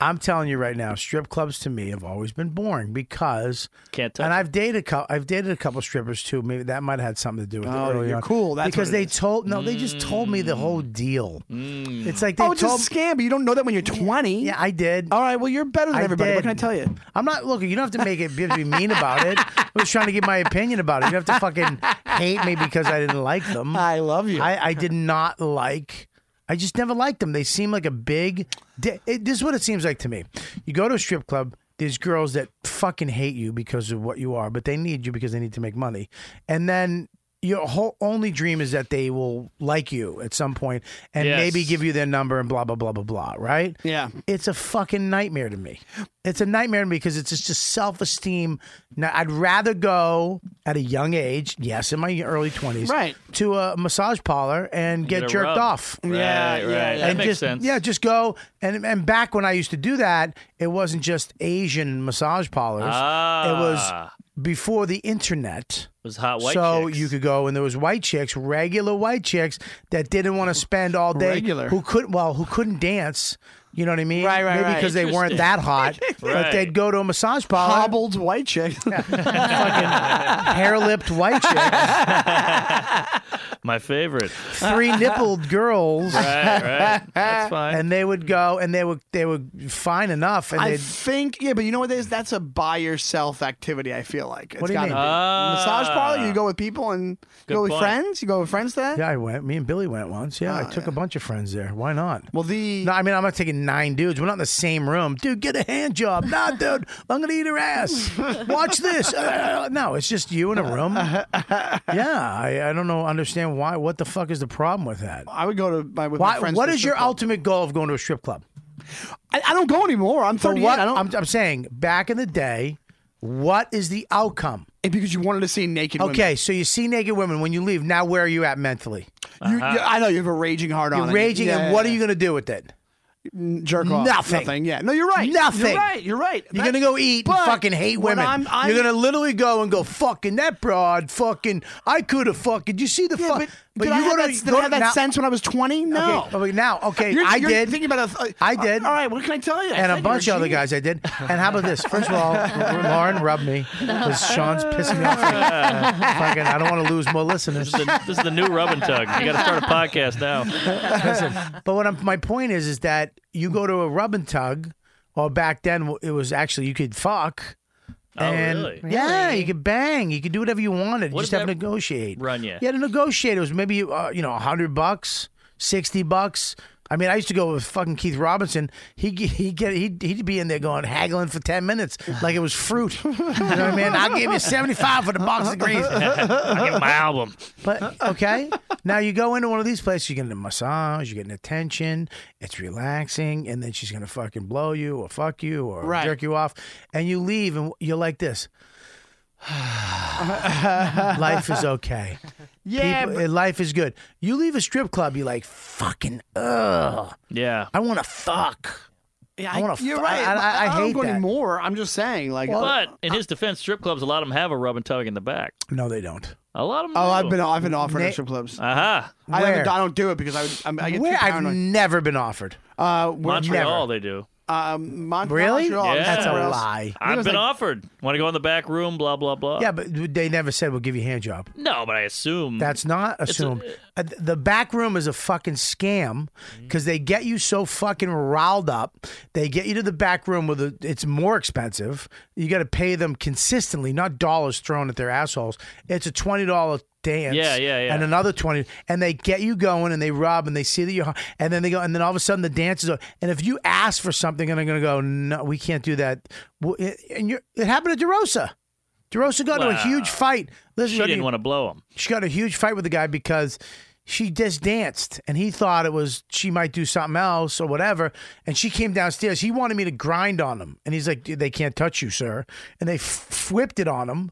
Speaker 2: I'm telling you right now, strip clubs to me have always been boring because
Speaker 11: can't.
Speaker 2: and I've dated a couple. I've dated a couple strippers too. Maybe that might have had something to do with
Speaker 10: Oh,
Speaker 2: it. early
Speaker 10: you're
Speaker 2: on.
Speaker 10: cool. That's
Speaker 2: because
Speaker 10: what it
Speaker 2: they
Speaker 10: is.
Speaker 2: told no, they just told me the
Speaker 11: Mm.
Speaker 2: whole deal. It's like they
Speaker 10: oh, it's
Speaker 2: told
Speaker 10: a scam, but you don't know that when you're 20.
Speaker 2: Yeah, I did.
Speaker 10: All right, well, you're better than
Speaker 2: I
Speaker 10: everybody. What
Speaker 2: did.
Speaker 10: can I tell you?
Speaker 2: I'm not looking. You don't have to make it be be mean about it. I was trying to give my opinion about it. You don't have to fucking hate me because I didn't like them. I love you. I, I did not like. I just never liked them. They seem like a big. di- It, this is what it seems like to me. You go to a strip club. There's girls that fucking hate you because of what you are, but they need you because they need to make money. And then your whole only dream is that they will like you at some point and
Speaker 10: Yes.
Speaker 2: maybe give you their number and blah blah blah blah blah. Right? Yeah. It's a fucking nightmare to me. It's a nightmare to me because it's just, just self esteem. Now I'd rather go at a young age, yes, in my early twenties,
Speaker 10: Right.
Speaker 2: to a massage parlor and get,
Speaker 10: get a
Speaker 2: jerked
Speaker 10: rub.
Speaker 2: off.
Speaker 10: Right, Yeah, right. yeah, yeah. That
Speaker 2: And
Speaker 10: makes
Speaker 2: just,
Speaker 10: sense.
Speaker 2: Yeah, just go and and back when I used to do that, it wasn't just Asian massage parlors. It was
Speaker 11: Ah.
Speaker 2: before the internet.
Speaker 11: It was hot white
Speaker 2: so you could go and there was white chicks, regular white chicks that didn't want to spend all day,
Speaker 10: Regular.
Speaker 2: who couldn't well, who couldn't dance. You know what I mean?
Speaker 10: Right, right,
Speaker 2: Maybe
Speaker 10: right.
Speaker 2: because they weren't
Speaker 10: Interesting.
Speaker 2: that
Speaker 10: <laughs>
Speaker 2: hot, but
Speaker 10: Right.
Speaker 2: they'd go to a massage parlor,
Speaker 10: Hobbled white chick.
Speaker 2: <laughs>
Speaker 10: <laughs>
Speaker 2: hair-lipped white chicks,
Speaker 11: My favorite.
Speaker 2: three nippled girls.
Speaker 11: Right, right.
Speaker 10: <laughs>
Speaker 11: That's fine.
Speaker 2: And they would go, and they were they were fine enough, and
Speaker 10: I
Speaker 2: they'd
Speaker 10: think yeah, but you know what that is? That's a by yourself activity. I feel like it's
Speaker 2: What do you
Speaker 10: gotta
Speaker 2: mean?
Speaker 10: be massage parlor.
Speaker 2: Ah.
Speaker 10: You go with people and
Speaker 2: Good
Speaker 10: you go with
Speaker 2: point.
Speaker 10: friends. You go with friends to that.
Speaker 2: Yeah, I went. Me and Billy went once. Yeah, I
Speaker 10: Oh,
Speaker 2: took a bunch of friends there. Why not? Well, the no, I mean, I'm not taking nine dudes. We're not in the same room, dude. Get a hand job. Nah, dude. I'm gonna eat her ass. Watch this. Uh, no, it's just you in a room. Yeah, I, I don't know. Understand why? What the fuck is the problem with that?
Speaker 10: I would go to my with
Speaker 2: Why,
Speaker 10: my friends.
Speaker 2: what
Speaker 10: to a
Speaker 2: is
Speaker 10: strip
Speaker 2: your
Speaker 10: club.
Speaker 2: ultimate goal of going to a strip club?
Speaker 10: I, I don't go anymore. I'm
Speaker 2: For
Speaker 10: 38.
Speaker 2: what?
Speaker 10: I don't.
Speaker 2: I'm, I'm saying back in the day, what is the outcome?
Speaker 10: because you wanted to see naked.
Speaker 2: Okay,
Speaker 10: women.
Speaker 2: so you see naked women when you leave. Now, where are you at mentally?
Speaker 10: You, you- I know you have a raging hard on.
Speaker 2: You're raging, and what are you going to do with it?
Speaker 10: you jerk off?
Speaker 2: Nothing.
Speaker 10: Nothing. Yeah. No, you're right.
Speaker 2: Nothing.
Speaker 10: You're right. You're right.
Speaker 2: You're gonna go eat and
Speaker 10: But
Speaker 2: fucking hate
Speaker 10: when
Speaker 2: women.
Speaker 10: I'm- I'm-
Speaker 2: You're gonna literally go and go fucking that broad. Fucking I could have fucking. You see the fuck. But,
Speaker 10: did I
Speaker 2: you
Speaker 10: have
Speaker 2: go
Speaker 10: that,
Speaker 2: to go
Speaker 10: did I
Speaker 2: to-
Speaker 10: have that
Speaker 2: now-
Speaker 10: sense when I was 20? No.
Speaker 2: Okay, okay, now, okay,
Speaker 10: You're-
Speaker 2: I
Speaker 10: you're
Speaker 2: did.
Speaker 10: Thinking about a,
Speaker 2: I did.
Speaker 10: All right, what can I tell you? I
Speaker 2: and
Speaker 10: said
Speaker 2: a bunch
Speaker 10: you're
Speaker 2: of other
Speaker 10: genius.
Speaker 2: guys I did. And how about this? First of
Speaker 10: <laughs>
Speaker 2: all, Lauren rubbed me because Sean's pissing me off. fucking, I don't want to lose more listeners.
Speaker 11: This is, the, this is the new rub and tug. You got to start a podcast now.
Speaker 2: Listen, but what I'm, my point is, is that you go to a rub and tug, or back then it was actually you could fuck.
Speaker 11: Oh,
Speaker 2: and
Speaker 11: really?
Speaker 2: Yeah, you could bang. You could do whatever you wanted.
Speaker 11: What
Speaker 2: you just
Speaker 11: did
Speaker 2: have to
Speaker 11: that
Speaker 2: negotiate.
Speaker 11: run you?
Speaker 2: You had to negotiate. It was maybe uh, you know hundred bucks, sixty bucks. I mean, I used to go with fucking Keith Robinson. He he get he'd, he'd be in there going haggling for ten minutes like it was fruit. You know what I mean? I'll give you seventy five for the box of
Speaker 11: <laughs>
Speaker 2: grease.
Speaker 11: I'll give him my album.
Speaker 10: <laughs>
Speaker 2: But okay, now you go into one of these places, you're getting a massage, you're getting attention, it's relaxing, and then she's gonna fucking blow you or fuck you or
Speaker 10: Right.
Speaker 2: jerk you off, and you leave and you're like this. <sighs> life is okay.
Speaker 10: Yeah,
Speaker 2: People- life is good. You leave a strip club, you're like fucking ugh.
Speaker 11: Yeah.
Speaker 2: I want to fuck.
Speaker 10: Yeah,
Speaker 2: I wanna
Speaker 10: You're
Speaker 2: fu-
Speaker 10: right.
Speaker 2: I- I- I
Speaker 10: don't
Speaker 2: hate
Speaker 10: go
Speaker 2: that.
Speaker 10: anymore. I'm just saying, like,
Speaker 11: but in his defense, strip clubs, a lot of them have a rub and tug in the back.
Speaker 2: No, they don't.
Speaker 11: A lot of them.
Speaker 10: Oh,
Speaker 11: do.
Speaker 10: I've been I've been offered
Speaker 11: Nick-
Speaker 10: at strip clubs.
Speaker 11: Aha.
Speaker 10: I, haven't-
Speaker 2: Where?
Speaker 10: I don't do it because I would, I'm, I get
Speaker 2: Where
Speaker 10: too
Speaker 2: I've
Speaker 10: paranoid.
Speaker 2: never been offered.
Speaker 10: uh, we're-
Speaker 11: Montreal, they do.
Speaker 10: Um, Mon-
Speaker 2: Really?
Speaker 10: Montreal. I was
Speaker 11: Yeah.
Speaker 2: That's a
Speaker 10: somewhere else.
Speaker 2: lie.
Speaker 10: I think it
Speaker 11: I've
Speaker 10: was
Speaker 11: been
Speaker 10: like-
Speaker 11: offered. Want to go in the back room? Blah blah blah.
Speaker 2: Yeah, but they never said we'll give you a hand job.
Speaker 11: No, but I assume
Speaker 2: That's not assumed. Uh, th- the back room is a fucking
Speaker 11: Mm.
Speaker 2: scam because they get you so fucking riled up. They get you to the back room with a, it's more expensive. You got to pay them consistently, not dollars thrown at their assholes. It's a twenty dollar dance.
Speaker 11: Yeah, yeah, yeah.
Speaker 2: And another twenty, and they get you going, and they rub, and they see that you're, and then they go, and then all of a sudden the dance is. over. And if you ask for something, and they're gonna go, no, we can't do that. Well, it- And you're, it happened to DeRosa. DeRosa got into a
Speaker 11: Wow.
Speaker 2: huge fight. Listen,
Speaker 11: she
Speaker 2: buddy,
Speaker 11: didn't want to blow
Speaker 10: <laughs>
Speaker 11: him.
Speaker 2: she got in a huge fight with the guy because she just danced and he thought it was she might do something else or whatever and she came downstairs he wanted me to grind on him and he's like "Dude, they can't touch you sir and they f- whipped it on him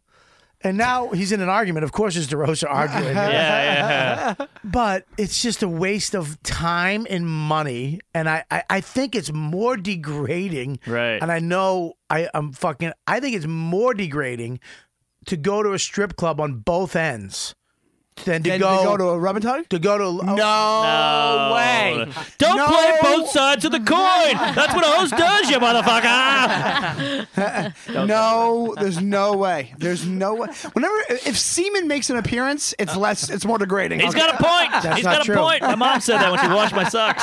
Speaker 2: and now he's in an argument of course it's derosa arguing
Speaker 11: Yeah, yeah.
Speaker 2: but it's just a waste of time and money and i i, I think it's more degrading
Speaker 11: Right.
Speaker 2: and i know i i'm fucking i think it's more degrading to go to a strip club on both ends than to
Speaker 10: Then
Speaker 2: go,
Speaker 10: they go to a rub and tug.
Speaker 2: to oh, go to no,
Speaker 11: No. way. Don't play both sides of the coin. That's what a host does,
Speaker 2: <laughs>
Speaker 11: you motherfucker.
Speaker 10: no, <laughs> there's no way. There's no way. Whenever if semen makes an appearance, it's less. It's more degrading.
Speaker 11: He's got a point. He's got a point. My mom said that when she washed my
Speaker 2: <laughs>
Speaker 11: socks.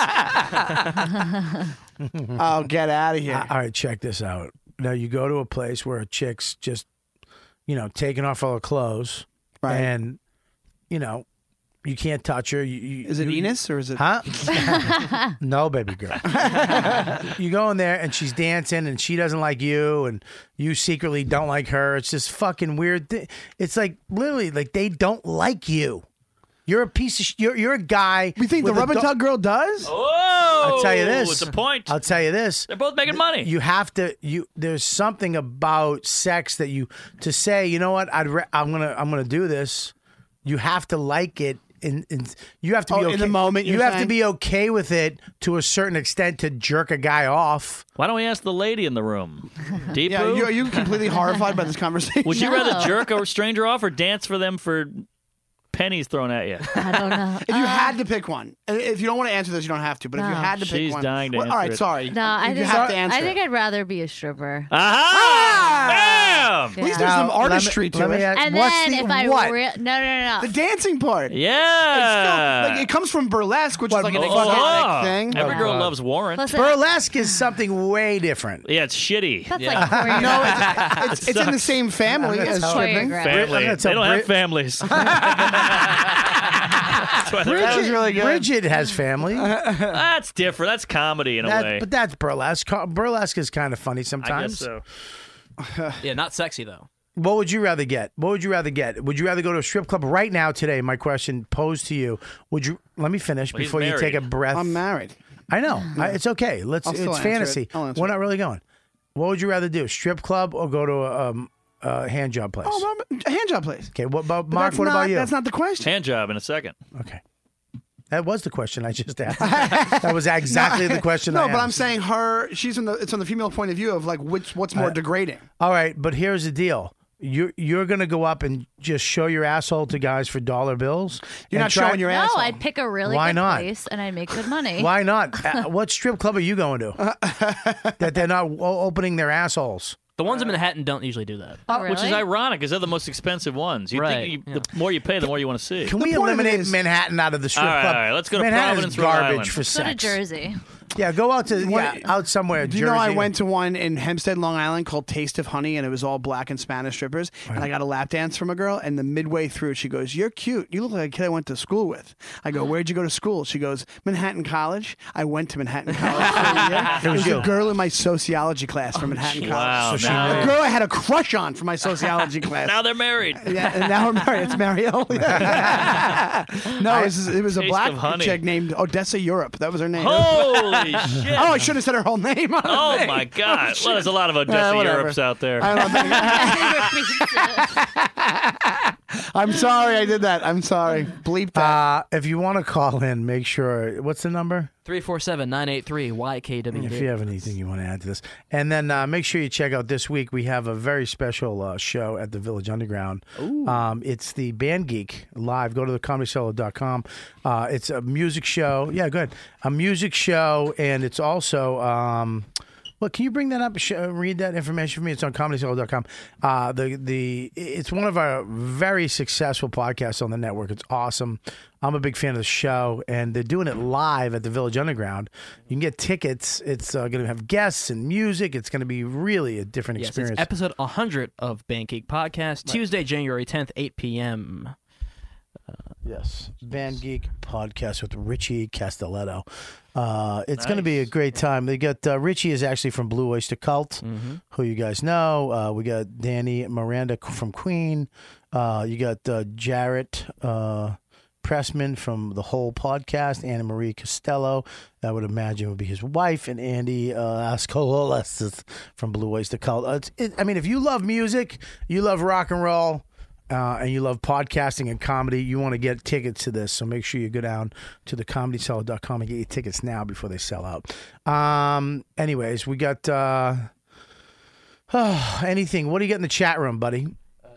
Speaker 10: oh, get out of here.
Speaker 2: All right, check this out. Now you go to a place where a chick's just, you know, taking off all her clothes, and you know, you can't touch her. You, you,
Speaker 10: Is it
Speaker 2: you-
Speaker 10: Enos or is it?
Speaker 2: Huh? no, baby girl. you go in there and she's dancing and she doesn't like you and you secretly don't like her. It's just fucking weird. thi- It's like literally like they don't like you. You're a piece of. Sh- you're you're a guy. We
Speaker 10: think the rub and tug girl does.
Speaker 11: Oh,
Speaker 2: I'll tell you this.
Speaker 11: It's a point.
Speaker 2: I'll tell you this.
Speaker 11: They're both making money.
Speaker 2: You have to. You there's something about sex that you to say. You know what? I'd re- I'm gonna I'm gonna do this. You have to like it. And, and you have to be
Speaker 10: Oh,
Speaker 2: okay.
Speaker 10: in the moment,
Speaker 2: You
Speaker 10: you're
Speaker 2: have to
Speaker 10: saying?
Speaker 2: be okay with it to a certain extent to jerk a guy off.
Speaker 11: Why don't we ask the lady in the
Speaker 2: <laughs>
Speaker 11: room? Deepu?
Speaker 2: Yeah, you- are you
Speaker 10: completely horrified
Speaker 11: <laughs>
Speaker 10: by this conversation?
Speaker 11: Would you
Speaker 10: No.
Speaker 11: rather jerk a stranger off or dance for them for pennies thrown at
Speaker 2: <laughs>
Speaker 11: you?
Speaker 10: I don't know. if you
Speaker 11: Uh,
Speaker 10: had to pick one, and if you don't want to answer this, you don't have to. But if you
Speaker 11: No.
Speaker 10: had to pick
Speaker 11: She's
Speaker 10: one,
Speaker 11: dying to
Speaker 10: Well, all
Speaker 11: answer
Speaker 10: right,
Speaker 11: it.
Speaker 10: sorry.
Speaker 6: No, I
Speaker 10: you
Speaker 6: think
Speaker 10: have to answer.
Speaker 6: I think I'd rather be a stripper.
Speaker 2: Ah!
Speaker 11: Aha! Bam!
Speaker 6: At least there's some
Speaker 10: Now, let me- artistry to let me it. ask-
Speaker 6: and
Speaker 10: what's
Speaker 6: then
Speaker 10: the
Speaker 6: if I
Speaker 10: what?
Speaker 6: re- no no no
Speaker 10: The dancing part.
Speaker 11: Yeah.
Speaker 10: It's still, like, it comes from burlesque, which is like an
Speaker 11: oh,
Speaker 10: exotic
Speaker 11: oh.
Speaker 10: thing.
Speaker 11: Every
Speaker 2: uh,
Speaker 11: girl loves Warren.
Speaker 6: Plus,
Speaker 2: Burlesque is something way
Speaker 11: <laughs>
Speaker 2: different.
Speaker 11: Yeah, it's shitty.
Speaker 6: That's
Speaker 11: yeah.
Speaker 6: like choreographed. No,
Speaker 10: it's- it's in the same family
Speaker 11: That's
Speaker 10: as stripping.
Speaker 11: Family.
Speaker 2: I'm gonna tell
Speaker 11: They don't have
Speaker 2: Brit- <laughs>
Speaker 11: families. <laughs> That's why they're-
Speaker 2: Bridget, Bridget has family.
Speaker 11: That's different. That's comedy in a
Speaker 2: That-
Speaker 11: way.
Speaker 2: but that's burlesque. Co- Burlesque is kind of funny sometimes.
Speaker 7: <laughs> yeah, not sexy though.
Speaker 2: What would you rather get? What would you rather get? Would you rather go to a strip club right now today? My question posed to you. Would you let me finish
Speaker 10: Well, he's
Speaker 2: before you take a
Speaker 10: married.
Speaker 2: breath? I'm
Speaker 10: married.
Speaker 2: I know. I- it's okay. Let's
Speaker 10: I'll still
Speaker 2: it's
Speaker 10: answer it.
Speaker 2: fantasy.
Speaker 10: I'll answer
Speaker 2: We're not really going. What would you rather do? Strip club or go to a, um, a hand job place?
Speaker 10: Oh, well, a hand job place.
Speaker 2: okay, what about
Speaker 10: But
Speaker 2: Mark?
Speaker 10: that's
Speaker 2: What
Speaker 10: not,
Speaker 2: about you?
Speaker 10: That's not the question.
Speaker 11: Hand job in a second.
Speaker 2: Okay. That was the question I just asked.
Speaker 10: <laughs>
Speaker 2: that was exactly
Speaker 10: No,
Speaker 2: the question
Speaker 10: No,
Speaker 2: I
Speaker 10: but
Speaker 2: asked.
Speaker 10: I'm saying her. She's on the. It's on the female point of view of like which what's more
Speaker 2: I-
Speaker 10: degrading.
Speaker 2: All right, but here's the deal. You're you're gonna go up and just show your asshole to guys for dollar bills.
Speaker 10: You're
Speaker 2: and
Speaker 10: not
Speaker 2: try-
Speaker 10: showing your
Speaker 6: no I'd pick a really
Speaker 2: Why
Speaker 6: good
Speaker 2: not?
Speaker 6: place and I'd make good money
Speaker 2: Why not? Uh, what strip club are you going to? that they're not o- opening their assholes.
Speaker 7: The ones in Manhattan don't usually do that.
Speaker 11: Which is ironic because they're the most expensive ones. You
Speaker 7: Right,
Speaker 11: think you, the more you pay, the more you want to see.
Speaker 2: Can we eliminate Manhattan out of the strip
Speaker 11: All right,
Speaker 2: club?
Speaker 11: all right, let's go to
Speaker 2: Manhattan
Speaker 11: Providence,
Speaker 2: is
Speaker 11: Rhode
Speaker 2: garbage
Speaker 11: Island.
Speaker 2: for
Speaker 11: Let's
Speaker 6: go to
Speaker 2: sex.
Speaker 6: Jersey
Speaker 2: Yeah, go out to yeah, out somewhere.
Speaker 10: Do you know I
Speaker 2: Jersey.
Speaker 10: went to one in Hempstead, Long Island called Taste of Honey, and it was all black and Spanish strippers. And I got a lap dance from a girl, and the midway through, she goes, "You're cute. You look like a kid I went to school with." I go, "Where'd you go to school?" She goes, "Manhattan College." I went to Manhattan College.
Speaker 2: <laughs>
Speaker 10: for a year.
Speaker 2: It was
Speaker 10: a
Speaker 2: you. Oh,
Speaker 10: girl in my sociology class from Manhattan
Speaker 11: jeez.
Speaker 10: College.
Speaker 11: Wow, So she now-
Speaker 10: a girl I had a crush on from
Speaker 2: <laughs>
Speaker 10: my sociology class.
Speaker 11: Now they're married.
Speaker 10: yeah, and now we're married. It's Mario. Yeah. no, it was, it was a
Speaker 11: Taste of
Speaker 10: black
Speaker 11: honey.
Speaker 10: chick named Odessa Europe. That was her name.
Speaker 11: <laughs>
Speaker 2: <laughs>
Speaker 11: Holy shit.
Speaker 10: Oh, I should have said her whole name. on the
Speaker 11: Oh
Speaker 10: thing. <laughs>
Speaker 11: my God!
Speaker 10: shit.
Speaker 11: well, there's a lot of
Speaker 10: Uh,
Speaker 11: Odessa
Speaker 10: whatever.
Speaker 11: Europes out there.
Speaker 2: <laughs>
Speaker 11: <laughs>
Speaker 10: I don't think-
Speaker 11: <laughs>
Speaker 10: <laughs> I'm sorry I did that. I'm sorry. Bleep that.
Speaker 2: Uh, if you want to call in, make sure. What's the number?
Speaker 7: Three four seven nine eight three YKWD.
Speaker 2: If you have anything you want to add to this, and then uh, make sure you check out this week. We have a very special uh, show at the Village Underground. Um, it's the Band Geek live. Go to thecomedysolo.com. Uh, it's a music show. Yeah, good. A music show, and it's also. Um, well, can you bring that up? Sh- uh, Read that information for me. It's on comedysolo.com. Uh, the the it's one of our very successful podcasts on the network. It's awesome. I'm a big fan of the show, and they're doing it live at the Village Underground. You can get tickets. It's uh, going to have guests and music. It's going to be really a different
Speaker 7: Yes, it's
Speaker 2: experience.
Speaker 7: episode 100 of Bank Geek Podcast, Tuesday, January 10th, 8 p.m.
Speaker 2: Yes, Band Geek podcast with Richie Castelletto. Uh, it's going to be a great time. They got uh, Richie is actually from Blue Oyster Cult, who you guys know. Uh, we got Danny Miranda c- from Queen. Uh, you got uh, Jarrett uh, Pressman from the whole podcast. Anna Marie Costello, I would imagine would be his wife, and Andy uh, Ascololas is from Blue Oyster Cult. Uh, it's, it, I mean, if you love music, you love rock and roll uh, and you love podcasting and comedy, you want to get tickets to this. So make sure you go down to thecomedyseller.com and get your tickets now before they sell out. Um, anyways, we got uh, <sighs> anything. What do you got in the chat room, buddy?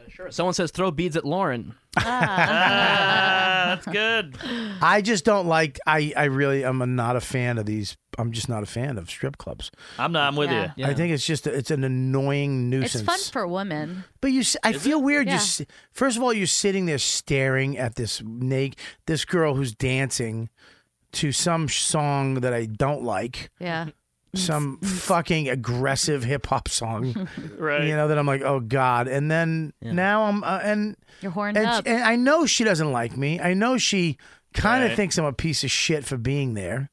Speaker 7: Sure. Someone says throw beads at Lauren.
Speaker 11: Ah, that's good.
Speaker 2: I just don't like, I, I really, I'm not a fan of these. I'm just not a fan of strip clubs.
Speaker 11: I'm not. I'm with
Speaker 6: Yeah.
Speaker 11: you.
Speaker 2: I think it's just, it's an annoying nuisance.
Speaker 6: it's fun for women
Speaker 2: But you, s- I feel weird.
Speaker 6: Yeah.
Speaker 2: You, s- first of all, you're sitting there staring at this naked, this girl who's dancing to some sh- song that I don't like.
Speaker 6: yeah <laughs>
Speaker 2: some fucking aggressive hip hop song,
Speaker 11: right?
Speaker 2: You know that I'm like, oh god. And then now I'm uh, and
Speaker 6: you're horned
Speaker 2: and,
Speaker 6: up.
Speaker 2: and I know she doesn't like me. I know she kind of
Speaker 6: Right.
Speaker 2: thinks I'm a piece of shit for being there.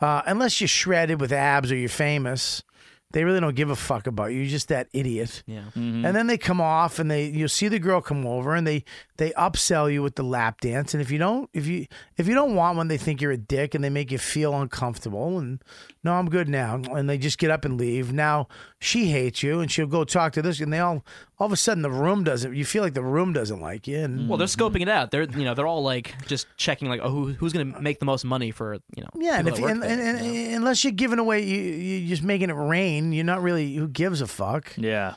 Speaker 2: Uh, unless you're shredded with abs or you're famous, they really don't give a fuck about you. You're just that idiot.
Speaker 7: Yeah.
Speaker 2: And then they come off and they you'll see the girl come over and they they upsell you with the lap dance and if you don't if you if you don't want one they think you're a dick and they make you feel uncomfortable and no I'm good now and they just get up and leave. Now she hates you and she'll go talk to this and they all all of a sudden the room doesn't you feel like the room doesn't like you and
Speaker 7: Well, they're scoping it out. They're you know they're all like just checking like oh who, who's gonna make the most money for you know
Speaker 2: yeah, and,
Speaker 7: people
Speaker 2: if,
Speaker 7: that work
Speaker 2: and,
Speaker 7: there.
Speaker 2: and, and, unless you're giving away, you, you're just making it rain. You're not really. Who gives a fuck?
Speaker 11: Yeah.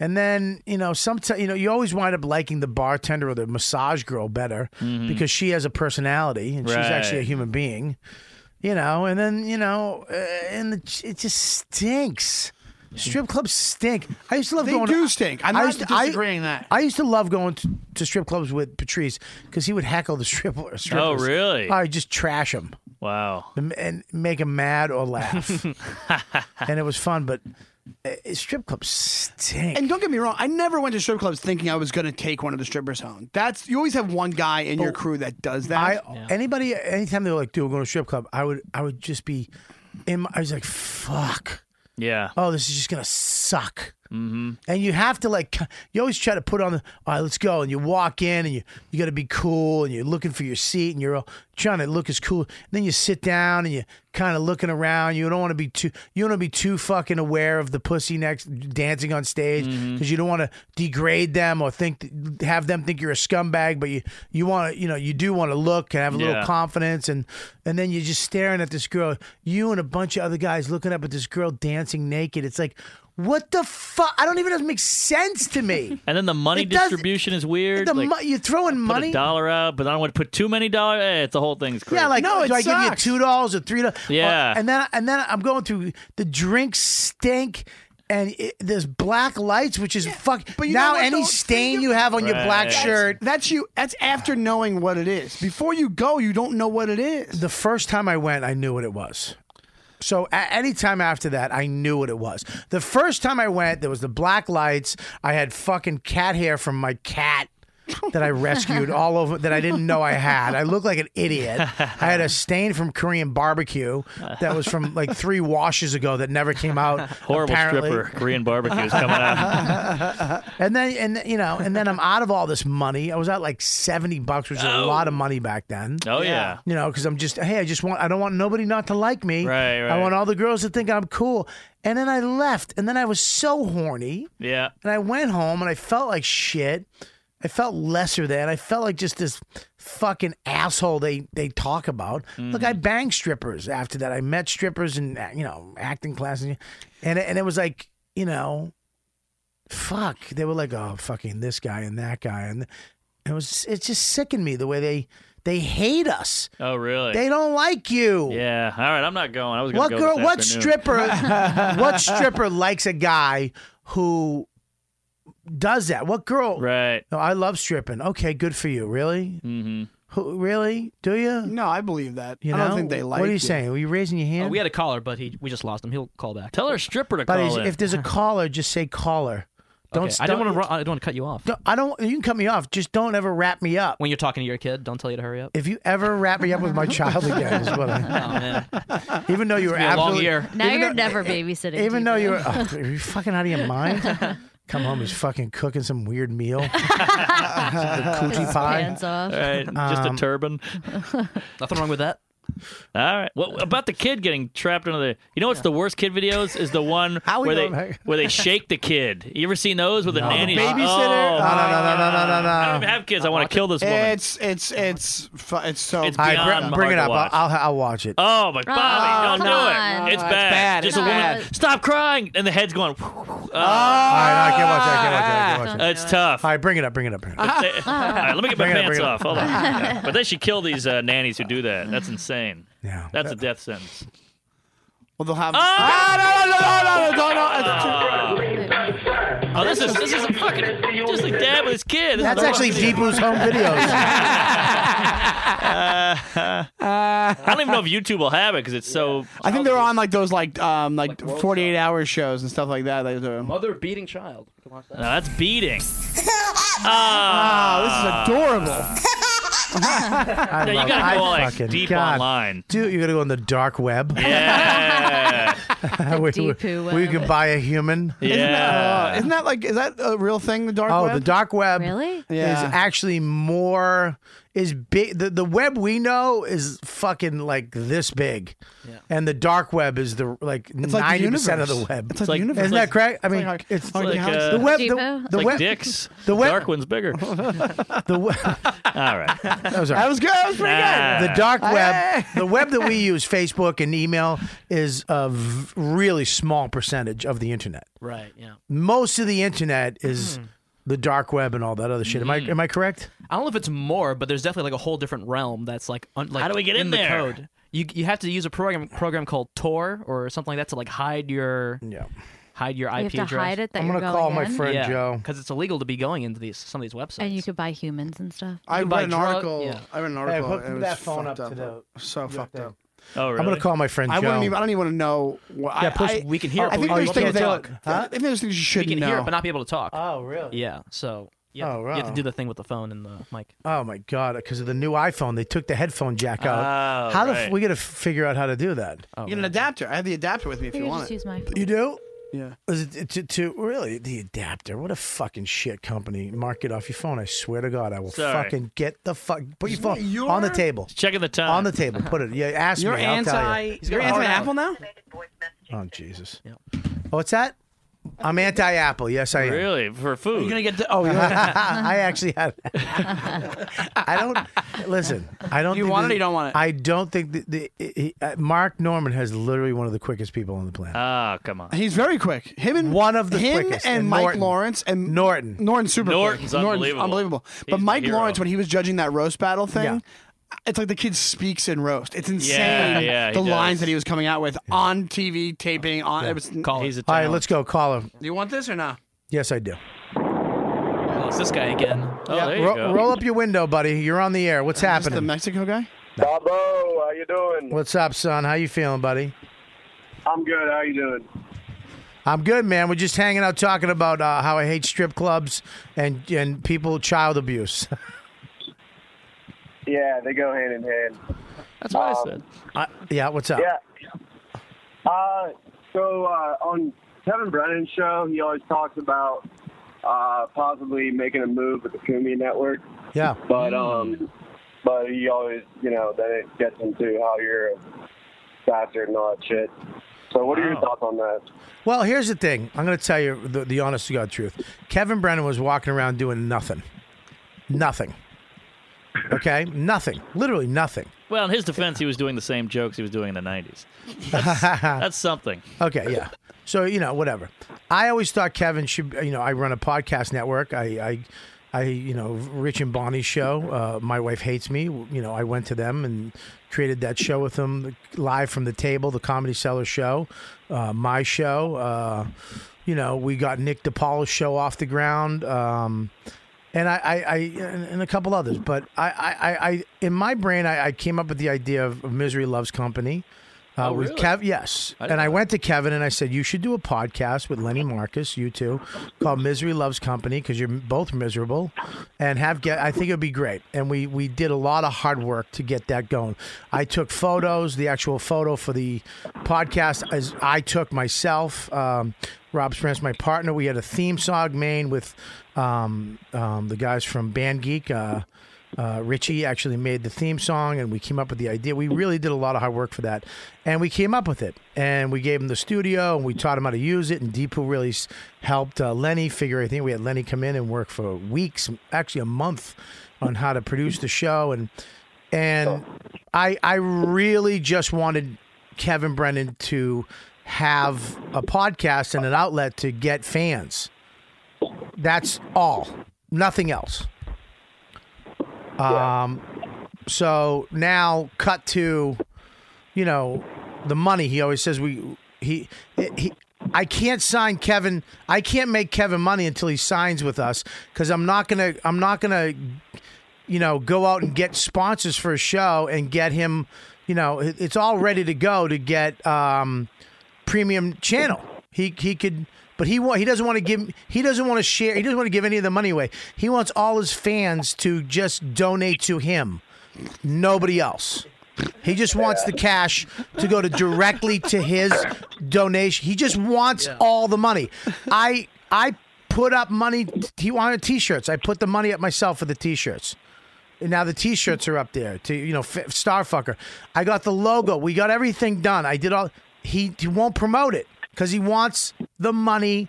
Speaker 2: And then you know, sometimes you know, you always wind up liking the bartender or the massage girl better
Speaker 11: Mhm.
Speaker 2: because she has a personality and she's actually a
Speaker 11: Right.
Speaker 2: human being. You know, and then you know, uh, and the, it just stinks. Strip clubs stink. I used to love
Speaker 10: They
Speaker 2: going.
Speaker 10: do
Speaker 2: to,
Speaker 10: stink. I'm not disagreeing
Speaker 2: I,
Speaker 10: that.
Speaker 2: I used to love going to, to strip clubs with Patrice because he would heckle the <laughs> stripper. strippers.
Speaker 11: Oh, really?
Speaker 2: I just trash them.
Speaker 11: Wow.
Speaker 2: M- and make him mad or
Speaker 11: <laughs>
Speaker 2: laugh. and it was fun, but uh, strip clubs stink.
Speaker 10: And don't get me wrong, I never went to strip clubs thinking I was going to take one of the strippers home. That's you always have one guy in your crew that does that.
Speaker 2: Oh, I anybody anytime they were like, "Dude, we're going to a strip club," I would I would just be in. My, I was like, "Fuck,
Speaker 11: Yeah.
Speaker 2: oh, this is just gonna suck." Mm-hmm. And you have to like, c- you always try to put on the, all right, let's go. And you walk in and you you got to be cool and you're looking for your seat and you're all trying to look as cool. And then you sit down and you kind of looking around. You don't want to be too you don't want to be too fucking aware of the pussy next dancing on stage because you don't want to degrade them or think th- have them think you're a scumbag. But you you want to you know you do want to look and have a little
Speaker 11: Yeah.
Speaker 2: confidence and and then you're just staring at this girl. You and a bunch of other guys looking up at this girl dancing naked. It's like. What the fuck? I don't even it doesn't make sense to
Speaker 11: <laughs>
Speaker 2: me.
Speaker 11: And then the money
Speaker 2: It does-
Speaker 11: distribution is weird.
Speaker 2: The
Speaker 11: like,
Speaker 2: mo- you're throwing
Speaker 11: put
Speaker 2: money.
Speaker 11: a dollar out, but I don't want to put too many dollars. Eh, it's the whole thing's crazy.
Speaker 2: Yeah, like do I give you two dollars or three dollars?
Speaker 11: Yeah.
Speaker 2: and then and then I'm going through the drinks stink. And it, there's black lights, which is fuck. But
Speaker 10: you know
Speaker 2: now
Speaker 10: what,
Speaker 2: any
Speaker 10: though?
Speaker 2: stain you have on your black
Speaker 10: That's-
Speaker 2: shirt,
Speaker 10: That's you. That's after knowing what it is. Before you go, you don't know what it is.
Speaker 2: The first time I went, I knew what it was. So a- any time after that, I knew what it was. The first time I went, there was the black lights. I had fucking cat hair from my cat that I rescued all over that I didn't know I had. I looked like an idiot. I had a stain from Korean barbecue that was from like three washes ago that never came out.
Speaker 11: <laughs> Horrible
Speaker 2: apparently.
Speaker 11: stripper. Korean
Speaker 2: <laughs>
Speaker 11: barbecue is coming out.
Speaker 2: And then and then, you know, and then I'm out of all this money. I was out like 70 bucks, which is a lot of money back then.
Speaker 11: Oh, yeah.
Speaker 2: You know, cuz I'm just hey, I just want I don't want nobody not to like me.
Speaker 11: Right,
Speaker 2: I
Speaker 11: right.
Speaker 2: want all the girls to think I'm cool. And then I left and then I was so horny.
Speaker 11: Yeah.
Speaker 2: And I went home and I felt like shit. I felt lesser than. I felt like just this fucking asshole they they talk about.
Speaker 11: Mm.
Speaker 2: Look, I banged strippers after that. I met strippers and uh, you know acting classes, and and it was like you know, fuck. They were like, oh fucking this guy and that guy, and it was it just sickened me the way they they hate us.
Speaker 11: Oh, really?
Speaker 2: They don't like you.
Speaker 11: Yeah. All right. I'm not going. I was going
Speaker 2: What
Speaker 11: to
Speaker 2: girl?
Speaker 11: This
Speaker 2: What
Speaker 11: afternoon.
Speaker 2: stripper?
Speaker 7: <laughs>
Speaker 2: what stripper likes a guy who does that? What girl? <laughs>
Speaker 11: Right.
Speaker 2: No, I love stripping. Okay, good for you. Really?
Speaker 11: Mm-hmm.
Speaker 2: Who, really? Do you?
Speaker 10: No, I believe that.
Speaker 2: You
Speaker 10: I
Speaker 2: know?
Speaker 10: don't think they like.
Speaker 2: What are you saying? Were you raising your hand?
Speaker 7: Oh, we had a caller, but he we just lost him. He'll call back.
Speaker 11: Tell our stripper to
Speaker 2: but is- if there's
Speaker 7: <laughs>
Speaker 2: a caller, just say caller. Don't.
Speaker 7: I don't want to. I don't want to cut you off.
Speaker 2: to. I don't. You can cut me off. Just don't ever wrap me up.
Speaker 7: When you're talking to your kid, don't tell you to hurry up.
Speaker 2: If you ever wrap me up with my child again, is what I.
Speaker 7: <laughs> Oh, man.
Speaker 2: Even though you were
Speaker 7: It's been a long
Speaker 2: absolutely
Speaker 7: year.
Speaker 6: Now
Speaker 2: even
Speaker 6: you're
Speaker 2: though-
Speaker 6: never babysitting.
Speaker 2: Even though you were,
Speaker 6: people.
Speaker 2: oh, <laughs> are you fucking out of your mind? Come home, he's fucking cooking some weird meal, <laughs> Some coochie
Speaker 6: His
Speaker 2: pie.
Speaker 6: pants off.
Speaker 11: All right. Just a
Speaker 2: Um,
Speaker 11: turban.
Speaker 7: Nothing wrong with that.
Speaker 11: All right. Well, about the kid getting trapped under the. You know what's the worst kid videos is
Speaker 2: <laughs>
Speaker 11: the one
Speaker 2: we
Speaker 11: where they
Speaker 2: going back?
Speaker 11: <laughs> where they shake the kid. You ever seen those with a nanny?
Speaker 10: babysitter? No,
Speaker 11: Oh,
Speaker 10: no, no, no, no,
Speaker 11: my God.
Speaker 10: no, no, no.
Speaker 11: I don't even have kids. I want to kill this woman.
Speaker 10: It's it's it's fu- it's so.
Speaker 11: It's
Speaker 2: All right, br-
Speaker 11: beyond
Speaker 2: bring it
Speaker 11: hard to
Speaker 2: up. I'll,
Speaker 11: watch.
Speaker 2: I'll, I'll watch it.
Speaker 11: Oh my Bobby,
Speaker 10: Oh,
Speaker 11: don't
Speaker 10: come
Speaker 11: do
Speaker 10: on.
Speaker 11: it. It's
Speaker 10: No, it's
Speaker 11: bad.
Speaker 10: bad.
Speaker 11: Just
Speaker 10: It's
Speaker 11: a woman.
Speaker 10: bad.
Speaker 11: Stop crying, and the head's going. uh,
Speaker 2: All right, I can't watch it. I can't watch it. I can't
Speaker 17: Uh-huh.
Speaker 2: watch it.
Speaker 11: It's tough.
Speaker 2: All right, bring it up. Bring it up. Bring it up.
Speaker 11: But they- all right, let me get my
Speaker 2: Bring it up,
Speaker 11: pants
Speaker 2: bring it
Speaker 11: off.
Speaker 2: up.
Speaker 11: Hold on. Yeah. But they should kill these uh, nannies who do that. That's insane.
Speaker 2: Yeah.
Speaker 11: That's a death sentence.
Speaker 10: Well, they'll have.
Speaker 11: Ah,
Speaker 10: no, no, no, no, no, no, no, no, no.
Speaker 11: Oh, this is this is a fucking just like dad with his kid. This is
Speaker 2: That's
Speaker 11: the
Speaker 2: actually <laughs>
Speaker 11: video.
Speaker 2: Deepu's home videos.
Speaker 11: Uh, I don't even know if YouTube will have it because it's so.
Speaker 10: I think they're on like those like um like 48 hour shows and stuff like that. They do.
Speaker 7: Mother beating child. You can watch that.
Speaker 11: No, uh, that's beating.
Speaker 10: Ah, this is adorable.
Speaker 2: I
Speaker 11: No, you
Speaker 2: love
Speaker 11: gotta
Speaker 2: it. I
Speaker 11: go, like,
Speaker 2: fucking-
Speaker 11: deep
Speaker 2: God.
Speaker 11: online.
Speaker 2: Dude, you gotta go on the dark web. <laughs>
Speaker 11: Yeah.
Speaker 2: we,
Speaker 10: Deepu
Speaker 2: we
Speaker 10: web.
Speaker 2: can buy a human.
Speaker 10: Isn't that, uh, isn't that like is that a real thing? The dark
Speaker 2: oh,
Speaker 10: web.
Speaker 2: the dark web
Speaker 10: Really?
Speaker 2: is
Speaker 10: Yeah.
Speaker 2: actually more is big. The, the web we know is fucking like this big, and the dark web is the like
Speaker 10: It's like the
Speaker 2: ninety percent of the
Speaker 10: universe.
Speaker 2: web.
Speaker 10: It's like the universe.
Speaker 2: Isn't that correct? I
Speaker 10: It's
Speaker 2: mean,
Speaker 10: like-
Speaker 2: it's
Speaker 10: it's like,
Speaker 11: uh,
Speaker 2: the web.
Speaker 11: Deepu?
Speaker 2: The, the
Speaker 11: It's like
Speaker 2: web.
Speaker 11: dicks.
Speaker 2: The web.
Speaker 11: Dark one's bigger.
Speaker 2: The web.
Speaker 11: All right. Ah.
Speaker 2: That was, all
Speaker 10: That
Speaker 2: right.
Speaker 10: <laughs> was good. That was pretty
Speaker 11: Nah.
Speaker 10: good.
Speaker 2: The dark web,
Speaker 10: <laughs>
Speaker 2: the web that we use, Facebook and email, is a v- really small percentage of the internet.
Speaker 7: Right. Yeah.
Speaker 2: Most of the internet is
Speaker 10: Hmm.
Speaker 2: the dark web and all that other shit. Am I am I correct?
Speaker 7: I don't know if it's more, but there's definitely like a whole different realm that's like, un- like
Speaker 11: How do we get in
Speaker 7: the
Speaker 11: there?
Speaker 7: code. You you have to use a program program called Tor or something like that to like hide your
Speaker 2: yeah.
Speaker 7: hide your
Speaker 6: You
Speaker 7: IP
Speaker 6: have to
Speaker 7: address.
Speaker 6: hide it that I'm you're gonna call going my in? friend Joe.
Speaker 7: because it's illegal to be going into these some of these websites.
Speaker 6: And you could buy humans and stuff.
Speaker 10: I
Speaker 7: You buy
Speaker 10: read an
Speaker 7: drug-
Speaker 10: article.
Speaker 7: yeah.
Speaker 10: I read an
Speaker 7: Hey,
Speaker 10: article.
Speaker 7: hook
Speaker 10: it was
Speaker 2: that phone
Speaker 10: fucked
Speaker 2: up to
Speaker 10: so fucked up.
Speaker 11: Oh, really?
Speaker 2: I'm gonna call my friend
Speaker 10: I
Speaker 2: Joe.
Speaker 10: wouldn't even. I don't even want to know. What,
Speaker 2: Yeah,
Speaker 10: I-
Speaker 2: push-
Speaker 10: I,
Speaker 2: we can hear it,
Speaker 10: I
Speaker 2: but
Speaker 10: think
Speaker 2: we
Speaker 10: there's
Speaker 2: can't
Speaker 10: things that.
Speaker 2: talk. Huh?
Speaker 10: I think there's things you
Speaker 7: We
Speaker 10: shouldn't
Speaker 7: can
Speaker 10: know.
Speaker 7: hear it, but not be able to talk.
Speaker 2: Oh, really?
Speaker 7: Yeah. So you have,
Speaker 2: Oh,
Speaker 7: you have to
Speaker 2: wow.
Speaker 7: do the thing with the phone and the mic.
Speaker 2: Oh my god! Because of the new iPhone, they took the headphone jack out.
Speaker 7: Oh,
Speaker 2: how the f-
Speaker 7: right.
Speaker 2: we got to figure out how to do that?
Speaker 10: You get an adapter. I have the adapter with me if
Speaker 6: You
Speaker 10: you
Speaker 6: could
Speaker 10: want
Speaker 6: just
Speaker 10: it.
Speaker 6: use my phone.
Speaker 2: You do?
Speaker 10: Yeah.
Speaker 2: Is it to, to really the adapter? What a fucking shit company! Mark it off your phone. I swear to God, I will
Speaker 11: Sorry.
Speaker 2: fucking get the fuck. Put your
Speaker 10: Isn't
Speaker 2: phone
Speaker 10: it your-
Speaker 2: on the table.
Speaker 11: Checking the time.
Speaker 2: On the table. Put it. Yeah. Ask
Speaker 10: You're
Speaker 2: me. I'll tell you.
Speaker 10: anti. You're anti Apple now.
Speaker 2: Oh Jesus. What's that? I'm anti-Apple. Yes, I am.
Speaker 11: Really? For food?
Speaker 10: You're gonna get. To, oh, you're
Speaker 2: I actually have. I don't listen. I don't.
Speaker 10: You
Speaker 2: think
Speaker 10: want it
Speaker 2: that-
Speaker 10: or you don't want it?
Speaker 2: I don't think that the, he, uh, Mark Norman has literally one of the quickest people on the
Speaker 10: Uh,
Speaker 2: planet.
Speaker 11: Ah, come on.
Speaker 10: He's very quick. Him and
Speaker 2: One of the
Speaker 10: him
Speaker 2: quickest.
Speaker 10: and,
Speaker 2: And
Speaker 10: Mike
Speaker 2: Norton.
Speaker 10: Lawrence and
Speaker 2: Norton.
Speaker 10: Norton super quick.
Speaker 11: Norton's unbelievable.
Speaker 10: But
Speaker 11: He's
Speaker 10: Mike
Speaker 11: the hero.
Speaker 10: Lawrence, when he was judging that roast battle thing, it's like the kid speaks in roast. It's insane.
Speaker 11: yeah, he
Speaker 10: the
Speaker 11: does.
Speaker 10: lines that he was coming out with on TV taping on. It was
Speaker 11: He's a
Speaker 2: All
Speaker 11: talent.
Speaker 2: right, let's go. Call him.
Speaker 10: Do you want this or not?
Speaker 2: Yes, I do.
Speaker 7: Oh, it's this guy again.
Speaker 11: Oh, there you
Speaker 2: Ro-
Speaker 11: go.
Speaker 2: Roll up your window, buddy. You're on the air. What's
Speaker 10: Is this the
Speaker 2: happening?
Speaker 10: Mexico guy?
Speaker 17: Bobo, how you doing?
Speaker 2: What's up, son? How you feeling, buddy?
Speaker 17: I'm good. How you doing?
Speaker 2: I'm good, man. We're just hanging out talking about uh, how I hate strip clubs and and people child abuse. <laughs>
Speaker 17: Yeah, they go hand in hand.
Speaker 11: That's what
Speaker 17: Um,
Speaker 11: I said.
Speaker 2: Uh, yeah, what's up?
Speaker 17: Yeah. Uh, so uh, on Kevin Brennan's show, he always talks about uh, possibly making a move with the Kumi Network,
Speaker 2: Yeah.
Speaker 11: Hmm.
Speaker 17: but um, but he always, you know, then it gets into how you're a bastard and all that shit. So, what are your thoughts on that?
Speaker 2: Well, here's the thing. I'm going to tell you the, the honest to God truth. Kevin Brennan was walking around doing nothing. Nothing. Okay? Nothing. Literally nothing.
Speaker 11: Well, in his defense, he was doing the same jokes he was doing in the 90s. That's something.
Speaker 2: Okay, yeah. So you know, whatever. I always thought Kevin should. You know, I run a podcast network. I, I, I you know, Rich and Bonnie's show. Uh, my wife hates me. You know, I went to them and created that show with them live from the table, the Comedy Cellar show, uh, my show. Uh, you know, we got Nick DePaul's show off the ground. Um, and I, I, I and and a couple others, but I, I, I, I in my brain, I, I came up with the idea of Misery Loves Company uh,
Speaker 11: Oh,
Speaker 2: with
Speaker 11: really?
Speaker 2: Kev. Yes, and I went to Kevin and I said, "You should do a podcast with Lenny Marcus, you two, called Misery Loves Company, because you're both miserable, and have get. I think it'd be great." And we we did a lot of hard work to get that going. I took photos. The actual photo for the podcast as I took myself. Um, Rob Spence, my partner. We had a theme song, Maine, with um, um, the guys from Band Geek. Uh, uh, Richie actually made the theme song, and we came up with the idea. We really did a lot of hard work for that, and we came up with it. And we gave him the studio, and we taught him how to use it. And Deepu really s- helped uh, Lenny figure everything. We had Lenny come in and work for weeks, actually a month, on how to produce the show. And and I I really just wanted Kevin Brennan to have a podcast and an outlet to get fans. That's all. Nothing else. Um, so now cut to, you know, the money. He always says we he he. I can't sign Kevin. I can't make Kevin money until he signs with us because I'm not gonna. I'm not gonna. You know, go out and get sponsors for a show and get him. You know, it- it's all ready to go to get um, premium channel. He he could, but he wa- he doesn't want to give. He doesn't want to share. He doesn't want to give any of the money away. He wants all his fans to just donate to him, nobody else. He just wants the cash to go to directly to his donation. He just wants all the money. I I put up money. He wanted T-shirts. I put the money up myself for the T-shirts. And now the T-shirts are up there. To you know, f- Starfucker. I got the logo. We got everything done. I did all. He he won't promote it because he wants the money.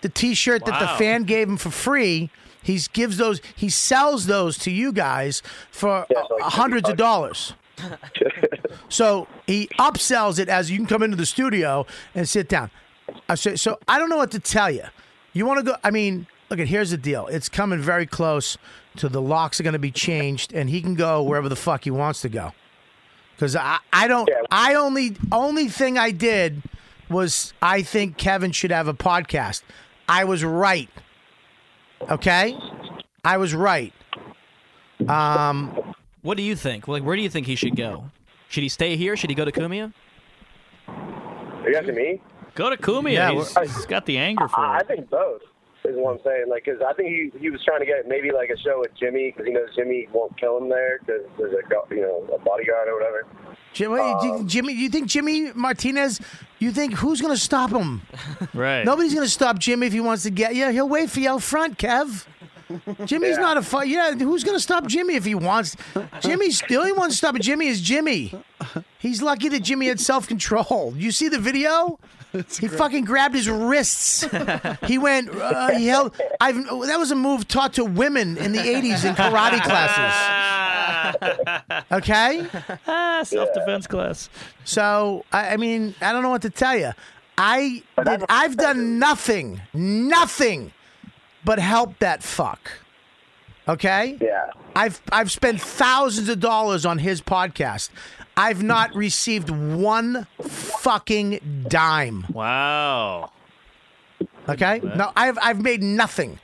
Speaker 2: The T-shirt that the
Speaker 18: Wow.
Speaker 2: fan gave him for free. He gives those. He sells those to you guys for uh, hundreds of dollars. So he upsells it as you can come into the studio and sit down. I say, so I don't know what to tell you. You want to go? I mean, look at here's the deal. It's coming very close to the locks are going to be changed, and he can go wherever the fuck he wants to go. Because I, I don't. I only only thing I did was I think Kevin should have a podcast. I was right. Okay, I was right. Um,
Speaker 7: What do you think? Like, where do you think he should go? Should he stay here? Should he go to Kumia?
Speaker 17: Are you asking me?
Speaker 11: Go to Kumia.
Speaker 7: Yeah,
Speaker 11: he's,
Speaker 17: we're-
Speaker 11: he's got the anger for
Speaker 17: I, I
Speaker 11: it.
Speaker 17: think both is what I'm saying. Like, 'cause I think he he was trying to get maybe like a show with Jimmy because he knows Jimmy won't kill him there because there's a gu- you know a bodyguard or whatever.
Speaker 2: Jimmy, Jimmy, you think Jimmy Martinez? You think who's going to stop him?
Speaker 11: Right.
Speaker 2: Nobody's going to stop Jimmy if he wants to get. Yeah, he'll wait for you out front, Kev. Jimmy's not a fight. Yeah, who's going to stop Jimmy if he wants? Jimmy's the only one stopping Jimmy is Jimmy. He's lucky that Jimmy had self control. You see the video? he fucking grabbed his wrists. he went. Uh, he held. I've. That was a move taught to women in the '80s in karate classes. Okay.
Speaker 11: Ah, self defense class.
Speaker 2: So I, I mean, I don't know what to tell you. I did, I've done nothing, nothing, but help that fuck. Okay.
Speaker 17: Yeah.
Speaker 2: I've I've spent thousands of dollars on his podcast. I've not received one fucking dime.
Speaker 11: Wow.
Speaker 2: Okay. No, I've I've made nothing.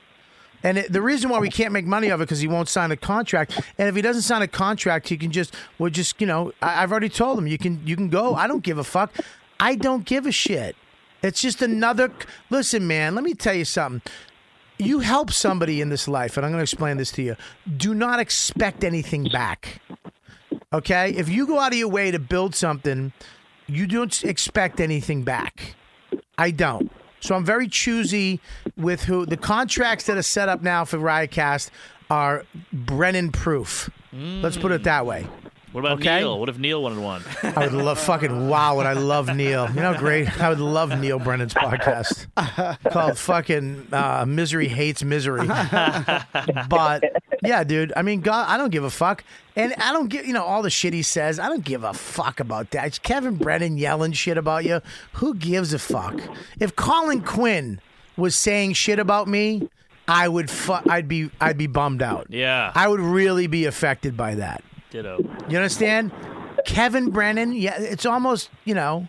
Speaker 2: And it, the reason why we can't make money of it because he won't sign a contract. And if he doesn't sign a contract, he can just we're just you know I, I've already told him you can you can go. I don't give a fuck. I don't give a shit. It's just another. Listen, man. Let me tell you something. You help somebody in this life, and I'm going to explain this to you. Do not expect anything back. Okay? If you go out of your way to build something, you don't expect anything back. I don't. So I'm very choosy with who the contracts that are set up now for Riotcast are Brennan proof. Let's put it that way.
Speaker 11: What about
Speaker 2: Okay.
Speaker 11: Neil? What if Neil wanted one?
Speaker 2: <laughs> I would love fucking wow, would I love Neil. You know, how great. I would love Neil Brennan's podcast called fucking uh, Misery Hates Misery. but yeah, dude. I mean, God, I don't give a fuck, and I don't give you know all the shit he says. I don't give a fuck about that. It's Kevin Brennan yelling shit about you. Who gives a fuck? If Colin Quinn was saying shit about me, I would fu- I'd be I'd be bummed out.
Speaker 11: Yeah.
Speaker 2: I would really be affected by that.
Speaker 11: Ditto.
Speaker 2: You understand? Kevin Brennan, yeah, it's almost, you know,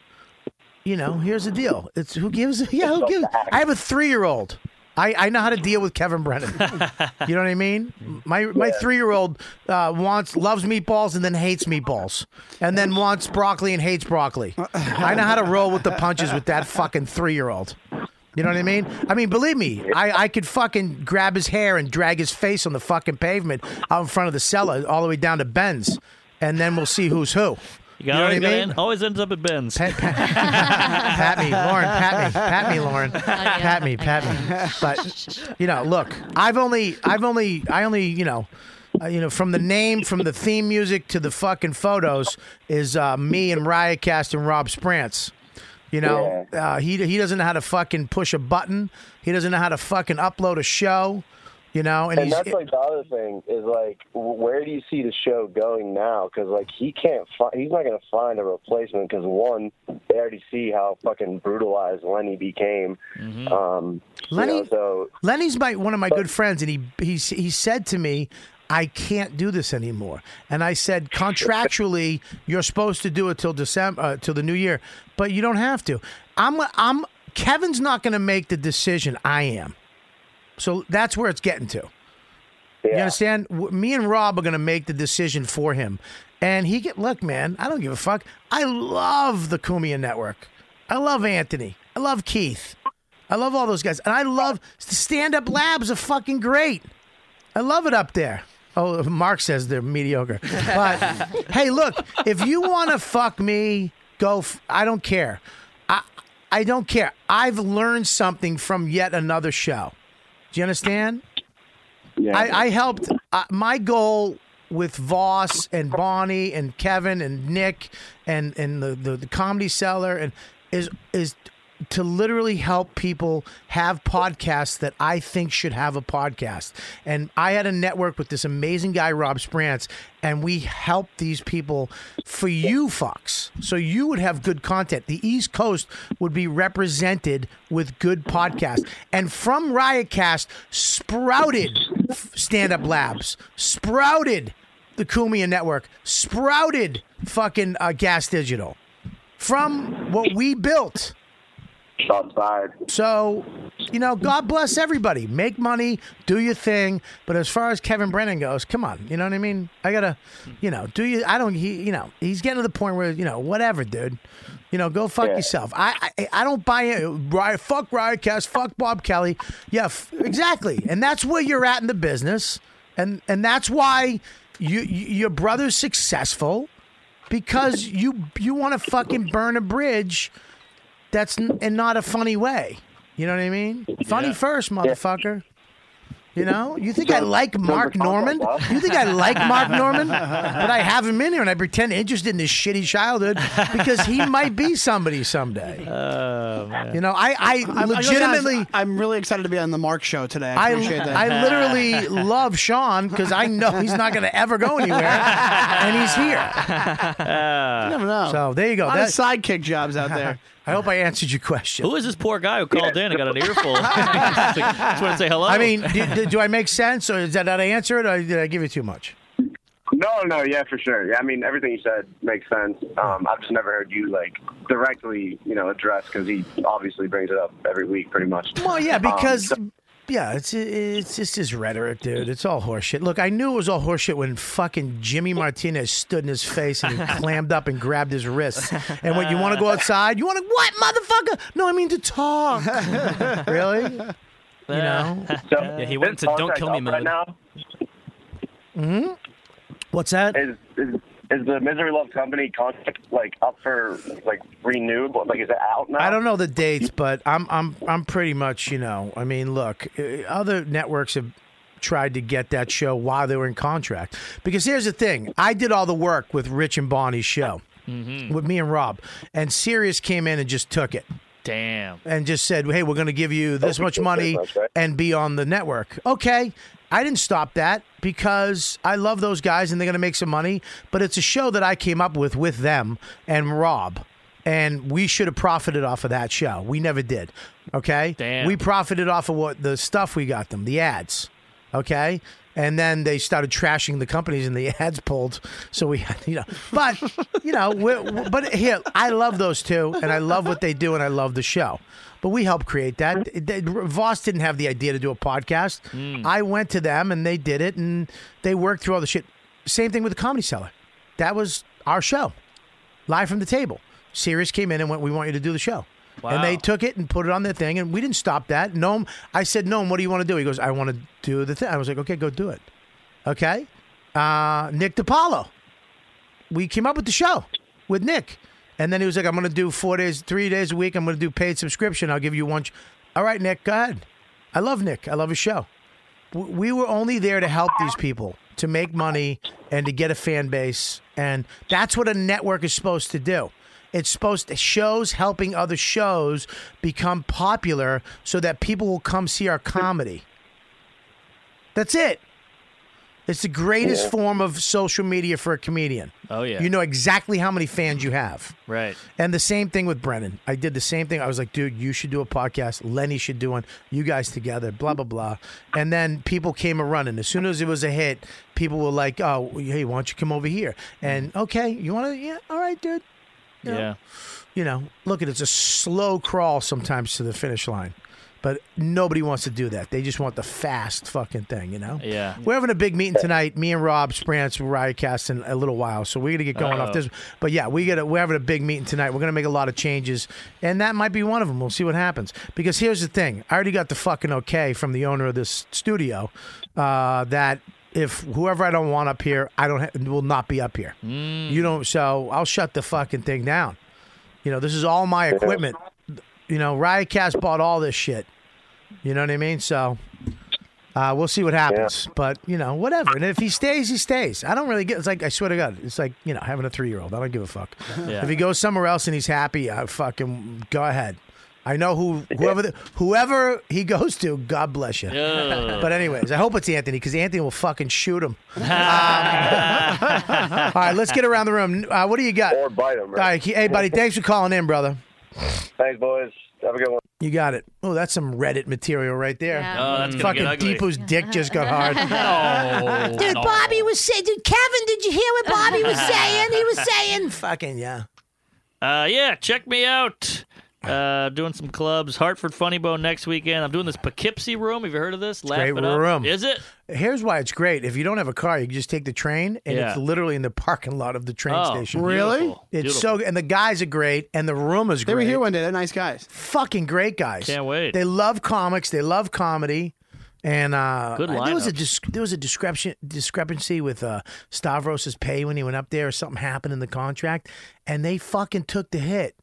Speaker 2: you know, here's the deal. It's who gives <laughs> yeah, who gives I have a three year old. I, I know how to deal with Kevin Brennan. You know what I mean? My my three year old uh, wants loves meatballs and then hates meatballs, and then wants broccoli and hates broccoli. I know how to roll with the punches with that fucking three year old. You know what I mean? I mean, believe me, I, I could fucking grab his hair and drag his face on the fucking pavement out in front of the cellar, all the way down to Ben's, and then we'll see who's who.
Speaker 11: You, got, you gotta end- always ends up at Ben's.
Speaker 2: pat me, Lauren. Pat me, pat me, Lauren. Pat me, pat me. But you know, look, I've only, I've only, I only, you know, uh, you know, from the name, from the theme music to the fucking photos is uh, me and Riotcast and Rob Sprance. You know, uh, he he doesn't know how to fucking push a button. He doesn't know how to fucking upload a show. You know, and,
Speaker 17: And,
Speaker 2: he's
Speaker 17: that's like the other thing is like, w- where do you see the show going now? Because like he can't find, he's not going to find a replacement. Because one, they already see how fucking brutalized Lenny became. Um, you
Speaker 2: Lenny-
Speaker 17: know, so
Speaker 2: Lenny's my one of my good friends, and he he he said to me, "I can't do this anymore." And I said, contractually, you're supposed to do it till December, uh, till the new year, but you don't have to. I'm I'm Kevin's not going to make the decision. I am. So that's where it's getting to. You understand? W- Me and Rob are going to make the decision for him. And he get look, man. I don't give a fuck. I love the Kumia Network. I love Anthony. I love Keith. I love all those guys, and I love Stand Up Labs are fucking great. I love it up there. Oh, <laughs> Mark says they're mediocre. But hey, look, if you want to fuck me, go. F- I don't care. I I don't care. I've learned something from yet another show. Do you understand?
Speaker 16: Yeah.
Speaker 2: I, I helped. Uh, my goal with Voss and Bonnie and Kevin and Nick and and the, the the comedy seller and is is to literally help people have podcasts that I think should have a podcast. And I had a network with this amazing guy Rob Sprance and we helped these people for you fucks. So you would have good content. The East Coast would be represented with good podcasts. And from Riotcast sprouted Stand Up Labs, sprouted the Kumia Network, sprouted fucking uh, Gas Digital from what we built.
Speaker 16: Shots fired.
Speaker 2: So, you know, God bless everybody. Make money, do your thing. But as far as Kevin Brennan goes, come on, you know what I mean? I gotta, you know, do you? I don't. He, you know, he's getting to the point where you know, whatever, dude. You know, go fuck yourself. I, I, I don't buy it. Riot, fuck Riotcast. Fuck Bob Kelly. Yeah, f- exactly. And that's where you're at in the business, and and that's why you, you your brother's successful because you you want to fucking burn a bridge that's n- in not a funny way. You know what I mean? Funny first, motherfucker. You know? You think I like Mark Norman? You think I like Mark Norman? But I have him in here and I pretend interested in his shitty childhood because he might be somebody
Speaker 10: <laughs>
Speaker 2: someday. You know, I, I
Speaker 10: Oh, I'm-
Speaker 2: legitimately
Speaker 10: I'm, really excited to be on the Mark show today. I,
Speaker 2: I,
Speaker 10: appreciate that.
Speaker 2: I
Speaker 10: <laughs>
Speaker 2: literally love Sean because I know he's not going to ever go anywhere, and he's here.
Speaker 10: You never know.
Speaker 2: So there you go.
Speaker 10: A lot of
Speaker 2: That-
Speaker 10: sidekick jobs out there.
Speaker 2: I hope I answered your question.
Speaker 11: Who is this poor guy who called in and got
Speaker 2: <laughs>
Speaker 11: an earful? <laughs> just, want to say hello.
Speaker 2: I mean, do, do- do I <laughs> make sense, or is that did I answer it, or did I give you too much?
Speaker 17: No, no, yeah, for sure. Yeah, I mean, everything you said makes sense. Um, I've just never heard you like directly, you know, address because he obviously brings it up every week, pretty much.
Speaker 2: Well, yeah,
Speaker 17: Um,
Speaker 2: because
Speaker 17: so-
Speaker 2: yeah, it's it's just his rhetoric, dude. It's all horseshit. Look, I knew it was all horseshit when fucking Jimmy Martinez stood in his face and <laughs> he clammed up and grabbed his wrists. And what you want to <laughs> go outside? You want to what, motherfucker? No, I mean to <laughs> talk. really? You know?
Speaker 7: yeah, he went into "Don't kill me" mode.
Speaker 17: right now
Speaker 2: hmm What's that?
Speaker 17: is, is is the Misery Love Company contract like up for like renewed? Like, is it out now?
Speaker 2: I don't know the dates, but I'm I'm I'm pretty much you know. I mean, look, eh, other networks have tried to get that show while they were in contract. Because here's the thing: I did all the work with Rich and Bonnie's show with me and Rob, and Sirius came in and just took it.
Speaker 11: Damn.
Speaker 2: And just said, hey, we're going to give you this much money and be on the network. Okay. I didn't stop that because I love those guys and they're going to make some money. But it's a show that I came up with with them and Rob. And we should have profited off of that show. We never did. Okay.
Speaker 11: Damn.
Speaker 2: We profited off of what the stuff we got them, the ads. Okay. And then they started trashing the companies, and the <laughs> ads pulled. So we, had, you know, but you know, we're, we're- but here, I love those two, and I love what they do, and I love the show. But we helped create that. They- Voss didn't have the idea to do a podcast. I went to them, and they did it, and they worked through all the shit. Same thing with the Comedy Cellar. That was our show, live from the table. Sirius came in and went, "We want you to do the show."
Speaker 11: Wow.
Speaker 2: And they took it and put it on their thing, and we didn't stop that. Noam, I said, Noam, what do you want to do? He goes, I want to do the thing. I was like, okay, go do it. Okay. Uh, Nick DiPaolo. We came up with the show with Nick. And then he was like, I'm going to do four days, three days a week. I'm going to do paid subscription. I'll give you one. Ch- All right, Nick, go ahead. I love Nick. I love his show. W- We were only there to help these people to make money and to get a fan base. And that's what a network is supposed to do. It's supposed to shows helping other shows become popular so that people will come see our comedy. That's it. It's the greatest
Speaker 11: Yeah.
Speaker 2: form of social media for a comedian.
Speaker 11: Oh, yeah.
Speaker 2: You know exactly how many fans you have.
Speaker 11: Right.
Speaker 2: And the same thing with Brennan. I did the same thing. I was like, dude, you should do a podcast. Lenny should do one. You guys together, blah, blah, blah. And then people came a running. As soon as it was a hit, people were like, oh, hey, why don't you come over here? And okay, you want to, yeah, all right, dude. You know?
Speaker 11: Yeah.
Speaker 2: You know, look at it, it's a slow crawl sometimes to the finish line. But nobody wants to do that. They just want the fast fucking thing, you know?
Speaker 11: Yeah.
Speaker 2: We're having a big meeting tonight. Me and Rob Sprance will riotcast in a little while, so we're gonna get going
Speaker 11: Uh-oh.
Speaker 2: off this. But yeah, we got we're having a big meeting tonight. We're gonna make a lot of changes, and that might be one of them. We'll see what happens. Because here's the thing: I already got the fucking okay from the owner of this studio uh, that if whoever I don't want up here, I don't ha- will not be up here. You don't. So I'll shut the fucking thing down. You know, this is all my equipment. You know, Riotcast bought all this shit. You know what I mean? So uh, we'll see what happens. But you know, whatever. And if he stays, he stays. I don't really get. It's like I swear to God, it's like you know having a three year old. I don't give a fuck.
Speaker 11: Yeah.
Speaker 2: If he goes somewhere else and he's happy, I fucking go ahead. I know who whoever the, whoever he goes to. God bless you.
Speaker 11: Yeah.
Speaker 2: But anyways, I hope it's Anthony because Anthony will fucking shoot
Speaker 11: <laughs>
Speaker 2: him. <laughs> Um, all right, let's get around the room. Uh, what do you got? Or
Speaker 17: bite him.
Speaker 2: All right, hey buddy, thanks for calling in, brother.
Speaker 17: Thanks, boys. Have a good one.
Speaker 2: You got it. Oh, that's some Reddit material right there.
Speaker 17: Yeah. Oh, that's gonna
Speaker 2: fucking
Speaker 17: get ugly.
Speaker 2: Deepu's dick just got hard.
Speaker 11: Oh.
Speaker 4: No,
Speaker 18: dude,
Speaker 2: no.
Speaker 18: Bobby was saying, dude, Kevin, did you hear what Bobby was saying? He was saying,
Speaker 2: <laughs> fucking yeah.
Speaker 11: Uh, yeah, check me out. Uh, doing some clubs. Hartford Funny Bone next weekend. I'm doing this Poughkeepsie room. Have you heard of this? Laugh
Speaker 2: Great
Speaker 11: it up.
Speaker 2: room.
Speaker 11: Is it?
Speaker 2: Here's why it's great. If you don't have a car, you can just take the train, and
Speaker 11: Yeah.
Speaker 2: it's literally in the parking lot of the train
Speaker 11: Oh,
Speaker 2: station.
Speaker 11: Really? beautiful.
Speaker 2: It's so. And the guys are great, and the room is great.
Speaker 10: They were here one day. They're nice guys.
Speaker 2: Fucking great guys.
Speaker 10: Can't wait.
Speaker 2: They love comics. They love comedy. And uh,
Speaker 10: Good
Speaker 2: there was a
Speaker 10: lineups.
Speaker 2: dis- there was a discrepan- discrepancy with uh, Stavros's pay when he went up there, or something happened in the contract, and they fucking took the hit.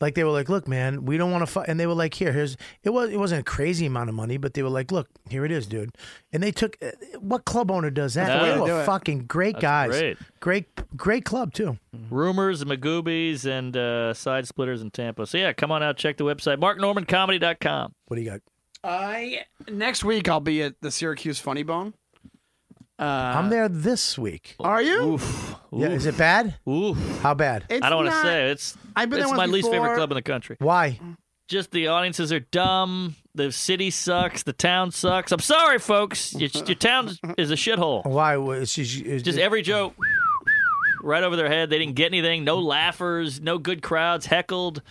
Speaker 2: Like they were like, "Look, man, we don't want to fuck," and they were like, "Here, here's it was it wasn't a crazy amount of money, but they were like, look, here it is, dude." And they took uh, what club owner does that?
Speaker 11: That's the way
Speaker 2: they
Speaker 11: to
Speaker 2: were
Speaker 11: do it.
Speaker 2: fucking great
Speaker 11: That's
Speaker 2: guys,
Speaker 11: great.
Speaker 2: great, great club too.
Speaker 11: Rumors and Magoobies and uh, Side Splitters in Tampa. So yeah, come on out. Check the website. MarkNormanComedy.com.
Speaker 2: What do you got?
Speaker 10: I next week I'll be at the Syracuse Funny Bone. Uh,
Speaker 2: I'm there this week.
Speaker 10: Are you?
Speaker 2: Yeah, is it bad?
Speaker 11: Oof.
Speaker 2: How bad?
Speaker 11: I don't want to say it. it's.
Speaker 10: I've been there
Speaker 11: it's my
Speaker 10: once
Speaker 11: least favorite
Speaker 10: before.
Speaker 11: club in the country.
Speaker 2: Why?
Speaker 11: Just the audiences are dumb. The city sucks. The town sucks. I'm sorry, folks. Your, your town is a shithole.
Speaker 2: Why? It's just, it's
Speaker 11: Just
Speaker 2: it-
Speaker 11: every joke right over their head. They didn't get anything. No laughers. No good crowds. Heckled.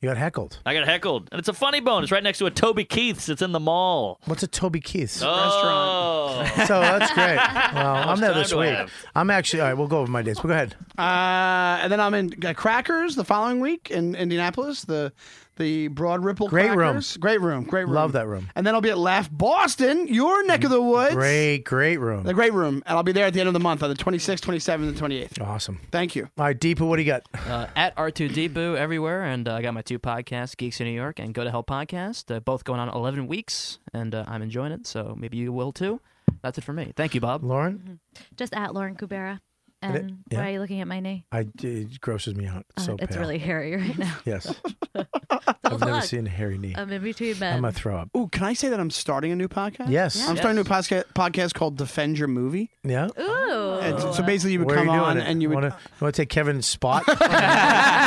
Speaker 2: you got heckled.
Speaker 11: I got heckled, and it's a funny bone. It's right next to a Toby Keith's. It's in the mall.
Speaker 2: What's a Toby Keith's?
Speaker 10: Oh.
Speaker 11: oh. restaurant?
Speaker 2: <laughs> So that's
Speaker 10: <laughs>
Speaker 2: great. Well, I'm there
Speaker 10: time
Speaker 2: this
Speaker 10: do I
Speaker 2: week.
Speaker 10: have?
Speaker 2: I'm actually all right. We'll go over my dates. But go ahead.
Speaker 10: Uh, and then I'm in uh, Crackers the following week in Indianapolis. The the Broad Ripple
Speaker 2: Great room.
Speaker 10: Crackers. Great room. Great room.
Speaker 2: Love that room. Mm,
Speaker 10: And then I'll be at Laugh Boston, your neck of the woods.
Speaker 2: Great, great room.
Speaker 10: The great room. And I'll be there at the end of the month on the 26th, 27th, and 28th.
Speaker 2: Awesome.
Speaker 10: Thank you.
Speaker 2: All right, Deepu, what do you got?
Speaker 6: Mm-hmm.
Speaker 7: Uh, at R2 Deepu everywhere, and uh, I got my two podcasts, Geeks in New York and Go to Hell podcast, uh, both going on 11 weeks, and uh, I'm enjoying it, so maybe you will too. That's it for me. Thank you, Bob.
Speaker 2: Lauren?
Speaker 6: Just at Lauren Kubera.
Speaker 2: And it-
Speaker 6: And
Speaker 2: yeah.
Speaker 6: why are you looking at my knee?
Speaker 2: I it grosses me out. It's
Speaker 6: Uh,
Speaker 2: so
Speaker 6: it's
Speaker 2: pale.
Speaker 6: really hairy right now. <laughs>
Speaker 2: Yes.
Speaker 6: Don't
Speaker 2: I've never
Speaker 6: look.
Speaker 2: seen a hairy knee.
Speaker 6: I'm in between men.
Speaker 2: I'm gonna throw up.
Speaker 10: Ooh, can I say that I'm starting a new podcast?
Speaker 2: Yes. Yeah.
Speaker 10: I'm starting a new posca- podcast called Defend Your Movie.
Speaker 2: Yeah.
Speaker 11: Oh.
Speaker 6: Ooh.
Speaker 10: And so- so basically you would
Speaker 2: Where are
Speaker 10: come
Speaker 2: you doing
Speaker 10: on
Speaker 2: it?
Speaker 10: and you would
Speaker 2: Wanna, wanna take Kevin's spot?
Speaker 10: <laughs>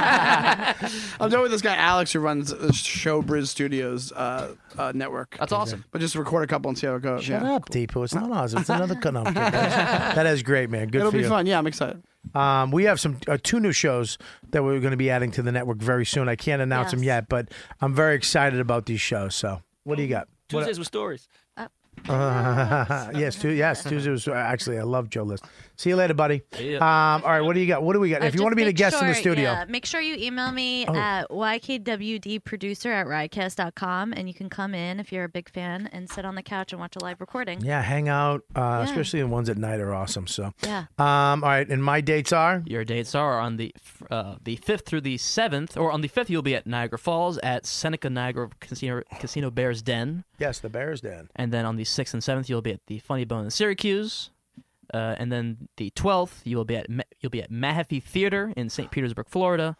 Speaker 10: I'm doing with this guy Alex who runs uh, Showbiz Studios uh, uh, network. That's
Speaker 2: awesome.
Speaker 10: But just record a couple and see how it goes.
Speaker 2: Shut
Speaker 10: yeah.
Speaker 2: up, Deepu. It's not awesome. It's another conundrum.
Speaker 10: <laughs>
Speaker 2: That's- that is great, man. Good
Speaker 10: It'll
Speaker 2: for
Speaker 10: be
Speaker 2: you.
Speaker 10: fun. Yeah, I'm excited.
Speaker 2: Um, we have some uh, two new shows that we're going to be adding to the network very soon. I can't announce them
Speaker 11: Yes.
Speaker 2: yet, but I'm very excited about these shows. So, what do you got? What-
Speaker 11: Tuesdays with stories.
Speaker 2: Uh, yes, tu- yes, Tuesday was uh, actually I love Joe List. See you later, buddy.
Speaker 11: See ya.
Speaker 2: Um, all right, what do you got? What do we got?
Speaker 6: Uh,
Speaker 2: if you
Speaker 6: just
Speaker 2: want to be a
Speaker 6: make
Speaker 2: guest in the
Speaker 6: sure-
Speaker 2: studio,
Speaker 6: yeah, make sure you email me
Speaker 2: Oh.
Speaker 6: at ykwdproducer at riotcast.com and you can come in if you're a big fan and sit on the couch and watch a live recording.
Speaker 2: yeah, hang out. Uh,
Speaker 6: Yeah.
Speaker 2: Especially the ones at night are awesome. So,
Speaker 6: Yeah.
Speaker 2: Um, all right, and my dates are.
Speaker 7: Your dates are on the f- uh, the fifth through the seventh, or on the fifth you'll be at Niagara Falls at Seneca Niagara Casino, Casino Bears Den,
Speaker 2: Yes, the Bears Den.
Speaker 7: and then on the sixth and seventh you'll be at the Funny Bone in Syracuse, uh, and then the twelfth you'll be at Ma- you'll be at Mahaffey Theater in St. Petersburg, Florida.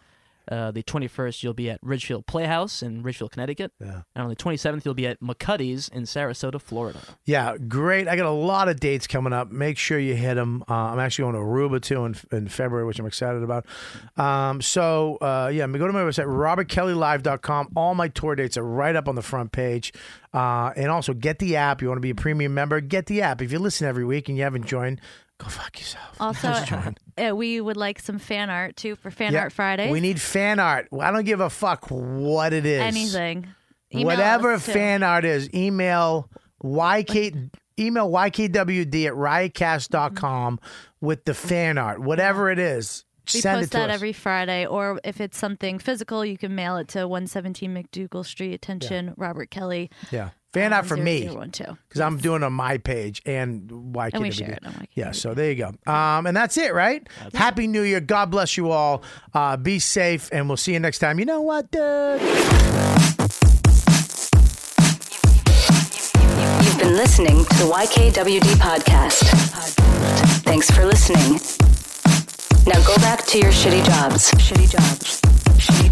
Speaker 7: Uh, the 21st, you'll be at Ridgefield Playhouse in Ridgefield, Connecticut. Yeah. And on the 27th, you'll be at McCuddy's in Sarasota, Florida.
Speaker 2: Yeah, great. I got a lot of dates coming up. Make sure you hit them. Uh, I'm actually going to Aruba too in, in February, which I'm excited about. Um, so, uh, yeah, go to my website, robertkellylive.com. All my tour dates are right up on the front page. Uh, and also, get the app. You want to be a premium member? Get the app. If you listen every week and you haven't joined,
Speaker 6: Also,
Speaker 2: Nice job.
Speaker 6: uh, we would like some fan art too for Fan
Speaker 2: Yeah.
Speaker 6: Art Friday.
Speaker 2: We need fan art. I don't give a fuck what it is.
Speaker 6: anything. Email
Speaker 2: Whatever
Speaker 6: us, too.
Speaker 2: fan art is, email YK email YKWD at riotcast.com with the fan art. Whatever it is.
Speaker 6: We
Speaker 2: send
Speaker 6: post
Speaker 2: it to
Speaker 6: that
Speaker 2: us.
Speaker 6: every Friday, or if it's something physical, you can mail it to 117 McDougal Street. Attention, Robert Kelly.
Speaker 2: yeah. Fan art for
Speaker 6: um,
Speaker 2: me.
Speaker 6: 0012.
Speaker 2: Because I'm doing it on my page and YKWD.
Speaker 6: And we share it on YKWD.
Speaker 2: Yeah, so there you go. Um, and that's it, right? Happy New Year. God bless you all. Uh, be safe, and we'll see you next time. You know what, dude?
Speaker 19: You've been listening to the YKWD podcast. Thanks for listening. Now go back to your shitty jobs. Shitty jobs. Shitty,